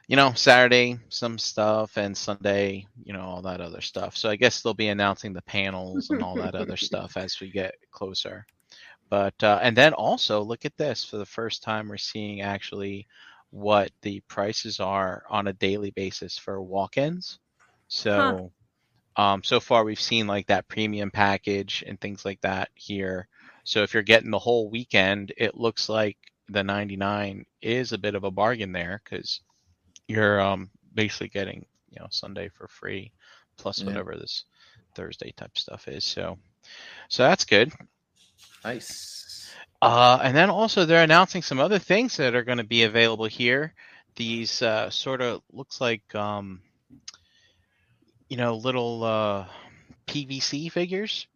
D: you know, Saturday some stuff and Sunday, you know, all that other stuff. So I guess they'll be announcing the panels and all that other stuff as we get closer. But uh and then also look at this for the first time we're seeing actually what the prices are on a daily basis for walk-ins. So um so far we've seen like that premium package and things like that here. So if you're getting the whole weekend, it looks like the 99 is a bit of a bargain there cuz you're um basically getting, you know, Sunday for free plus
C: Yeah.
D: whatever this Thursday type stuff is. So so that's good.
C: Nice.
D: Uh, and then also they're announcing some other things that are going to be available here. These uh, sort of looks like um, you know little uh, PVC figures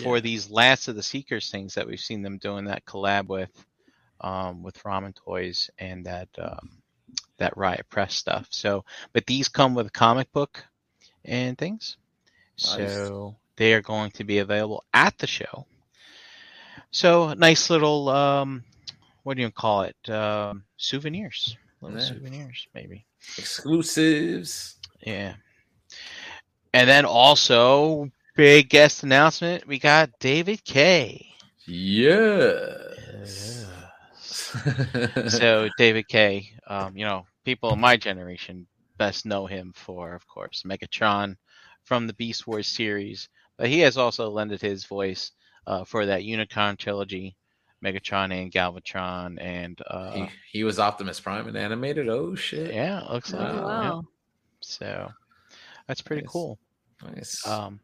D: for these last of the Seekers things that we've seen them doing that collab with um, with Ramen Toys and that um, that Riot Press stuff. So, but these come with a comic book and things.
C: Nice.
D: So they are going to be available at the show. So nice little um, what do you call it? Um, souvenirs, little
C: Yeah.
D: souvenirs maybe.
C: Exclusives.
D: Yeah. And then also big guest announcement. We got David K.
C: Yes.
D: so David K. Um, you know, people in my generation best know him for, of course, Megatron from the Beast Wars series, but he has also lended his voice uh, for that Unicron trilogy, Megatron and Galvatron, and uh,
C: he, he was Optimus Prime and animated. Oh shit.
D: yeah, it looks like it, yeah.
A: Oh, wow.
D: So that's pretty
C: Nice.
D: cool.
C: Nice.
D: Um,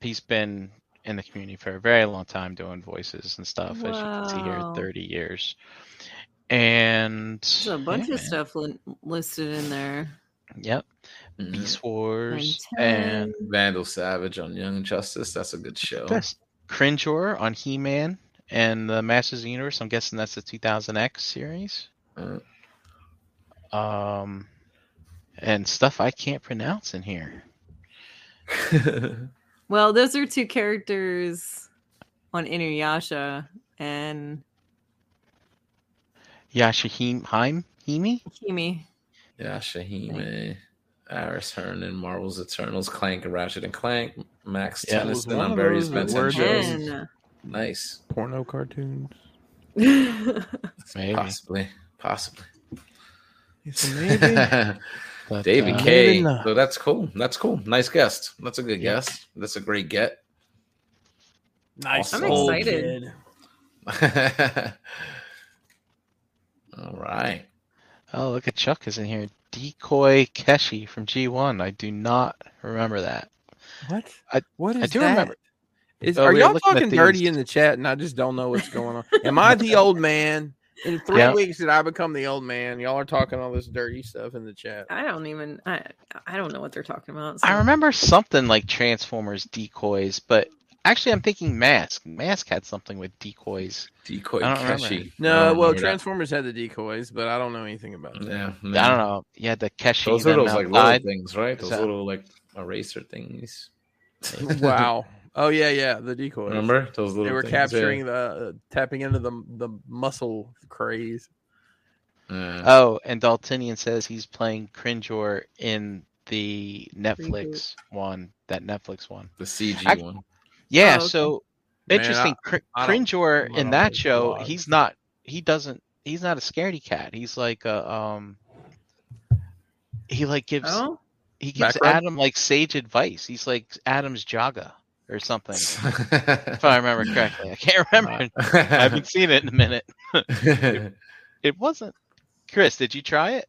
D: he's been in the community for a very long time doing voices and stuff, as you can see here,
A: Wow.
D: thirty years. And
A: There's a bunch
D: yeah,
A: of stuff lin- listed in there.
D: Yep.
C: Mhm.
D: Beast Wars and
A: And
C: Vandal Savage on Young Justice. That's a good show.
D: that's Cringer on He Man and the Masters of the Universe. I'm guessing that's the 2000X series.
C: Uh,
D: Um, and stuff I can't pronounce in here.
A: Well, those are two characters on Inuyasha and
D: Yashahim Haim Himi.
A: Kimi.
C: yeah, Shahime. Aris Hernan, Marvel's Eternals, Clank, and Ratchet and Clank, Max
D: Yeah.
C: Tennyson
B: One
C: on
B: of
C: various
B: those
C: Ben 10
B: words
C: shows.
B: is-
A: Ken.
C: Nice.
B: Porno cartoons.
D: Maybe.
C: Possibly. Possibly.
B: It's amazing.
D: But,
C: David
B: Maybe
D: uh,
C: K.
B: not.
C: So that's cool. That's cool. Nice guest. That's a good
D: Yeah.
C: guess. That's a great get.
F: Nice.
C: I'm
F: old
A: excited.
F: kid.
C: All right.
D: Oh, look at Chuck is in here. Decoy Keshi from G1. I do not remember that.
B: What?
D: I-
B: what is
D: do
B: that?
D: remember-
B: Is,
D: Oh,
B: are
D: we were
B: y'all
D: looking at
B: talking dirty
D: these.
B: in the chat and I just don't know what's going on? Am I the old man? In three
D: Yeah.
B: weeks that I become the old man, y'all are talking all this dirty stuff in the chat.
A: I don't even. I I don't know what they're talking about. so-
D: I remember something like Transformers decoys, but actually, I'm thinking Mask. Mask had something with decoys.
C: Decoy
D: I don't remember.
C: Keshi. I
B: No,
C: don't
B: well,
C: remember that.
B: Transformers had the decoys, but I don't know anything about them.
C: Yeah,
D: I
C: yeah.
D: don't know. You had the Keshi.
C: Those are
D: them
C: those like little
D: outside.
C: things, right? Those
D: that-
C: little like eraser thingies.
B: wow. Oh yeah, yeah, the decoys.
C: Remember those little?
B: they were
C: things,
B: capturing the uh, tapping into the the muscle craze.
C: Yeah. Yeah.
D: Oh, and Daltinian says he's playing Cringeor in the Netflix one. That Netflix one.
C: the CG
D: I-
C: one.
D: Yeah.
A: Oh, okay.
D: so
B: Man,
D: interesting. Cr-
B: I don't- I
D: Cringeor
B: don't
D: in that
B: like
D: show,
B: blogs.
D: he's not. He doesn't. He's not a scaredy cat. He's like a um. He like gives
A: Oh,
D: he gives
B: Oh, Background?
D: Adam like sage advice. He's like Adam's Jaga or something. if I remember correctly, I can't remember. I haven't seen it in a minute. It wasn't. Chris, did you try it?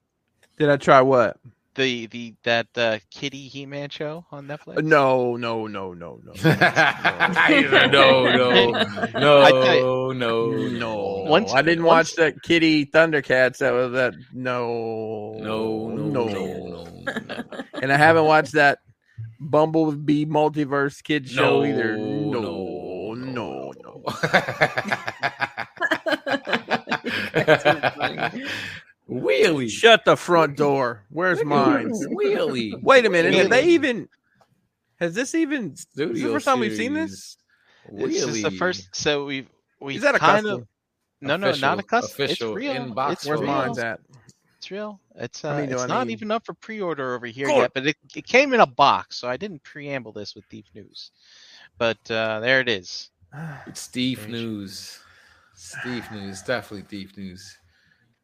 B: Did I try what?
D: The the that uh, Kitty He Man show on Netflix?
B: Uh, No, no, no, no, no.
C: no, no,
D: I
C: no,
D: thought-
C: no,
B: No,
D: Once-
B: I didn't
D: once-
B: watch that Kitty Thundercats. That was that. No,
C: no, no, no, no.
B: and I haven't watched that Bumblebee multiverse kid show
C: No,
B: either.
C: no,
B: No, no,
C: no.
B: no,
C: Wheelie.
B: Shut the front door. Where's mine?
C: Wheelie.
B: Wait a minute. Have they
C: Really?
B: even? Has this even?
C: Studio
B: first time we've seen this?
C: series.
D: This is the
C: Wheelie.
D: first. So we we
B: Is that a
D: kind
B: custom?
D: of no no not a
C: Official-
D: custom.
C: official
D: it's real.
C: inbox
D: it's
B: Where's
C: photo.
D: real.
B: mine's at?
D: It's real. It's uh,
B: I mean, do
D: it's
B: I
D: not
B: need-
D: even up for pre-order over here
B: Good.
D: yet, but it, it came in a box, so I didn't preamble this with deep news. But uh, there it is.
C: Steve
D: Strange.
C: News. Steve News. Definitely Deep News.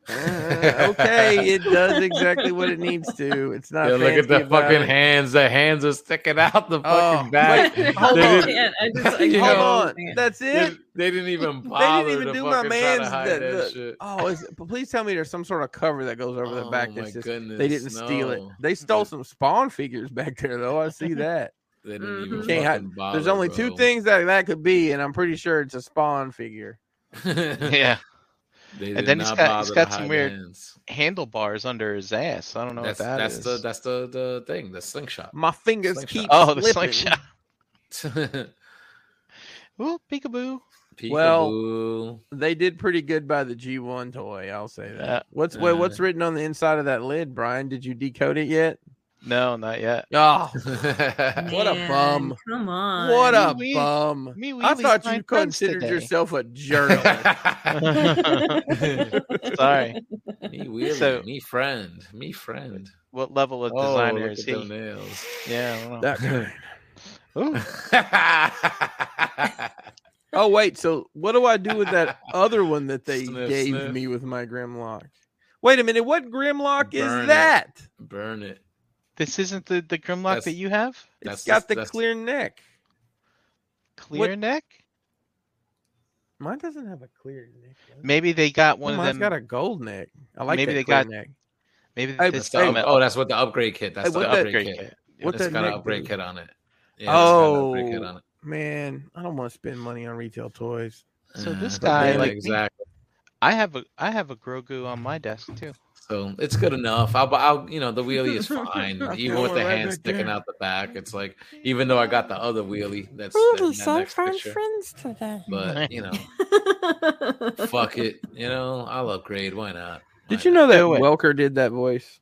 B: Uh, okay, it does exactly what it needs to. It's not.
C: Yeah, look at
B: fancy
C: the
B: about
C: fucking
B: it.
C: hands. The hands are sticking out the fucking
B: Oh,
C: back.
A: wait,
B: hold
C: they,
B: on.
C: Didn't,
A: can't. I just, I
C: You
B: Hold
A: can't.
C: know,
B: on, that's
C: they,
B: it.
C: didn't- they didn't even
B: They
C: bother
B: didn't even
C: to
B: do
C: fucking
B: my
C: try to
B: man's.
C: hide
B: the-
C: that
B: the-
C: shit.
B: oh, is, but please tell me there's some sort of cover that goes over the back.
C: Oh,
B: That's
C: my
B: just
C: goodness,
B: they didn't steal it.
C: no.
B: They stole some spawn figures back there, though. I see that.
C: They didn't
D: Mm-hmm.
A: Mhm.
C: even
B: Can't hide-
C: fucking bother,
B: There's only two
C: bro.
B: things that that could be, and I'm pretty sure it's a spawn figure.
C: they
D: Yeah,
C: did
D: And then he's
C: not
D: got-
C: bother
D: he's
C: to
D: got some
C: hide
D: weird-
C: hands.
D: handlebars under his ass. I don't know
C: That's
D: what that
C: that's
D: is.
C: the that's the the thing. The slingshot.
B: My fingers
C: Slingshot.
B: keep
D: oh, the
B: slipping.
D: slingshot. Ooh, peekaboo.
B: Well,
C: Peekaboo.
B: They did pretty good by the G1 toy. I'll say that.
D: Yeah.
B: What's
C: Uh.
B: what, what's written on the inside of that lid, Brian? Did you decode it yet?
D: No, not yet.
B: Oh,
A: Man,
B: what a bum.
A: Come on.
B: what a
D: We-
B: bum!
D: Me,
B: I
D: Wheelie's
B: thought
D: my
B: you
D: friends
B: considered
D: today.
B: yourself a journalist.
D: Sorry.
C: me weird,
D: So-
C: me friend, me friend.
D: What level of
C: Oh,
D: designer
C: look
D: is
C: at
D: he?
C: them nails.
D: Yeah. I don't know.
B: That kind.
D: Ooh,
B: Oh wait, so what do I do with that other one that they
C: Sniff,
B: gave
C: sniff.
B: me with my Grimlock? Wait a minute, what Grimlock
C: Burn it.
B: is that?
C: Burn it.
D: this isn't the the Grimlock
C: That's-
D: that you have.
C: That's
B: it's got the
C: that's-
B: clear neck.
D: Clear neck.
B: Mine doesn't have a clear neck. does it?
D: Maybe they got one
B: Mine's
D: of them.
B: got a gold neck. I like
D: Maybe
B: that
D: they
B: clear
D: got-
B: neck.
D: Maybe
B: Hey,
D: this
C: that's the up-
D: element-
C: oh, that's what the upgrade kit. That's
B: Hey,
C: the
B: what that-
C: upgrade,
D: upgrade
C: kit.
D: kit.
B: What
C: it's
B: that
C: got an
B: neck
C: upgrade
B: do?
C: kit on it. Yeah, it's got an upgrade
B: Oh.
C: kit on it.
B: Man, I don't want to spend money on retail toys.
D: So this
C: but
D: guy,
C: yeah,
D: like me-
C: exactly.
D: I have a I have a Grogu on my desk too.
C: So it's good enough. I'll, I'll, you know, the wheelie is fine,
B: I
C: even
B: feel
C: with the
B: it right
C: hand
B: back
C: sticking
B: there.
C: out the back. It's like, even though I got the other wheelie, that's that-
E: Really,
C: that
E: so
C: next
E: far
C: picture.
E: friends today.
C: But you know, Oh. fuck it. You know, I'll upgrade. Why not?
B: Did
C: Why
B: you know that
D: Do it.
B: Welker did that voice?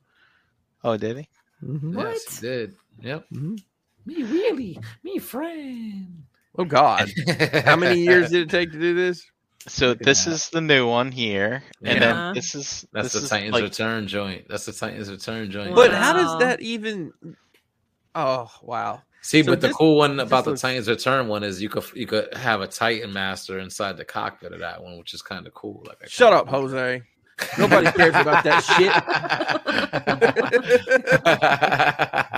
D: Oh, did he?
B: Mhm.
C: not?
A: What?
C: Yes, you did. Yep.
B: Mhm.
C: Me really, me friend.
B: Oh God! How many years did it take to do this?
D: So
C: at
D: this
C: that.
D: is the new one here,
A: Yeah.
D: and then this is
C: That's
D: this
C: the
D: is
C: Titans
D: like
C: Return joint. That's the Titans Return joint.
B: But
A: Wow.
B: how does that even? Oh wow!
C: See,
B: So
C: but the
B: this-
C: cool one
B: this
C: about the
B: looks-
C: Titans Return one is you could you could have a Titan Master inside the cockpit of that one, which is kind of cool. Like, I
B: Shut
C: kinda
B: up,
C: like
B: Jose. Nobody cares about that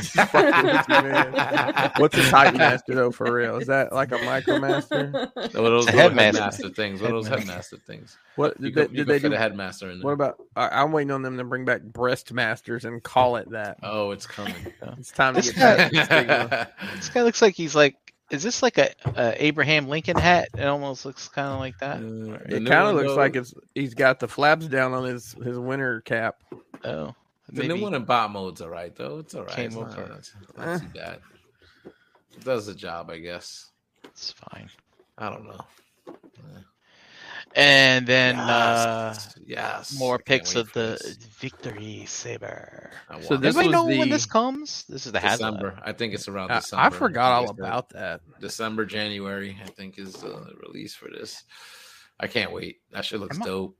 B: Just fucking with you, man. What's a Titan Master though? For real, is that like a Micromaster?
C: One of those
D: It's a
C: little headmaster.
D: headmaster.
C: things. One of those
D: Headmaster.
C: headmaster things.
B: What
C: You
B: did
C: could,
B: they, did
C: you could
B: they
C: fit
B: do?
C: a headmaster in there.
B: What about? I, I'm waiting on them to bring back breast masters and call it that.
C: oh, it's coming.
B: It's time to
D: This
B: get back to the stigma.
D: this guy looks like he's like is this like a, a Abraham Lincoln hat? It almost looks kind of like that.
C: Mm.
B: It kind of looks like it's he's got the flaps down on his his winter cap.
D: Oh,
C: The
D: maybe-
C: new one in bot mode's all right though. It's all right.
D: Came
C: It's not,
D: over.
C: it's not too bad. It does the job, I guess.
D: It's fine.
C: I don't know.
D: And then
C: Yes.
D: uh,
C: yes. I
D: more
C: can't
D: pics
C: wait
D: of
C: for
D: the
C: this.
D: victory saber.
C: I
B: So
C: want
B: this
C: it.
D: Everybody
B: was
D: know when
B: the-
D: this comes? This is the Hazmat.
C: December. I think it's around
B: I,
C: December.
B: I forgot all
C: think it's
B: about that.
C: December, January. I think is the release for this. I can't wait. That shit looks
D: Am I-
C: dope.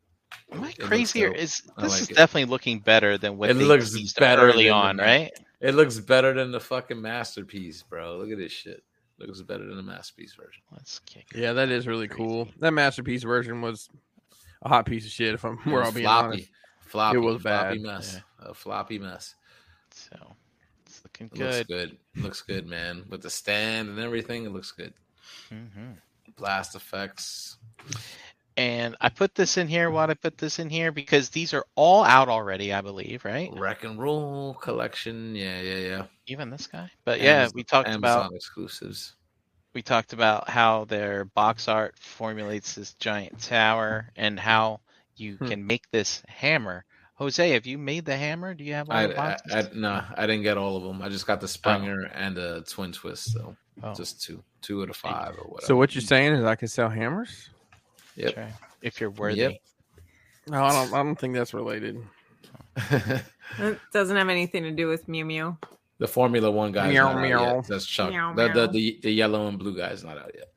D: Am I
C: It looks
D: crazy or
C: dope.
D: is
C: I
D: this
C: like
D: is
C: it.
D: definitely looking better than what
C: It
D: they
C: looks
D: teased
C: better
D: early
C: than
D: on,
C: the-
D: right?
C: It looks better than the fucking masterpiece, bro. Look at this shit. Looks better than the masterpiece version.
D: Let's kick. it.
B: Yeah, that is really
D: Crazy.
B: cool. That masterpiece version was a hot piece of shit. If I'm,
C: It
B: we're
C: was
B: all being
C: floppy,
B: honest.
C: floppy,
B: It was
C: floppy
B: bad,
C: mess, a floppy mess.
D: So it's the Looking
C: It looks
D: good.
C: good. Looks good, man. With the stand and everything, it looks good.
D: Mhm.
C: Blast effects.
D: And I put this in here. Why would I put this in here? Because these are all out already, I believe, right?
C: Wreck and roll collection. Yeah, yeah, yeah.
D: Even this guy. But yeah,
C: Amaz-
D: we talked
C: Amazon
D: about
C: exclusives.
D: we talked about how their box art formulates this giant tower and how you
B: Hmm.
D: can make this hammer. Jose, have you made the hammer? Do you have all
C: I,
D: the
C: I,
D: boxes?
C: I nah, I didn't get all of them. I just
B: Oh.
C: got the Springer and the Twin Twist, so
D: Oh,
C: just two, two out of five or whatever.
B: So what you're saying is I can sell hammers?
C: Yep.
D: try. If you're worthy.
C: Yep.
B: No, I don't. I don't think that's related.
A: It doesn't have anything to do with Mew Mew.
C: the Formula One guy.
B: Meow,
C: Meow,
B: meow.
C: meow. That's Chuck.
A: Meow,
C: the, the,
A: meow.
C: the the yellow and blue guy's not out yet.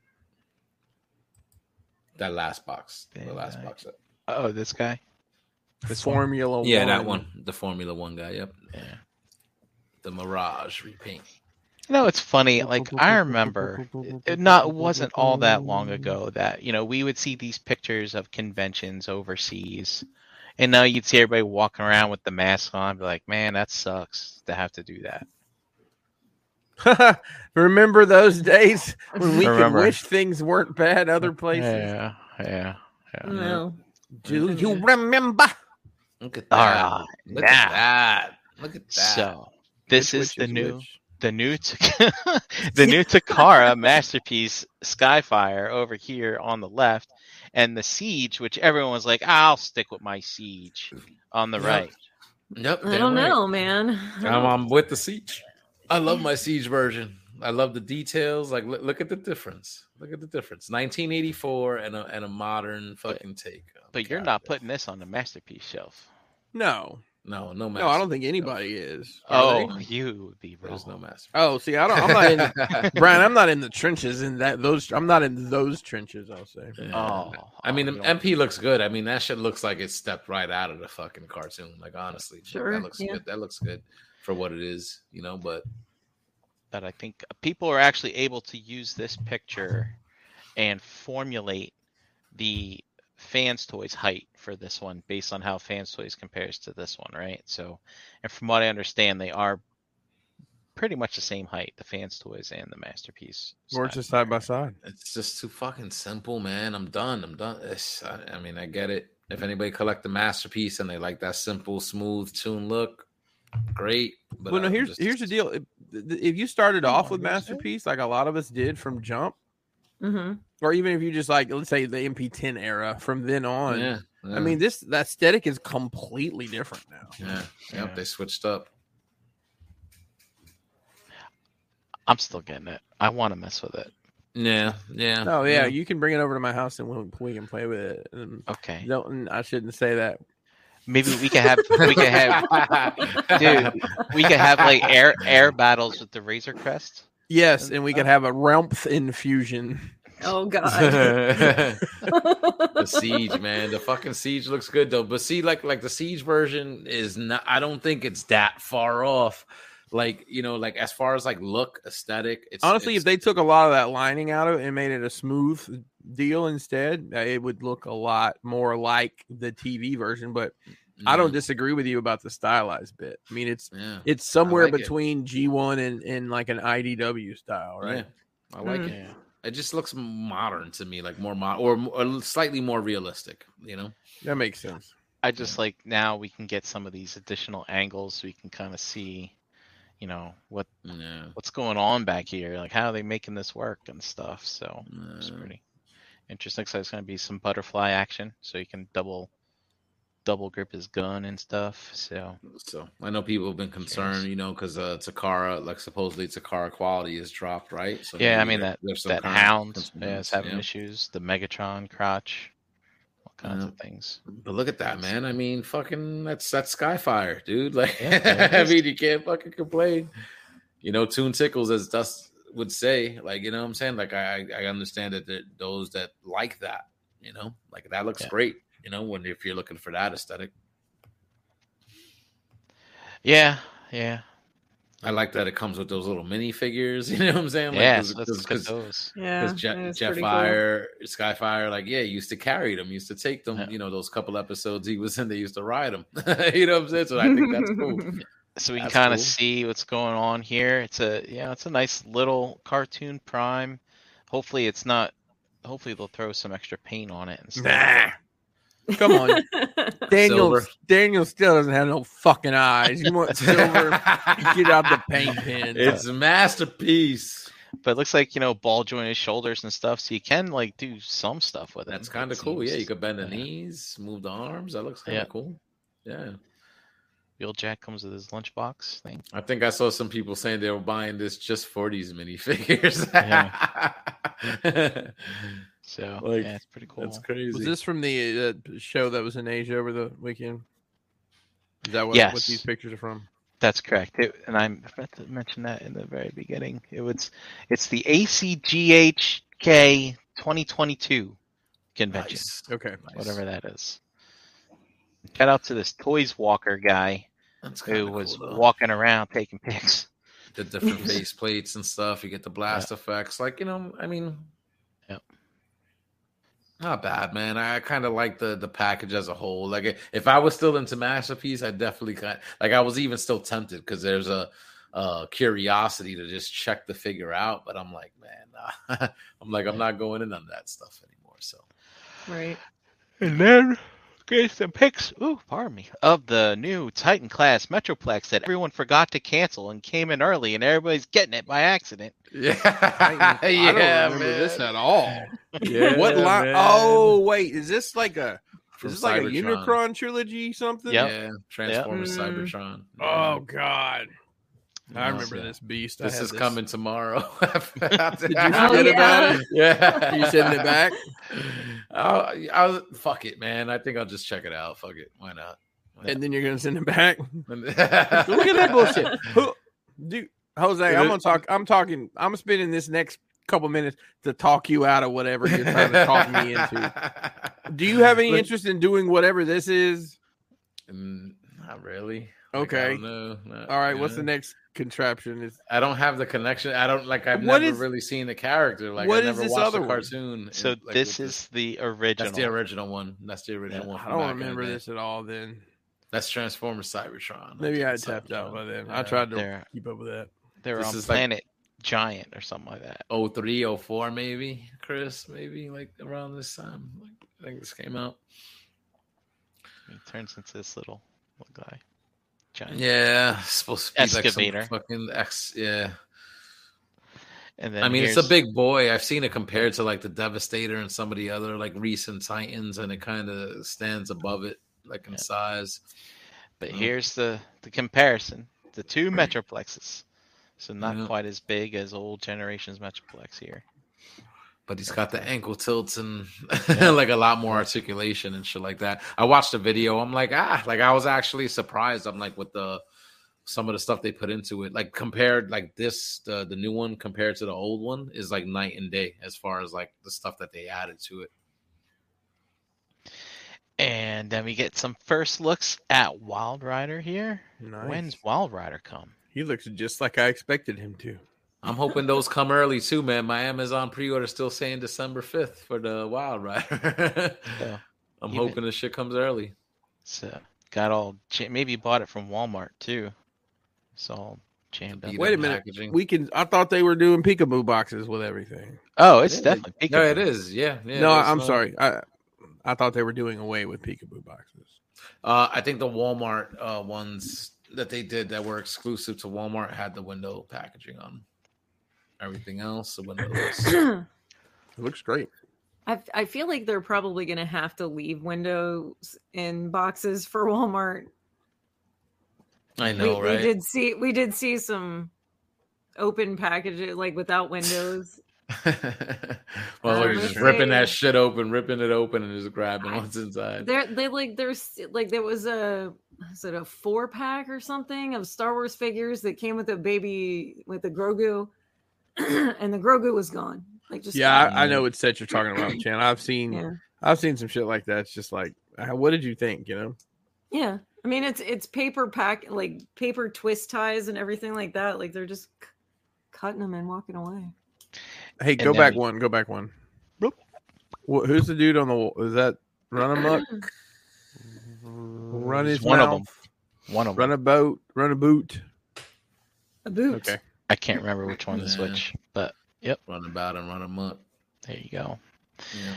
C: That last box. The
D: Damn
C: last
D: right.
C: box. up.
D: Oh, this guy. This one.
B: Formula One.
C: Yeah, that one. The Formula One guy. Yep.
D: Yeah.
C: The Mirage repaint.
D: You know, it's funny. Like I remember, it- it not wasn't all that long ago that you know we would see these pictures of conventions overseas, and now you'd see everybody walking around with the mask on. Be like, man, that sucks to have to do that.
B: Remember those days when we could
D: Remember.
B: wish things weren't bad other places?
D: Yeah, yeah. yeah.
A: No.
B: Do
A: Mm-hmm.
B: you remember?
C: Look at that.
D: All right,
C: Look
D: now.
C: at that. Look at that.
D: So this
B: Which
D: is
B: witch
D: the new.
B: which?
D: the new Ta- the new Takara masterpiece Skyfire over here on the left, and the Siege, which everyone was like, "I'll stick with my Siege," on the
C: Yeah.
D: right.
C: Yep.
A: I
C: damn
A: don't
C: right.
A: know, man.
C: I'm, I'm with the siege. I love my siege version. I love the details. Like, look, look at the difference. Look at the difference. 1984 and a and a modern fucking take. Oh,
D: But you're
C: God.
D: not putting this on the masterpiece shelf.
B: No,
C: No, no.
B: no, I don't think anybody is. Are
D: Oh,
B: they?
D: you would be wrong.
C: There's no master.
B: Oh, see, I don't. I'm not in. Brian, I'm not in the trenches. In that those, I'm not in those trenches. I'll say.
C: oh.
D: Oh,
C: I mean, the
D: you don't-
C: MP looks good. I mean, that shit looks like it stepped right out of the fucking cartoon. Like, honestly,
A: Sure,
C: that looks
A: yeah.
C: good. That looks good for what it is, you know. But
D: but I think people are actually able to use this picture and formulate the fans toys height for this one based on how fans toys compares to this one right so and from what i understand they are pretty much the same height the fans toys and the masterpiece
B: Or
D: side.
B: just side by side.
C: It's just too fucking simple, man. I'm done. I'm done. It's, I, I mean, I get it. If anybody collect the masterpiece and they like that simple, smooth tune look, great. But
B: well, no.
C: I'm
B: Here's
C: just-
B: here's the deal. If, if you started off with
D: you're saying-
B: masterpiece, like a lot of us did from jump,
A: hmm
B: or even if you just like let's say the MP10 era from then on.
C: Yeah, yeah,
B: I mean, this the aesthetic is completely different now.
C: yeah,
D: Yeah.
C: Yep, they switched up.
D: i'm still getting it i want to mess with it
C: Yeah, yeah.
B: Oh yeah, you can bring it over to my house and we'll, we can play with it. And
D: okay
B: don't and I shouldn't say that.
D: maybe we could have we could have dude we could have like air air battles with the razor crest
B: Yes, and we could have a Realmth infusion.
A: Oh god.
C: the siege, man. The fucking siege looks good though. But see, like, like the siege version is not. I don't think it's that far off. Like you know, like as far as like look, aesthetic. It's
B: Honestly,
C: it's,
B: if they took a lot of that lining out of it and made it a smooth deal instead, uh, it would look a lot more like the TV version. But I don't disagree with you about the stylized bit. Mm-hmm. I mean, it's
C: mm, Yeah.
B: it's somewhere
C: like it.
B: between G1 and, and like an IDW style, right?
C: Yeah, I like
A: Mm.
C: it. It just looks modern to me, like more mod or, or slightly more realistic. You know,
B: That makes sense.
D: I just like now we can get some of these additional angles so we can kind of see, you know, what
C: yeah.
D: what's going on back here, like how are they making this work and stuff. So it's
C: Uh,
D: pretty interesting. So it's going to be some butterfly action, so you can double double grip his gun and stuff. So
C: so I know people have been concerned, you know, because uh, Takara, like supposedly Takara quality is dropped, right? So
D: yeah, I
C: maybe
D: mean
C: there-
D: that
C: there's some
D: that
C: current
D: hound
C: concerns,
D: yeah, is having
C: yeah.
D: issues. The Megatron crotch, all kinds
C: Yeah.
D: of things.
C: But look at that, man. I mean, fucking, that's that's Skyfire, dude. Like,
D: Yeah, there
C: I
D: it is.
C: mean, you can't fucking complain. You know, tune tickles, as Dust would say. Like, you know what I'm saying? Like, I I I understand that there, those that like that, you know, like that looks
D: Yeah.
C: great. You know, when if you're looking for that aesthetic,
D: Yeah, yeah,
C: I like that it comes with those little mini figures. You know what I'm saying? Like,
D: yeah.
C: 'cause-
D: so let's look at
C: 'cause-
D: those.
A: yeah.
C: because
A: it was
C: Jeff
A: pretty cool.
C: Fire, Skyfire, like yeah, used to carry them, used to take them.
D: Yeah.
C: You know, those couple episodes he was in, they used to ride them. you know what I'm saying? So I think that's cool.
D: so we can
F: That's
D: kind of
F: cool.
D: see what's going on here. It's a yeah, it's a nice little cartoon prime. Hopefully it's not. Hopefully they'll throw some extra paint on it and stuff.
B: Nah. Come on. Daniel
C: Silver.
B: Daniel still doesn't have no fucking eyes. You want silver? Get out the paint pen.
C: It's a masterpiece.
D: But it looks like you know ball jointed shoulders and stuff, so you can like do some stuff with it.
C: That's
D: it
C: kind of cool. Yeah,
D: seems.
C: you could bend the
D: Yeah.
C: knees, move the arms. That looks kind
D: Yeah.
C: of cool. Yeah.
D: Wheeljack comes with his lunchbox thing.
C: I think I saw some people saying they were buying this just for these minifigures.
D: Yeah. So
C: Like,
D: yeah, it's pretty cool.
C: That's crazy.
B: was this from the uh, show that was in Asia over the weekend? Is that what, what
D: Yes.
B: these pictures are from?
D: That's correct. It, and I forgot to mention that in the very beginning. It was it's the ACGHK 2022 convention,
C: Nice.
B: Okay.
C: Nice.
D: whatever that is. Shout out to this Toys Walker guy
C: That's kinda
D: who was
C: cool, though.
D: walking around taking pics.
C: the different face plates and stuff. You get the blast effects. Like, you know, I mean,
D: Yep.
C: not bad, man. I kind of like the the package as a whole. Like, if I was still into masterpiece, I definitely kind like I was even still tempted because there's a uh curiosity to just check the figure out. But I'm like, man, nah. I'm like, I'm not going in on that stuff anymore. So
A: Right.
D: And then get some pics. Ooh, pardon me. Of the new Titan class Metroplex that everyone forgot to cancel and came in early, and everybody's getting it by accident.
C: yeah,
B: I,
C: yeah,
B: I don't remember
C: man.
B: this at all.
C: Yeah,
B: Oh. what line?
C: man.
B: Oh wait, is this like a
C: From
B: is this like a
C: Cybertron.
B: Unicron trilogy something?
D: Yep.
C: Yeah, Transformers
A: Yep.
C: Cybertron.
B: Oh god, I
C: Yeah.
B: remember
C: Yeah.
B: this beast. I
C: This
B: had
C: is coming tomorrow. Did
B: you forget
A: about
C: it? Yeah.
B: Are you sending it back?
C: I, I was, fuck it, man. I think I'll just check it out. Fuck it. Why not? Why
B: and then you're gonna send it back.
C: not? Look at
B: Look at that bullshit. Who, dude, Jose,
C: It
B: I'm
C: is-
B: gonna talk. I'm talking. I'm spending this next couple minutes to talk you out of whatever you're trying to talk me into. Do you have any
C: Look-
B: interest in doing whatever this is?
C: Mm, Not really.
B: Okay.
C: No.
B: All right. What's the next contraption? Is
C: I don't have the connection. I don't like. I've
B: What
C: never
B: is-
C: really seen the character. Like
B: what
C: I
B: is
C: never
B: this
C: watched
B: other
C: the
B: one?
C: cartoon. and,
D: So
C: like,
D: this
C: with
D: is the original.
C: that's the original one. That's the original one.
B: I
C: from
B: don't
C: back in the
B: remember
C: day.
B: this at all. Then
C: That's Transformers Cybertron.
B: maybe I
C: That's
B: tapped out
C: Cybertron.
B: by then.
C: Yeah.
B: I tried to
D: They're,
B: keep up with that.
D: they're
C: This
D: on
C: is like-
D: Planet Giant or something like that.
C: 03, 04 maybe, Chris, maybe like around this time. Like, I think this came out.
D: He turns into this little, little guy. Giant.
C: Yeah, it's supposed to be
D: Excavator.
C: like some fucking ex. Yeah,
D: And then
C: I mean it's
D: here's-
C: a big boy. I've seen it compared to like the Devastator and some of the other like recent Titans, and it kind of stands above it like in
D: Yeah.
C: size.
D: But
C: Mm.
D: here's the the comparison: the two Metroplexes. So not
C: Yeah.
D: quite as big as old generation's Metroplex here.
C: But he's got the ankle tilts and like a lot more articulation and shit like that. I watched the video. I'm like, ah, like I was actually surprised. I'm like, with the some of the stuff they put into it, like compared, like this, the, the new one compared to the old one is like night and day as far as like the stuff that they added to it.
D: And then we get some first looks at Wild Rider here.
B: Nice.
D: When's Wild Rider come?
B: He looks just like I expected him to.
C: I'm hoping those come early too, man. My Amazon pre-order still saying December 5th for the Wild Rider.
D: So,
C: I'm
D: Even-
C: hoping this shit comes early.
D: so got all ja- maybe bought it from Walmart too. It's all jammed up.
C: Beat
B: Wait a
C: up
B: minute.
C: packaging.
B: We can. I thought they were doing peekaboo boxes with everything.
D: Oh, it's
C: Yeah,
D: definitely
C: no,
D: peekaboo.
C: it is. Uh, Yeah, yeah
B: no,
C: there's
B: I'm
C: no-
B: sorry. I I thought they were doing away with peekaboo boxes.
C: Uh, I think the Walmart uh, ones that they did that were exclusive to Walmart had the window packaging on. 'em. Everything else, the windows.
B: It looks great.
A: I, I feel like they're probably going to have to leave windows in boxes for Walmart.
C: I know,
A: we,
C: right?
A: we did see we did see some open packages like without windows.
C: well,
A: I
C: they're
A: was
C: just ripping that
A: saying-
C: shit open, ripping it open, and just grabbing what's inside.
A: there they like there's like there was a is it a four pack or something of Star Wars figures that came with a baby with a Grogu, and the Grogu was gone. Like just
B: Yeah,
A: gone.
B: I, I know what set you're talking about, Chan. I've seen
A: yeah,
B: I've seen some shit like that. It's just like, uh, what did you think? You know,
A: yeah. I mean, it's it's paper pack like paper twist ties and everything like that. Like they're just c- cutting them and walking away.
B: hey, go
D: then
B: back
D: we-
B: one, go back one.
D: Bloop.
B: Wh- who's the dude on the wall? Is that Run Amok? Run
D: He's
B: his
D: one of 'em.
B: mouth?
D: One of them.
B: Run a boat. Run a boot.
A: A boot.
B: Okay.
D: I can't remember which one is
C: Yeah.
D: which, but
C: Run about and run them up.
D: there you go.
C: Yeah.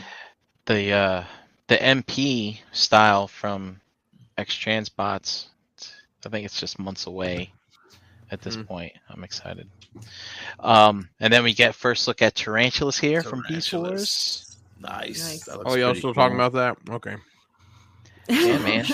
D: The uh, the MP style from X Transbots. I think it's just months away at this
B: Hmm.
C: Mm-hmm.
D: point. I'm excited. Um, and then we get first look at Tarantulas here from Beast Wars.
C: Tarantulas. Nice.
A: Nice.
C: That looks
B: Oh, y'all
C: pretty
B: still talking
C: cool.
B: about that? Okay.
C: Yeah, man.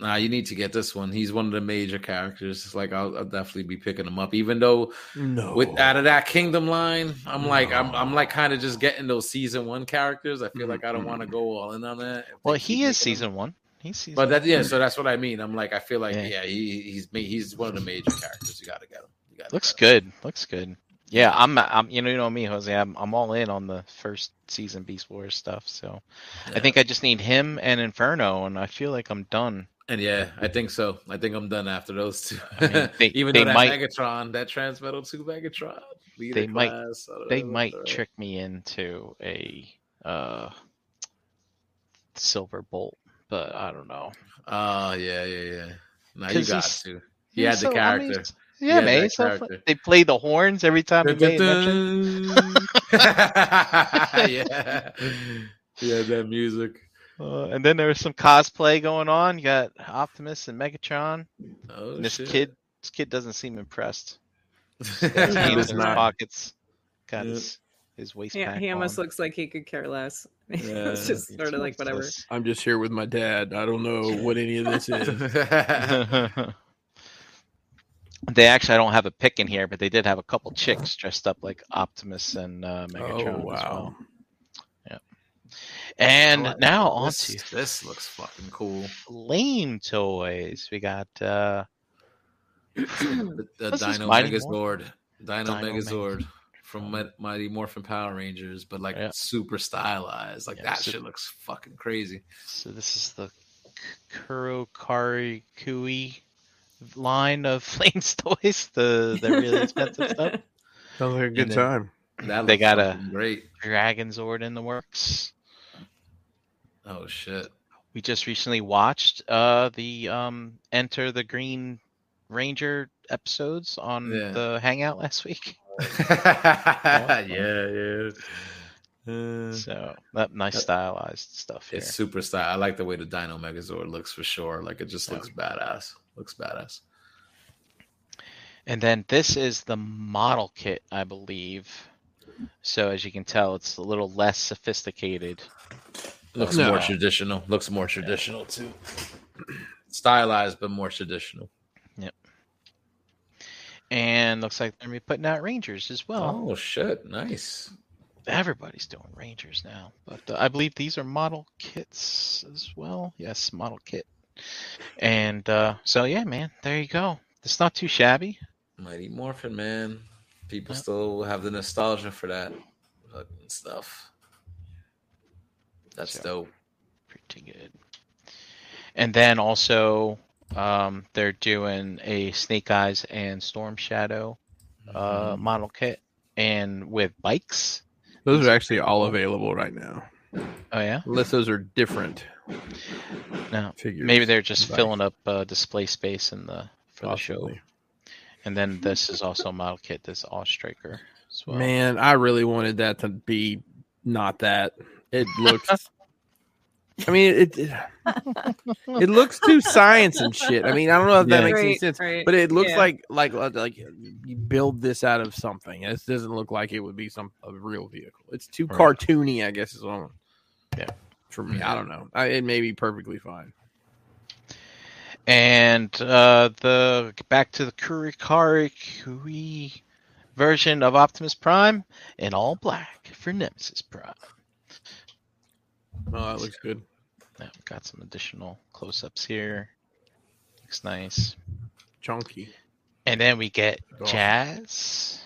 C: nah, you need to get this one. He's one of the major characters. It's Like I'll, I'll definitely be picking him up, even though
B: No.
C: with out of that Kingdom line, I'm like I'm
B: No.
C: I'm like kind of just getting those season one characters. I feel like I don't want to
B: Mhm.
C: go all in on that. if
D: Well,
C: they keep
D: he is
C: making them.
D: season one. He's season.
C: But that yeah, so that's what I mean. I'm like I feel like
D: Yeah.
C: yeah, he, he's ma- he's one of the major characters. You got to get him. You gotta
D: Looks
C: get him.
D: good. Looks good. Yeah, I'm. I'm. You know, you know me, Jose. I'm. I'm all in on the first season Beast Wars stuff. So, I
C: Yeah.
D: think I just need him and Inferno, and I feel like I'm done.
C: And yeah, I think so. I think I'm done after those two.
D: I mean, they-
C: Even
D: they
C: though that
D: might-
C: Megatron, that Trans Metal 2 Megatron, leader
D: They might-
C: class, I don't
D: They
C: know,
D: might
C: all right.
D: trick me into a uh, Silver Bolt, but I don't know.
C: Oh yeah, yeah, yeah. No, you
D: 'Cause
C: got
D: he's-
C: to. He had the
D: I mean,
C: character.
D: yeah,
C: had
D: man.
C: that
D: he's so fun.
C: character.
D: They play the horns every time. he made an entrance.
C: yeah, yeah, that music.
D: Uh, and then there was some cosplay going on. You got Optimus and Megatron.
C: Oh,
D: and this
C: shit.
D: kid, this kid doesn't seem impressed.
C: Yeah,
D: His
A: No.
D: hands
B: Does
D: in his
B: not.
D: pockets. Got
C: Yeah.
D: his his waist
A: Yeah,
D: pack
A: he almost
D: on.
A: looks like he could care less.
C: Yeah.
A: it's just
D: It's
A: sort of like whatever.
D: useless.
B: I'm just here with my dad. I don't know what any of this is.
D: they actually, I don't have a pick in here, but they did have a couple chicks dressed up like Optimus and uh, Megatron.
B: oh
D: As
B: wow.
D: well. And
C: I like
D: now on
C: this,
D: to
C: this looks fucking cool.
D: Flame Toys. We got uh,
C: The, the
D: This is
C: Dino
D: Mighty
C: Megazord, Dino,
D: Dino
C: Megazord from Mi- Mighty Morphin Power Rangers, but like
D: Yeah.
C: super stylized. Like
D: Yeah,
C: that
D: super-
C: shit looks fucking crazy.
D: so this is the Kuro Kari Kui line of Flame Toys, the the really expensive stuff.
B: Sounds like a good
D: then-
B: time.
C: That
D: They
C: looks
D: got a-
C: fucking great.
D: Dragon Zord in the works.
C: Oh shit.
D: we just recently watched uh the um enter the green ranger episodes on
C: Yeah.
D: the hangout last week
C: yeah, yeah. Uh,
D: so that nice
C: Yep.
D: stylized stuff here
C: It's super style. I like the way the Dino Megazord looks for sure. Like it just
D: Yeah.
C: looks badass. Looks badass.
D: and then this is the model kit i believe so as you can tell it's a little less sophisticated
C: Looks
B: No.
C: more traditional. Looks more traditional too. Stylized, but more traditional.
D: and looks like they're gonna be putting out rangers as well
C: Oh shit! Nice.
D: everybody's doing rangers now but uh, i believe these are model kits as well yes model kit and uh, so yeah man there you go it's not too shabby
C: Mighty Morphin man. People
D: Yeah.
C: still have the nostalgia for that fucking stuff. That's
D: Sure.
C: dope.
D: pretty good and then also um, they're doing a snake eyes and storm shadow uh,
B: Mm-hmm.
D: model kit and with bikes
B: Those are actually all available right now.
D: oh yeah
B: Unless those are different
D: no
B: figures.
D: maybe they're just
B: Bikes.
D: filling up uh, display space in the for the show
B: Possibly.
D: and then this is also a model kit this all striker as well
B: Man, I really wanted that to be not that. It looks. I mean, it, it it looks too science and shit. I mean, I don't know if that
D: Yeah.
B: makes any
A: Right,
B: sense,
A: right.
B: but it looks
A: Yeah.
B: like like like you build this out of something. This doesn't look like it would be some a real vehicle. It's too
D: Right.
B: cartoony, I guess. Is what I'm,
D: Yeah.
B: for me, I don't know. I, it may be perfectly fine.
D: And uh, the back to the Kurikari Kui version of Optimus Prime in all black for Nemesis Prime.
B: Oh, that looks good.
D: Now we've got some additional close ups here. Looks nice.
B: Chunky.
D: And then we get
B: Oh.
D: Jazz.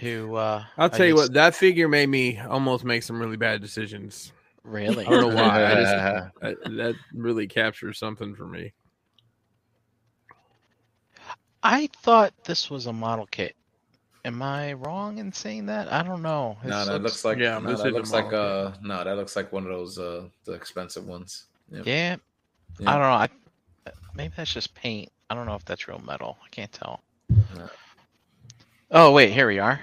D: Who uh
B: I'll
D: I
B: tell you
D: guess-
B: what, that figure made me almost make some really bad decisions.
D: really
B: I don't know why. I just I, that really captures something for me.
D: I thought this was a model kit. Am I wrong in saying that? I don't know. This
C: No, that looks like
B: yeah,
C: yeah, no,
B: this
C: that
B: is a
C: looks like
B: model
C: uh no, that looks like one of those uh the expensive ones.
D: Yeah.
C: Yeah.
D: I don't know. I, Maybe that's just paint. I don't know if that's real metal. I can't tell.
C: Yeah.
D: Oh wait, here we are.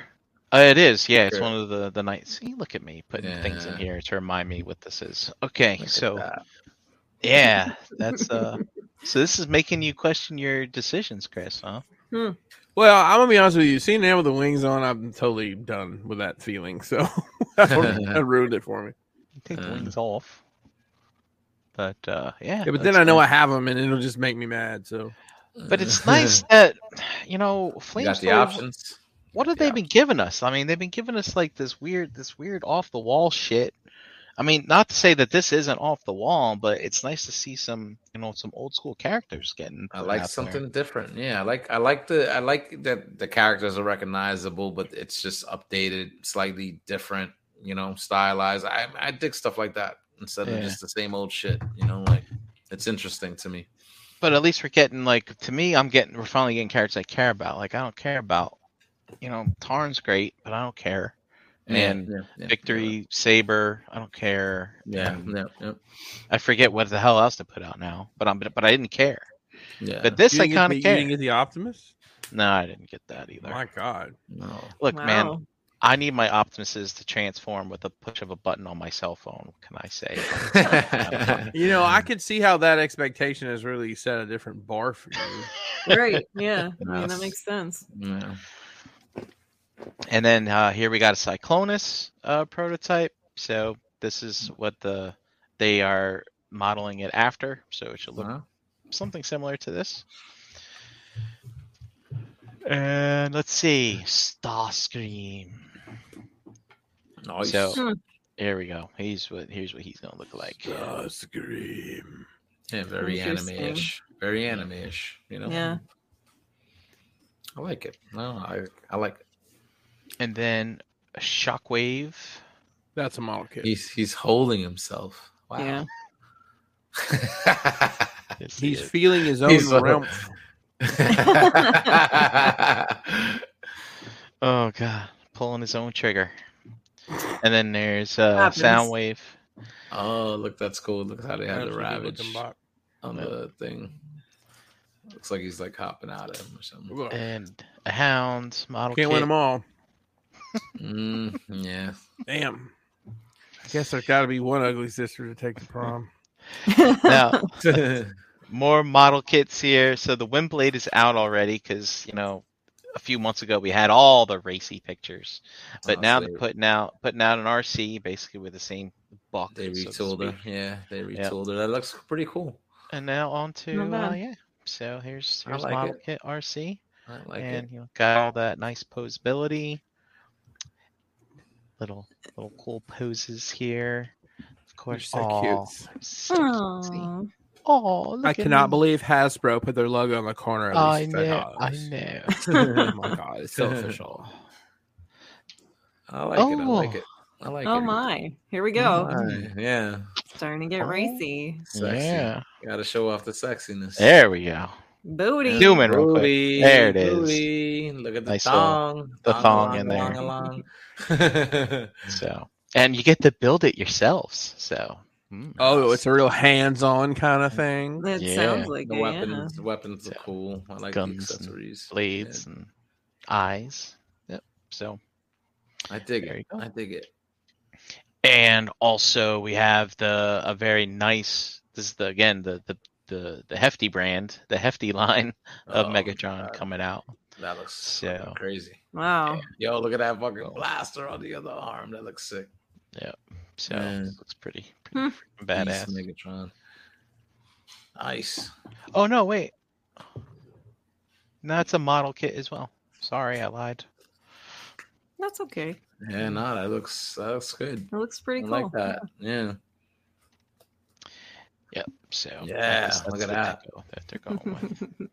D: Uh, it is. Yeah, it's
C: Here.
D: one of the the nights. See, look at me putting things in
C: Yeah.
D: here to remind me what this is. Okay,
C: Look at
D: so
C: that.
D: yeah, that's uh. so this is making you question your decisions, Chris. Huh?
B: Well, I'm gonna be honest with you. Seeing him with the wings on, I'm totally done with that feeling. So that ruined it for me.
D: You take the
C: Uh.
D: wings off. But uh, yeah.
B: Yeah, but
D: that's
B: then I know
D: nice.
B: I have them, and it'll just make me mad. So
D: But it's nice that you know
C: you
D: Flames.
C: got the
D: Blue-
C: options.
D: What have they been giving us? I mean, they've been giving us like this weird, this weird off the wall shit. I mean, not to say that this isn't off the wall, but it's nice to see some, you know, some old school characters getting.
C: I
D: put out
C: like
D: there.
C: something different. Yeah, I like I like the I like that the characters are recognizable, but it's just updated, slightly different. You know, stylized. I I dig stuff like that instead
D: Yeah.
C: of just the same old shit. You know, like it's interesting to me.
D: But at least we're getting like to me, I'm getting we're finally getting characters I care about. Like I don't care about, you know, Tarn's great, but I don't care. And
C: yeah, yeah,
D: Victory, Saber, I don't care.
C: Yeah,
D: And
C: yeah, yeah.
D: I forget what the hell else to put out now, but I'm but I didn't care.
C: yeah.
D: But this
B: You
D: I
B: didn't get
D: kind
B: the-
D: of
B: You
D: care.
B: didn't get the Optimus.
D: No, I didn't get that either.
B: My God,
C: no.
D: Look, man,
A: Wow.
D: I need my Optimuses to transform with a push of a button on my cell phone. What can I say?
B: you know I could see how that expectation has really set a different bar for you.
A: right. Yeah. I mean, that
C: Yes.
A: makes sense.
C: Yeah.
D: and then uh, here we got a Cyclonus uh, prototype. So this is what the they are modeling it after. So it should look
C: Wow.
D: something similar to this. And let's see, Starscream.
C: Nice.
D: So-
A: Hmm.
D: Here we go. He's what here's what he's gonna look like.
B: scream.
C: yeah, very
A: Interesting.
C: anime-ish. Very anime-ish. You know.
A: Yeah.
C: I like it. No, I I like it.
D: And then Shockwave.
B: That's a model kid.
C: He's he's holding himself. Wow.
A: Yeah.
D: Yes, he
B: He's
D: is.
B: feeling his own
C: He's a-
B: realm.
D: Oh god, pulling his own trigger. And then there's uh,
A: Happens.
D: Soundwave.
C: oh, look, that's cool. Look how they have
B: That's
C: the
B: a good
C: ravage
B: looking bot.
C: on the thing. Looks like he's like hopping out of him or something.
B: Look, Can't
D: and a hound model
B: win
D: kit.
B: them all.
C: Mm, yeah.
B: Damn. I guess there's got to be one ugly sister to take the prom.
D: Now, more model kits here. So the wind blade is out already because you know a few months ago we had all the racy pictures, but now
C: Oh, they,
D: they're putting out putting out an RC basically with the same buck.
C: they
D: so to
C: retooled her.
D: speak.
C: Yeah, they retooled her. That looks pretty cool.
D: And now on to
A: Not
D: uh,
A: bad.
D: yeah. So here's
C: I
D: here's
C: like
D: model
C: it.
D: kit RC.
C: I like
D: and
C: it.
D: you know, got all that nice posability. Little little cool poses here. Of
B: You're
D: course,
B: so cute.
D: Oh,
A: Aw.
D: look
B: I
D: at
B: cannot
D: me.
B: believe Hasbro put their logo on the corner. Of
D: I
B: these
D: know, I
B: photos.
D: know.
B: oh my god, it's so official.
C: I like it. I like it.
D: Oh.
C: I like it.
A: Oh my. Here we go.
C: Oh my, Yeah.
A: Starting to get
D: Oh.
A: racy.
C: Sexy.
D: Yeah,
C: Got to show off the sexiness.
D: there we go.
A: Booty.
D: Zoom in real quick.
C: Booty,
D: There it is.
C: booty. Look at the
D: Nice little-
C: thong.
D: the thong in
C: along,
D: there.
C: along, along.
D: So, and you get to build it yourselves. So, mm.
B: Oh, it's a real hands-on kind of thing.
A: It
D: Yeah.
A: sounds like
C: the
A: it, yeah.
C: weapons, the weapons are
D: Yeah.
C: cool. I like
D: Guns
C: the
D: and
C: accessories.
D: blades and eyes. Yep. So,
C: I dig
D: There you
C: it.
D: go.
C: I dig it.
D: and also we have the a very nice. This is the again the the the, the hefty brand, the hefty line of
C: Oh,
D: Megatron
C: God.
D: coming out.
C: That looks
D: So- Oh.
C: crazy.
A: Wow.
C: Yo, look at that fucking blaster on the other arm. That looks sick.
D: So
C: Yeah.
D: it looks pretty, pretty freaking
C: Beast
D: badass.
C: Megatron. Nice.
D: Oh no, wait. No, it's a model kit as well. Sorry, I lied.
A: That's okay.
C: Yeah, no, that looks that looks good.
A: It looks pretty
C: I
A: cool.
C: like that. Yeah.
D: So I
C: Yeah,
D: guess
C: look
D: that's
C: at that.
D: the deco that they're
B: Oh
D: going with.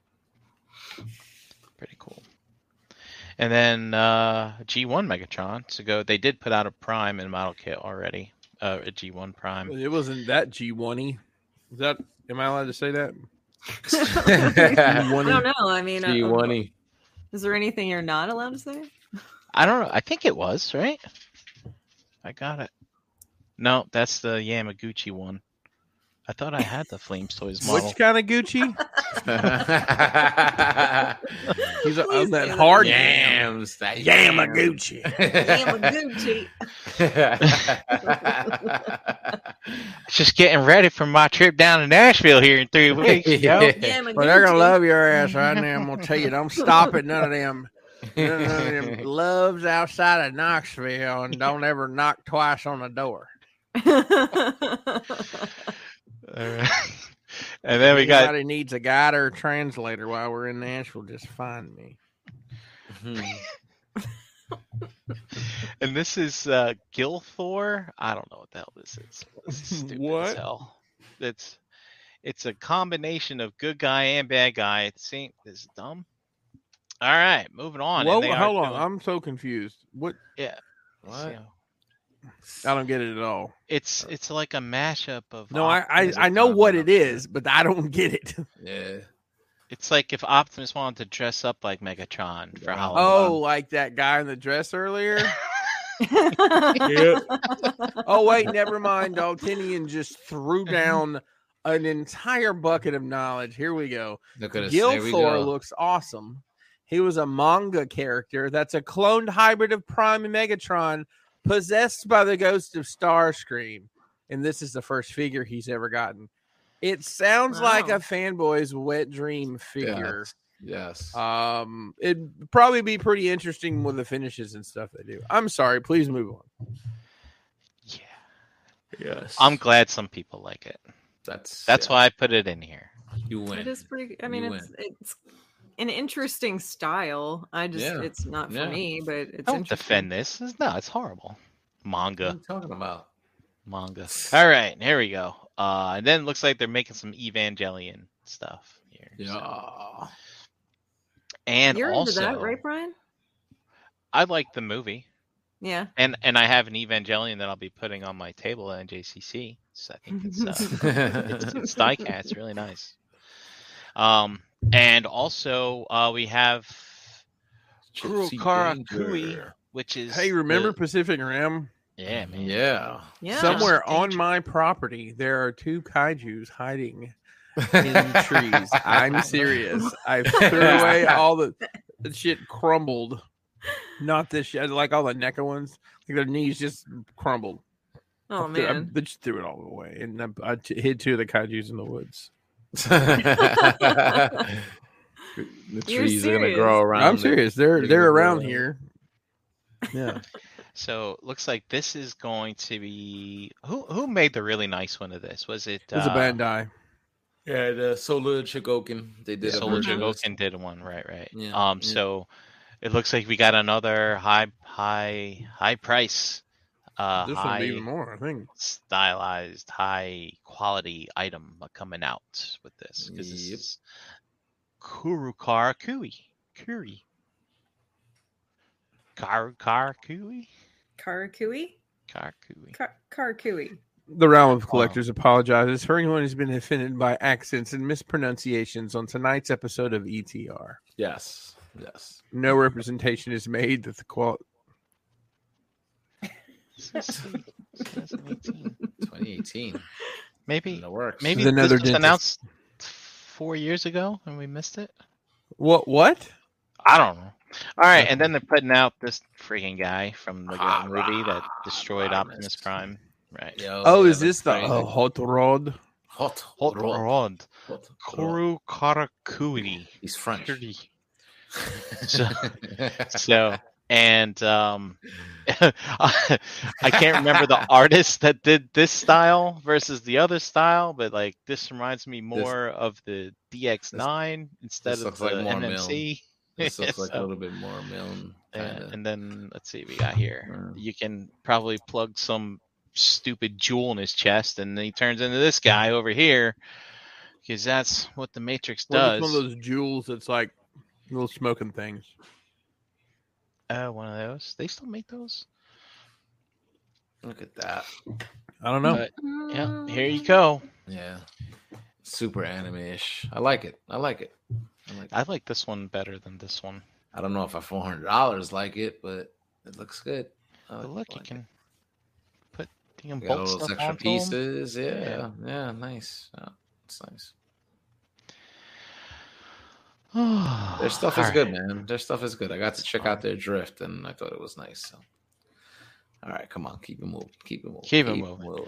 D: pretty cool. And then uh, G1 Megatron to go. They did put out a Prime and model kit already. Uh, a G1 Prime.
B: It wasn't that G1y. Is that? Am I allowed to say that?
A: I don't know. I mean, uh,
C: G1.
A: is there anything you're not allowed to say?
D: I don't know. I think it was right. I got it. No, that's the Yamaguchi one. I thought I had the Flames Toys model.
B: Which kind of Gucci? He's a,
A: Please
B: on that
A: do.
B: hard
C: Yams. That
B: Gucci.
A: Yamaguchi.
D: Just getting ready for my trip down to Nashville here in three weeks. yo.
A: Yamaguchi.
B: Well, they're gonna love your ass right now. I'm gonna tell you, don't stop at none of them, none of them loves outside of Knoxville, and don't ever knock twice on the door.
D: All right. and then we got
B: Anybody needs a guide or a translator while we're in Nashville, just find me.
D: and this is uh Gilthor. I don't know what the hell this is. This is stupid as
F: What?
D: hell. It's it's a combination of good guy and bad guy. It seems this is dumb. All right, moving on. And
B: Whoa,
D: they are
B: hold on,
D: doing-
B: I'm so confused. What?
D: let's see
C: What?
D: how-
B: I don't get it at all.
D: It's it's like a mashup of
B: No, I I,
D: Optimus
B: I know what it
D: Prime.
B: is, but I don't get it.
C: Yeah.
D: It's like if Optimus wanted to dress up like Megatron for Halloween.
B: Oh, like that guy in the dress earlier. Oh wait, never mind. Daltinian just threw down an entire bucket of knowledge. Here we go.
C: Look at us. There we
B: Gilthor
C: go.
B: looks awesome. He was a manga character that's a cloned hybrid of Prime and Megatron, possessed by the ghost of Starscream. And this is the first figure he's ever gotten. It sounds like
A: Wow.
B: a fanboy's wet dream
C: Yeah.
B: figure.
C: Yes.
B: Um, it'd probably be pretty interesting with the finishes and stuff they do. I'm sorry, please move on.
D: yeah.
C: yes.
D: I'm glad some people like it.
C: That's
D: That's
C: yeah,
D: why I put it in here.
C: you win.
A: It is pretty. I
C: You
A: mean, it's it's an interesting style. I just
C: Yeah.
A: it's not for
C: Yeah.
A: me, but it's
D: Don't
A: interesting.
D: defend this. It's, no, it's horrible.
C: What are
A: Mm.
D: Manga,
C: you talking about?
D: manga. All right, here we go. Uh, and then it looks like they're making some Evangelion stuff here. so-
C: Yeah.
D: and
A: You're
D: also,
A: into that, right, Brian?
D: I like the movie,
A: Yeah.
D: and and I have an Evangelion that I'll be putting on my table at JCC. So I think it's uh, it's, it's diecast, it's really nice. Um, and also uh, we have
C: Gypsy
D: Kurokara Kui,
C: Danger.
D: which is
B: Hey, remember
D: the-
B: Pacific Rim?
D: yeah, man.
C: Yeah.
A: Yeah.
B: Somewhere on my property, there are two kaiju's hiding in trees. I'm serious. I threw away all the that shit crumbled. Not this shit, like all the NECA ones. Like their knees just crumbled.
A: Oh
B: I threw- I,
A: man.
B: just threw it all away, and I, I t- hid two of the kaiju's in the woods.
C: the
A: You're
C: trees are gonna
A: serious.
C: grow around.
B: I'm
C: it.
B: serious. They're
C: Big
B: they're
C: as
B: around
C: well.
B: here. Yeah,
D: So looks like this is going to be who who made the really nice one of this? Was it
B: it was a
D: uh,
B: Bandai.
C: Yeah, the Solar Chigokin. They did
D: Solar
C: a version of this.
D: Jogokin did one, right? Right.
C: Yeah,
D: um.
C: yeah.
D: So it looks like we got another high high high price, uh,
B: This
D: high
B: one's even more. I think.
D: stylized, high quality item uh, coming out with this because this
C: Yep.
D: is Kurukar Kui Kuri. Karukar Kui
A: Karakui?
D: Karkui.
A: Kar- Karakui.
B: The realm of
D: Wow.
B: collectors apologizes for anyone who's been offended by accents and mispronunciations on tonight's episode of ETR.
C: Yes. Yes.
B: No representation is made that the qual-
D: 2018.
C: 2018 in
D: Maybe
C: the works.
D: maybe
B: The
D: this was
B: Netherlands is-
D: announced four years ago and we missed it.
B: what what?
D: I don't know. All right, and then they're putting out this freaking guy from the
C: Ah,
D: movie that
C: ah,
D: destroyed
C: ah,
D: Optimus
C: missed.
D: Prime. Right.
C: Yo,
B: Oh,
C: yeah,
B: is this the
C: that's crazy.
B: oh, hot rod?
C: hot
D: Hot
C: rod,
D: Rod.
C: hot rod.
D: Koru Karakuri.
C: He's French.
D: So, so and um I can't remember the artist that did this style versus the other style, but like this reminds me more of the DX9 instead
C: this
D: of
C: looks
D: the
C: like more male.
D: MMC.
C: this looks like
D: So-
C: a little bit more male.
D: Yeah,
C: kinda.
D: and then let's see, we got here. You can probably plug some stupid jewel in his chest, and then he turns into this guy over here, because that's what the Matrix
B: What
D: does.
B: is one of those jewels that's like little smoking things.
D: Oh, one of those. They still make those.
C: Look at that.
B: I don't know.
D: But, yeah, here you go.
C: Yeah. Super anime-ish. I like it. I like it. I like. It.
D: I like this one better than this one.
C: I don't know if I four hundred dollars like it, but it looks good. I
D: But
C: like-
D: look,
C: I like
D: you
C: it.
D: can put You can
C: We got all
D: bolt
C: those
D: stuff
C: extra
D: onto 'em.
C: pieces. Yeah, yeah,
D: Yeah.
C: nice. Yeah, it's nice. Their stuff
D: All
C: is
D: right.
C: good, man. Their stuff is good. I got to check out their drift, and I thought it was nice. So, all right, come on, keep it moving, keep it moving,
D: Keep it moving. Oh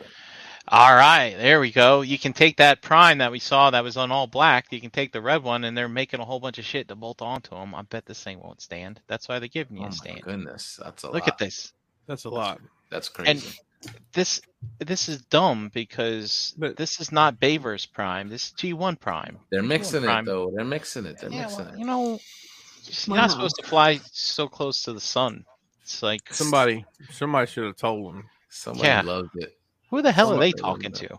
D: All right, there we go. You can take that prime that we saw that was on all black. You can take the red one, and they're making a whole bunch of shit to bolt onto them. I bet this thing won't stand. That's why they're giving
C: Oh
D: you
C: my
D: a stand.
C: goodness, that's a
D: Look
C: lot.
D: at this.
B: That's a lot.
C: That's crazy.
D: And this this is dumb because
G: But-
D: this is not Baver's prime. This is G1 prime.
C: They're mixing it
D: prime.
C: though. They're mixing it. They're
D: Yeah,
C: mixing
D: well,
C: it.
D: you know, you're not supposed to fly so close to the sun. It's like
B: Somebody, somebody should have told him.
C: Somebody
D: Yeah.
C: loved it.
D: Who the hell are they
C: somebody
D: talking
C: wouldn't
D: to?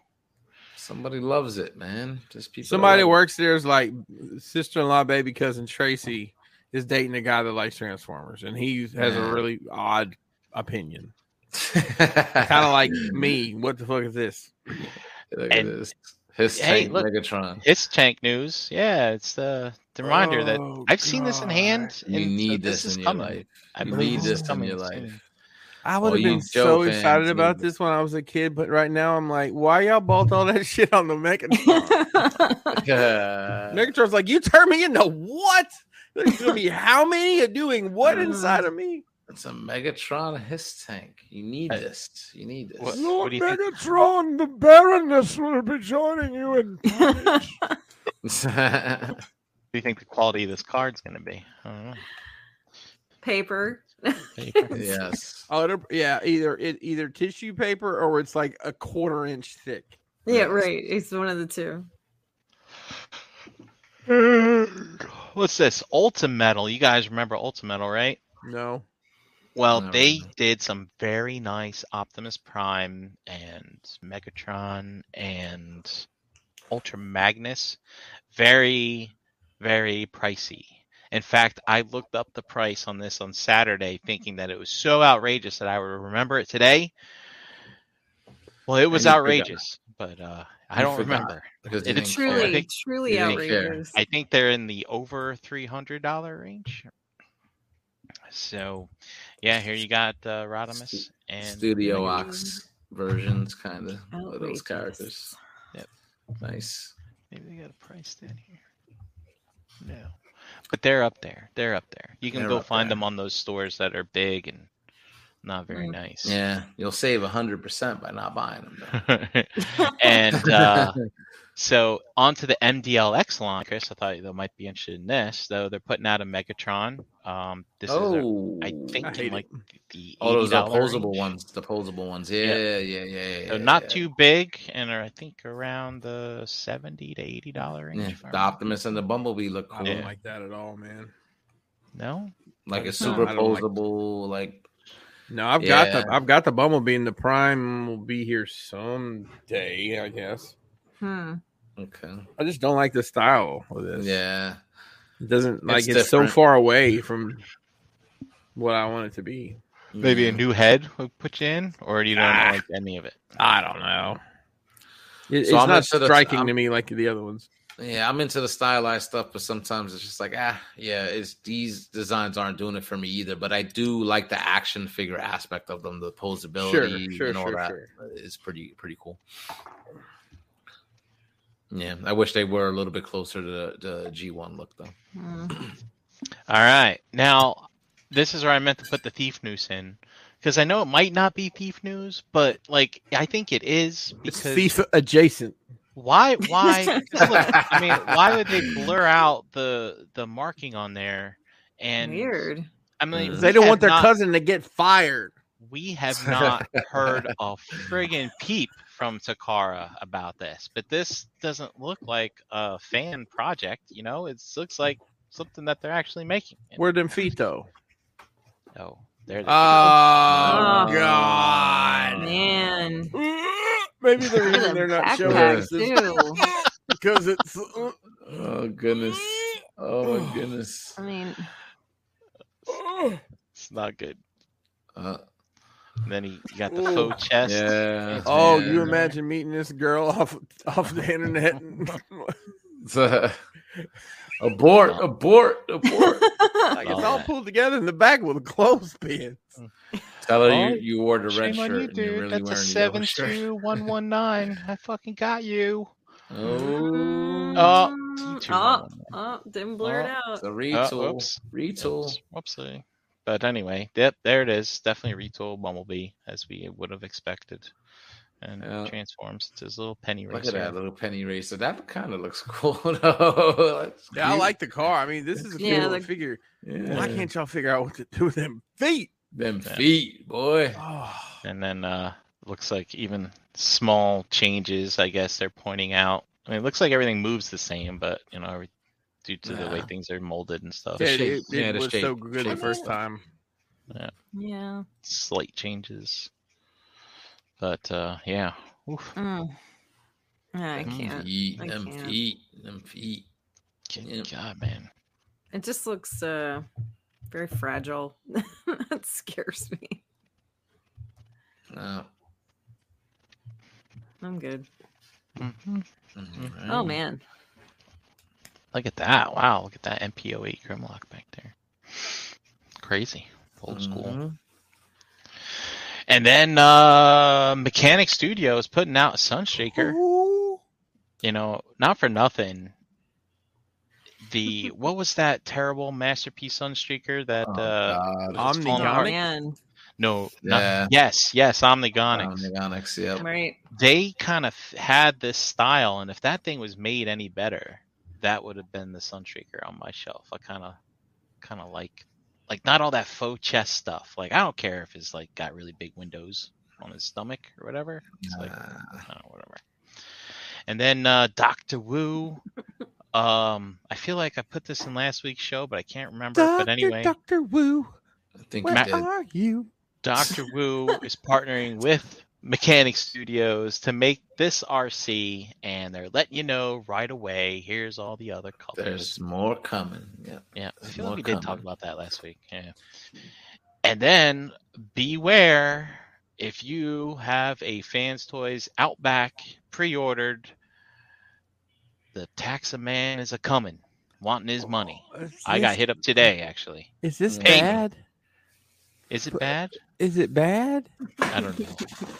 C: Somebody loves it, man. Just people. that
B: Somebody
C: love it.
B: works there is like sister-in-law, baby cousin Tracy is dating a guy that likes Transformers, and he has a
C: Yeah.
B: really odd opinion, kind
C: kind
B: of like me. What the fuck is this?
C: Look at
D: And-
C: this. His
D: Hey,
C: tank
D: look.
C: Megatron.
D: It's tank news. Yeah, it's the, the reminder that
B: Oh,
D: I've seen this in
B: God.
D: hand.
C: You
D: and so
C: need this,
D: is
C: in
D: coming.
C: your life.
D: I
C: You
D: believe
C: need
D: this
C: this
D: is
C: in
D: coming
C: your
D: soon.
C: life.
B: I would have
C: you
B: been
C: Joe
B: so
C: fans
B: excited
C: need
B: about
C: to-
B: this when I was a kid, but right now I'm like, why y'all bolt all that shit on the Megatron?
C: Yeah.
B: Megatron's like, you turn me into what? There's gonna be how many are doing what inside of me?
C: It's a Megatron his tank. You need
D: Hey.
C: this. You need this.
D: What- Lord do you think?
B: Megatron, the Baroness will be joining you in
A: carnage.
D: do you think the quality of this card's going to be? I
C: Oh,
D: don't know.
A: Paper.
C: yes.
B: Oh, it'll- yeah, either it either tissue paper or it's like a quarter inch thick.
A: Yeah, right. It's one of the two.
D: What's this? Ultimetal. You guys remember Ultimetal, right?
B: No,
D: Well,
C: No,
D: they
C: no.
D: did some very nice Optimus Prime and Megatron and Ultra Magnus. Very, very pricey. In fact, I looked up the price on this on Saturday thinking that it was so outrageous that I would remember it today. Well, it was
C: And you forgot.
D: outrageous, but uh, I
C: You
D: don't
C: forgot.
D: remember.
C: Because you
D: It is
C: didn't care.
D: I
A: Truly,
D: think-
A: truly
C: I think fair.
A: outrageous.
D: I think they're in the over three hundred dollar range. So, yeah, here you got uh, Rodimus and
C: Studio Ox versions, kind of, of those
A: Outrageous.
C: characters.
D: Yep.
C: Nice.
D: Maybe they got a price down here. No, but they're up there. They're up there. You can
C: They're
D: go
C: up
D: find
C: there.
D: them on those stores that are big and not very
A: Mm.
D: nice.
C: Yeah. You'll save 100% by not buying them. though.
D: and uh, so on to the MDLX line, Chris. I thought they might be interested in this, though. They're putting out a Megatron. Um, this is a
C: oh,
D: I think
B: I hate
D: in
B: it.
D: like the
C: all those
D: $80
C: opposable
D: range.
C: ones, the opposable ones. Yeah, yeah,
D: Yeah.
C: yeah, yeah. yeah,
D: So not
C: yeah.
D: too big, and are I think around the seventy to eighty dollar range.
C: Yeah,
D: if I
C: The
D: remember.
C: Optimus and the Bumblebee look
B: I
C: cool,
B: don't
D: Yeah.
B: like that at all, man.
D: No,
C: like a
B: I
C: super
B: don't like-
C: posable, like
B: No, I've got
C: Yeah.
B: the I've got the Bumblebee and the Prime will be here someday, I guess.
A: Hmm.
C: okay,
B: I just don't like the style of this.
C: yeah.
B: It doesn't like it's, so
C: different.
B: far away from what I want it to be.
D: maybe a
C: Mhm.
D: new head would put you in, or you don't
B: Ah.
D: like any of it.
B: I don't know. It, it's
C: So I'm
B: not
C: into the-
B: striking
C: I'm-
B: to me like the other ones.
C: Yeah, I'm into the stylized stuff, but sometimes it's just like ah, yeah. It's these designs aren't doing it for me either. But I do like the action figure aspect of them, the posability
B: sure,
C: and all
B: sure,
C: that
B: sure.
C: is pretty pretty cool. Yeah, I wish they were a little bit closer to the G1 look though.
A: Hmm.
D: All right, now this is where I meant to put the thief news in because I know it might not be thief news, but like I think it is
B: It's
D: because
B: thief adjacent.
D: why why 'cause look, I mean why would they blur out the the marking on there and
A: Weird.
D: I mean
C: Mm.
B: They
D: we
B: don't
D: have
B: want their
D: not-
B: cousin to get fired.
D: we have not heard a friggin' peep from Takara about this, but this doesn't look like a fan project. You know, it looks like something that they're actually making.
B: Where them feet though?
D: oh, there they
B: Oh
C: Uh,
D: go.
A: Oh.
B: God!
A: Man.
B: Maybe
A: Look
B: the
A: at
B: reason
A: the
B: they're not showing
A: backpack,
B: us is
A: too.
B: because it's.
F: uh,
C: Oh goodness! Oh my goodness!
A: I mean,
D: It's not good.
C: Uh,
D: And then he you got the
B: Ooh.
D: faux chest.
C: yeah.
B: Oh,
C: yeah.
B: you imagine meeting this girl off off the internet? And, like,
C: It's, uh, abort! Abort! Abort!
B: it's all pulled together in the back with a clothespin.
C: Tell her
D: Oh,
C: you, you wore the red
D: Shame on
C: shirt
D: you,
C: and you're
D: dude.
C: really
D: That's a
C: wearing
D: seven
C: the yellow shirt.
D: two one one nine. I fucking got you.
C: Oh,
D: Oh,
A: Mm,
D: two,
A: oh,
D: one,
A: oh, didn't blur it
C: oh, it's
A: out.
C: a
D: Uh,
C: retool.
D: whoops.
C: retool.
D: Oops, Whoopsie. But anyway, yep, there it is. Definitely retool Bumblebee as we would have expected, and
C: Yeah.
D: transforms into his little penny
C: Look
D: racer.
C: at that little penny racer. That kind of looks cool. though. That's
F: Yeah, I
C: cute.
F: like the car. I mean, this is a cool
A: Yeah,
F: little
A: like-
F: figure.
C: Yeah.
F: Why can't y'all figure out what to do with them feet?
C: them
D: Yeah.
C: feet, boy.
F: Oh,
D: And then uh looks like even small changes. I guess they're pointing out. I mean, it looks like everything moves the same, but you know, every, due to the way
C: Yeah.
D: things are molded and stuff,
F: yeah, it, it,
C: shape.
F: it
C: Yeah, the
F: was so
C: shape.
F: good the
C: Shape.
F: first time.
A: Yeah.
D: slight changes. But uh yeah, Oof.
A: Mm. I
D: Mm,
A: can't.
C: Feet,
A: I
C: them
A: can't.
C: feet, them feet.
D: Good
C: Yeah.
D: God, man.
A: It just looks uh very fragile. that scares me.
C: Oh,
A: I'm good.
D: Mhm.
A: Oh
C: alright.
A: man.
D: Look at that! Wow, look at that MPOE Grimlock back there. Crazy, old school.
C: Mhm.
D: And then uh Mechanic Studio is putting out Sunshaker. You know, not for nothing. The what was that terrible masterpiece Sunstreaker that
C: Oh,
D: uh
C: God.
D: it's
F: Omnigonic?
D: fallen
A: Oh
D: apart?
A: man.
D: no
C: Yeah.
D: not, yes yes Omnigonics
C: Omnigonics,
D: Oh.
C: yep.
A: Right.
D: they kind of had this style and if that thing was made any better that would have been the Sunstreaker on my shelf I kind of kind of like like not all that faux chest stuff like I don't care if it's like got really big windows on his stomach or whatever it's like
C: Ah,
D: uh, whatever. And then uh, Doctor Wu. Um, I feel like I put this in last week's show, but I can't remember. but anyway,
B: Doctor Woo,
C: I think
B: where
C: you did.
B: are you?
D: Doctor Wu is partnering with Mechanic Studios to make this RC, and they're letting you know right away. Here's all the other colors.
C: There's more coming. Yep.
D: Yeah, I
C: There's
D: feel like
C: more
D: we did talk
C: coming.
D: about that last week. Yeah. And then beware if you have a Fans Toys Outback pre-ordered, the tax a man is a coming, wanting
B: Oh,
D: his money.
B: Is
D: I
B: this-
D: got hit up today, actually.
B: Is this
C: Hey.
B: bad?
D: Is it
B: But-
D: bad?
B: Is it bad?
D: I don't know.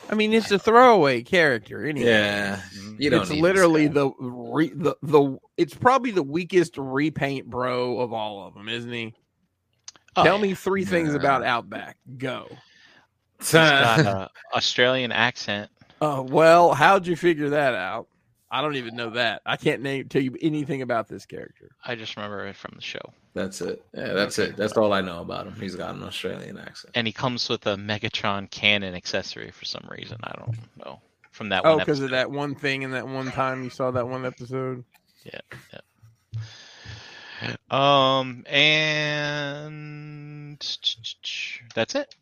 B: I mean, it's a throwaway character. Anyway.
C: Yeah.
D: Mm-hmm.
C: You don't
B: it's
C: need this
B: literally
C: guy.
B: the re, the the. It's probably the weakest repaint, bro, of all of them, isn't he?
D: Oh,
B: Tell
D: yeah.
B: me three things
C: Nah.
B: about Outback. Go.
D: He's got a Australian accent.
B: Uh, well, how'd you figure that out? I don't even know that. I can't name tell you anything about this character.
D: I just remember it from the show.
C: That's it. Yeah, that's it. That's all I know about him. He's got an Australian accent.
D: And he comes with a Megatron cannon accessory for some reason. I don't know. From that
B: Oh,
D: one
B: because of
D: episode.
B: that one thing and that one time you saw that one episode.
D: Um, and that's it.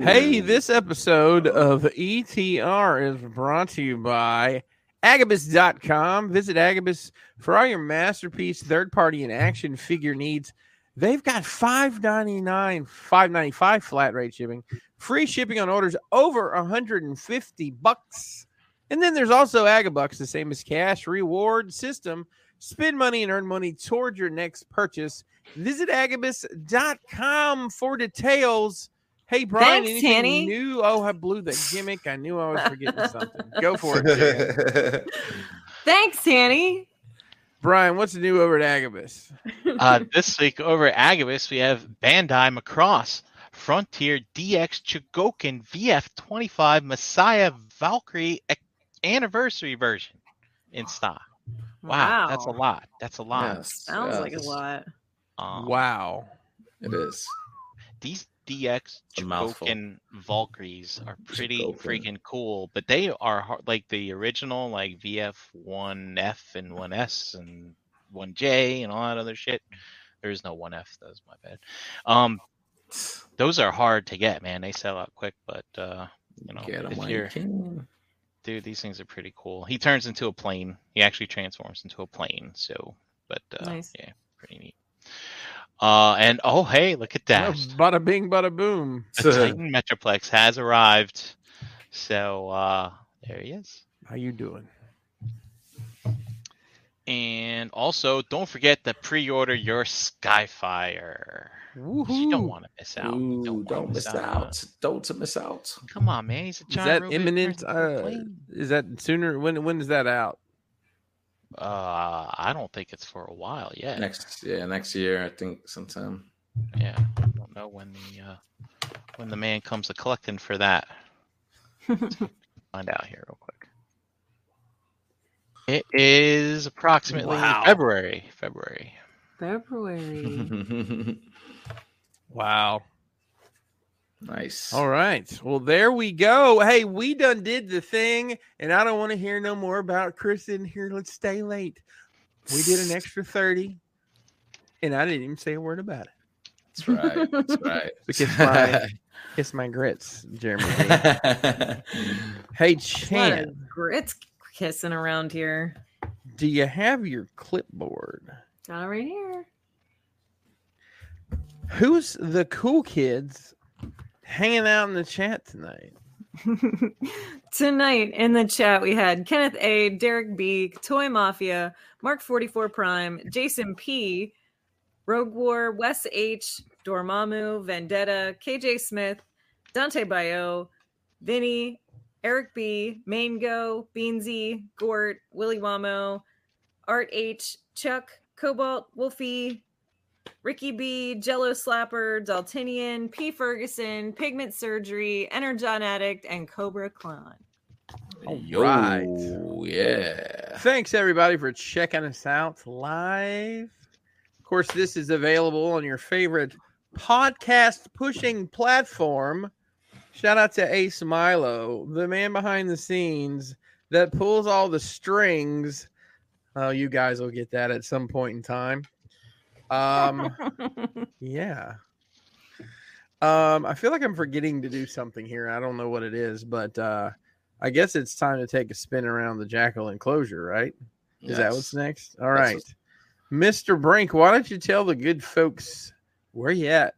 B: Hey,
C: Ooh.
B: this episode of ETR is brought to you by Agabus.com. Visit Agabus for all your masterpiece, third party, and action figure needs. They've got $5.99, $5.95 flat rate shipping, free shipping on orders over 150 bucks. And then there's also Agabucks, the same as cash reward system. Spend money and earn money toward your next purchase. Visit Agabus.com for details. Hey Brian,
A: Thanks,
B: anything
A: Tanny.
B: new? Oh, I blew the gimmick. I knew I was forgetting something. Go for it, Jan.
A: Thanks, Annie.
B: Brian. What's new over at Agabus?
D: Uh, this week over at Agabus, we have Bandai Macross, Frontier DX Chogokin VF25 Messiah Valkyrie a- Anniversary version in stock. Wow, that's a lot. That's a lot.
C: Yes,
A: Sounds like a
C: yes.
A: lot.
D: Um,
B: wow,
C: It is.
D: These DX
C: A mouthful.
D: Chogokin Valkyries are pretty
C: Chogokin.
D: freaking cool, but they are har- like the original, like VF1F and 1S and 1J and all that other shit. There is no 1F, that was my bad. Um, those are hard to get, man. They sell out quick, but uh, you know,
C: Get him
D: if
C: when
D: you're-
C: you can.
D: dude, these things are pretty cool. He turns into a plane. He actually transforms into a plane. So, but uh,
A: Nice.
D: yeah, pretty neat. Uh, and oh hey, look at
B: Oh,
D: that!
B: bada bing, bada boom.
D: The Titan Metroplex has arrived. So uh, there he is.
B: How you doing?
D: And also, don't forget to pre-order your Skyfire. You don't want to miss out. You
C: Ooh, don't,
D: wanna
C: miss out. Don't to miss out.
D: Come on, man. He's a
B: Is
D: John
B: that
D: Rubin
B: imminent?
D: person.
B: Uh, is that sooner? When when is that out?
D: Uh, I don't think it's for a while yet.
C: Next, yeah, next year I think sometime.
D: Yeah, I don't know when the uh, when the man comes a collecting for that. Find out here real quick. It is approximately
B: Wow.
D: February. February.
A: February.
B: Wow.
C: nice.
B: All right. Well, there we go. Hey, we done did the thing, and I don't want to hear no more about Chris in here. Let's stay late. We did an extra 30, and I didn't even say a word about it.
C: That's right. That's right.
B: Because my- Kiss my grits, Jeremy. hey,
A: A lot of
B: Chan,
A: grits kissing around here.
B: do you have your clipboard?
A: Got it right here.
B: Who's the cool kids hanging out in the chat tonight?
A: Tonight in the chat, we had Kenneth A, Derek B, Toy Mafia, Mark 44 Prime, Jason P, Rogue War, Wes H, Dormammu, Vendetta, KJ Smith, Dante Bio, Vinny, Eric B, Mango, Beansy, Gort, Willy Wamo, Art H, Chuck, Cobalt, Wolfie, Ricky B, Jello Slapper, Daltinian, P Ferguson, Pigment Surgery, Energon Addict, and Cobra Clan.
C: Yo,
B: right.
C: yeah.
B: Thanks everybody for checking us out live. Of course, this is available on your favorite podcast pushing platform. Shout out to Ace Milo, the man behind the scenes that pulls all the strings. Oh, you guys will get that at some point in time. Um, yeah. Um, I feel like I'm forgetting to do something here. I don't know what it is, but uh, I guess it's time to take a spin around the jackal enclosure, right? Is that what's next? All
C: That's
B: right. Mr. Brink, why don't you tell the good folks where you at?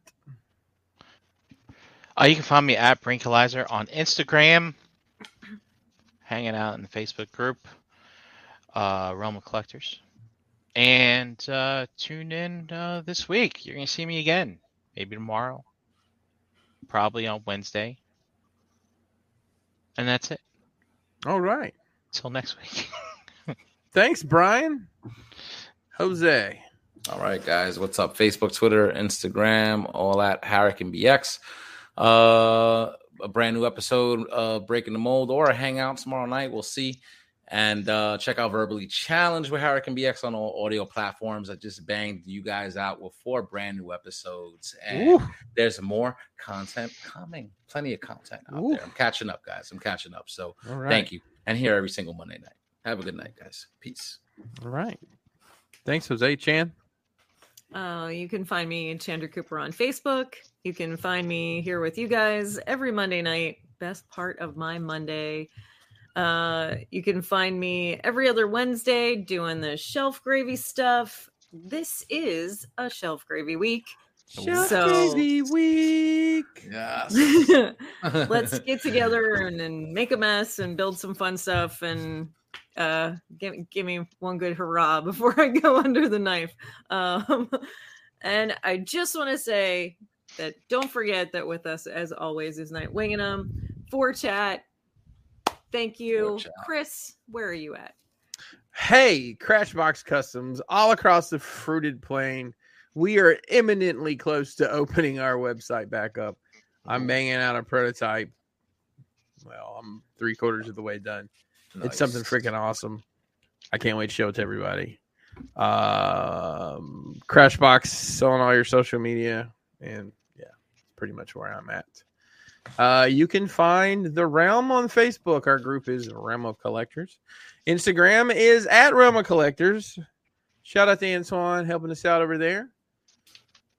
D: Uh, you can find me at Brinkalizer on Instagram, hanging out in the Facebook group, uh, Realm of Collectors. And uh, tune in uh, this week. You're going to see me again, maybe tomorrow, probably on Wednesday. And that's it.
B: All right.
D: Till next week.
B: Thanks, Brian. Jose.
C: All right, guys. What's up? Facebook, Twitter, Instagram, all at Harrican BX. Uh, a brand new episode of Breaking the Mold or a hangout tomorrow night. We'll see. And uh, check out Verbally Challenge with Harrican BX on all audio platforms. I just banged you guys out with four brand new episodes. And
B: Woo.
C: there's more content coming. Plenty of content out
B: Ooh.
C: there. I'm catching up, guys. I'm catching up. So
B: All right.
C: thank you. And here every single Monday night. Have a good night, guys. Peace.
B: All right. Thanks, Jose Chan.
A: Uh, you can find me Chandra Cooper on Facebook. You can find me here with you guys every Monday night. Best part of my Monday. Uh, you can find me every other Wednesday doing the shelf gravy stuff. This is a shelf gravy week.
C: Shelf
A: so
B: Busy week.
C: Yes.
A: let's get together and, and make a mess and build some fun stuff and uh give, give me one good hurrah before i go under the knife um and i just want to say that don't forget that with us as always is night winging them for chat thank you
C: For chat.
A: chris where are you at
B: Hey, Crashbox Customs, all across the fruited plain, we are imminently close to opening our website back up. I'm banging out a prototype. Well, I'm three quarters of the way done. It's something
C: Nice.
B: freaking awesome. I can't wait to show it to everybody. Um, Crashbox on all your social media, and yeah, it's pretty much where I'm at. Uh, you can find the Realm on Facebook. Our group is Realm of Collectors. Instagram is at Realm of Collectors. Shout out to Antoine helping us out over there.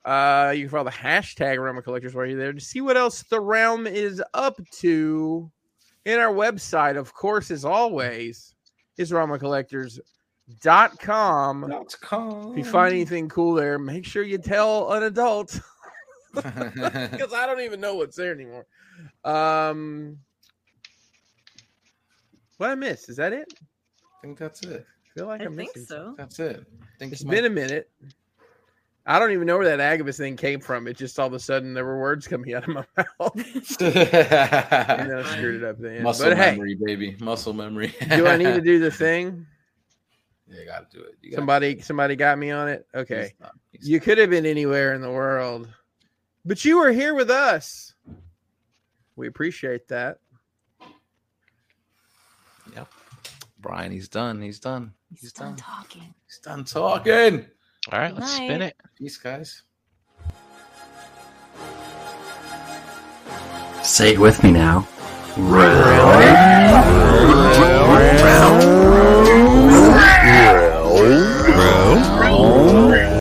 B: Uh, you can follow the hashtag Realm of Collectors while you're there to see what else the realm is up to. And our website, of course, as always, is realmofcollectors.com.
C: Dot com.
B: If you find anything cool there, make sure you tell an adult because I don't even know what's there anymore. Um, what I miss is that it?
C: think that's it.
B: I feel like
A: i
B: I'm
A: think
B: missing.
A: so
C: That's it. I think
B: It's
C: you might-
B: been a minute. I don't even know where that Agabus thing came from. It just all of a sudden there were words coming out of my mouth. and then I screwed it up then.
C: Muscle
B: but hey,
C: memory, baby. Muscle memory.
B: do I need to do the thing?
C: Yeah, you gotta do it. You gotta-
B: Somebody somebody got me on it. Okay.
C: He's not- he's
B: You could have been anywhere in the world, but you were here with us. We appreciate that.
C: not. Brian, he's done. He's done.
A: He's,
C: He's
A: done
C: done.
A: talking.
C: He's done talking.
D: All right, let's spin
A: Night.
D: it.
C: Peace, guys.
H: Say it with me now. Round, round, round,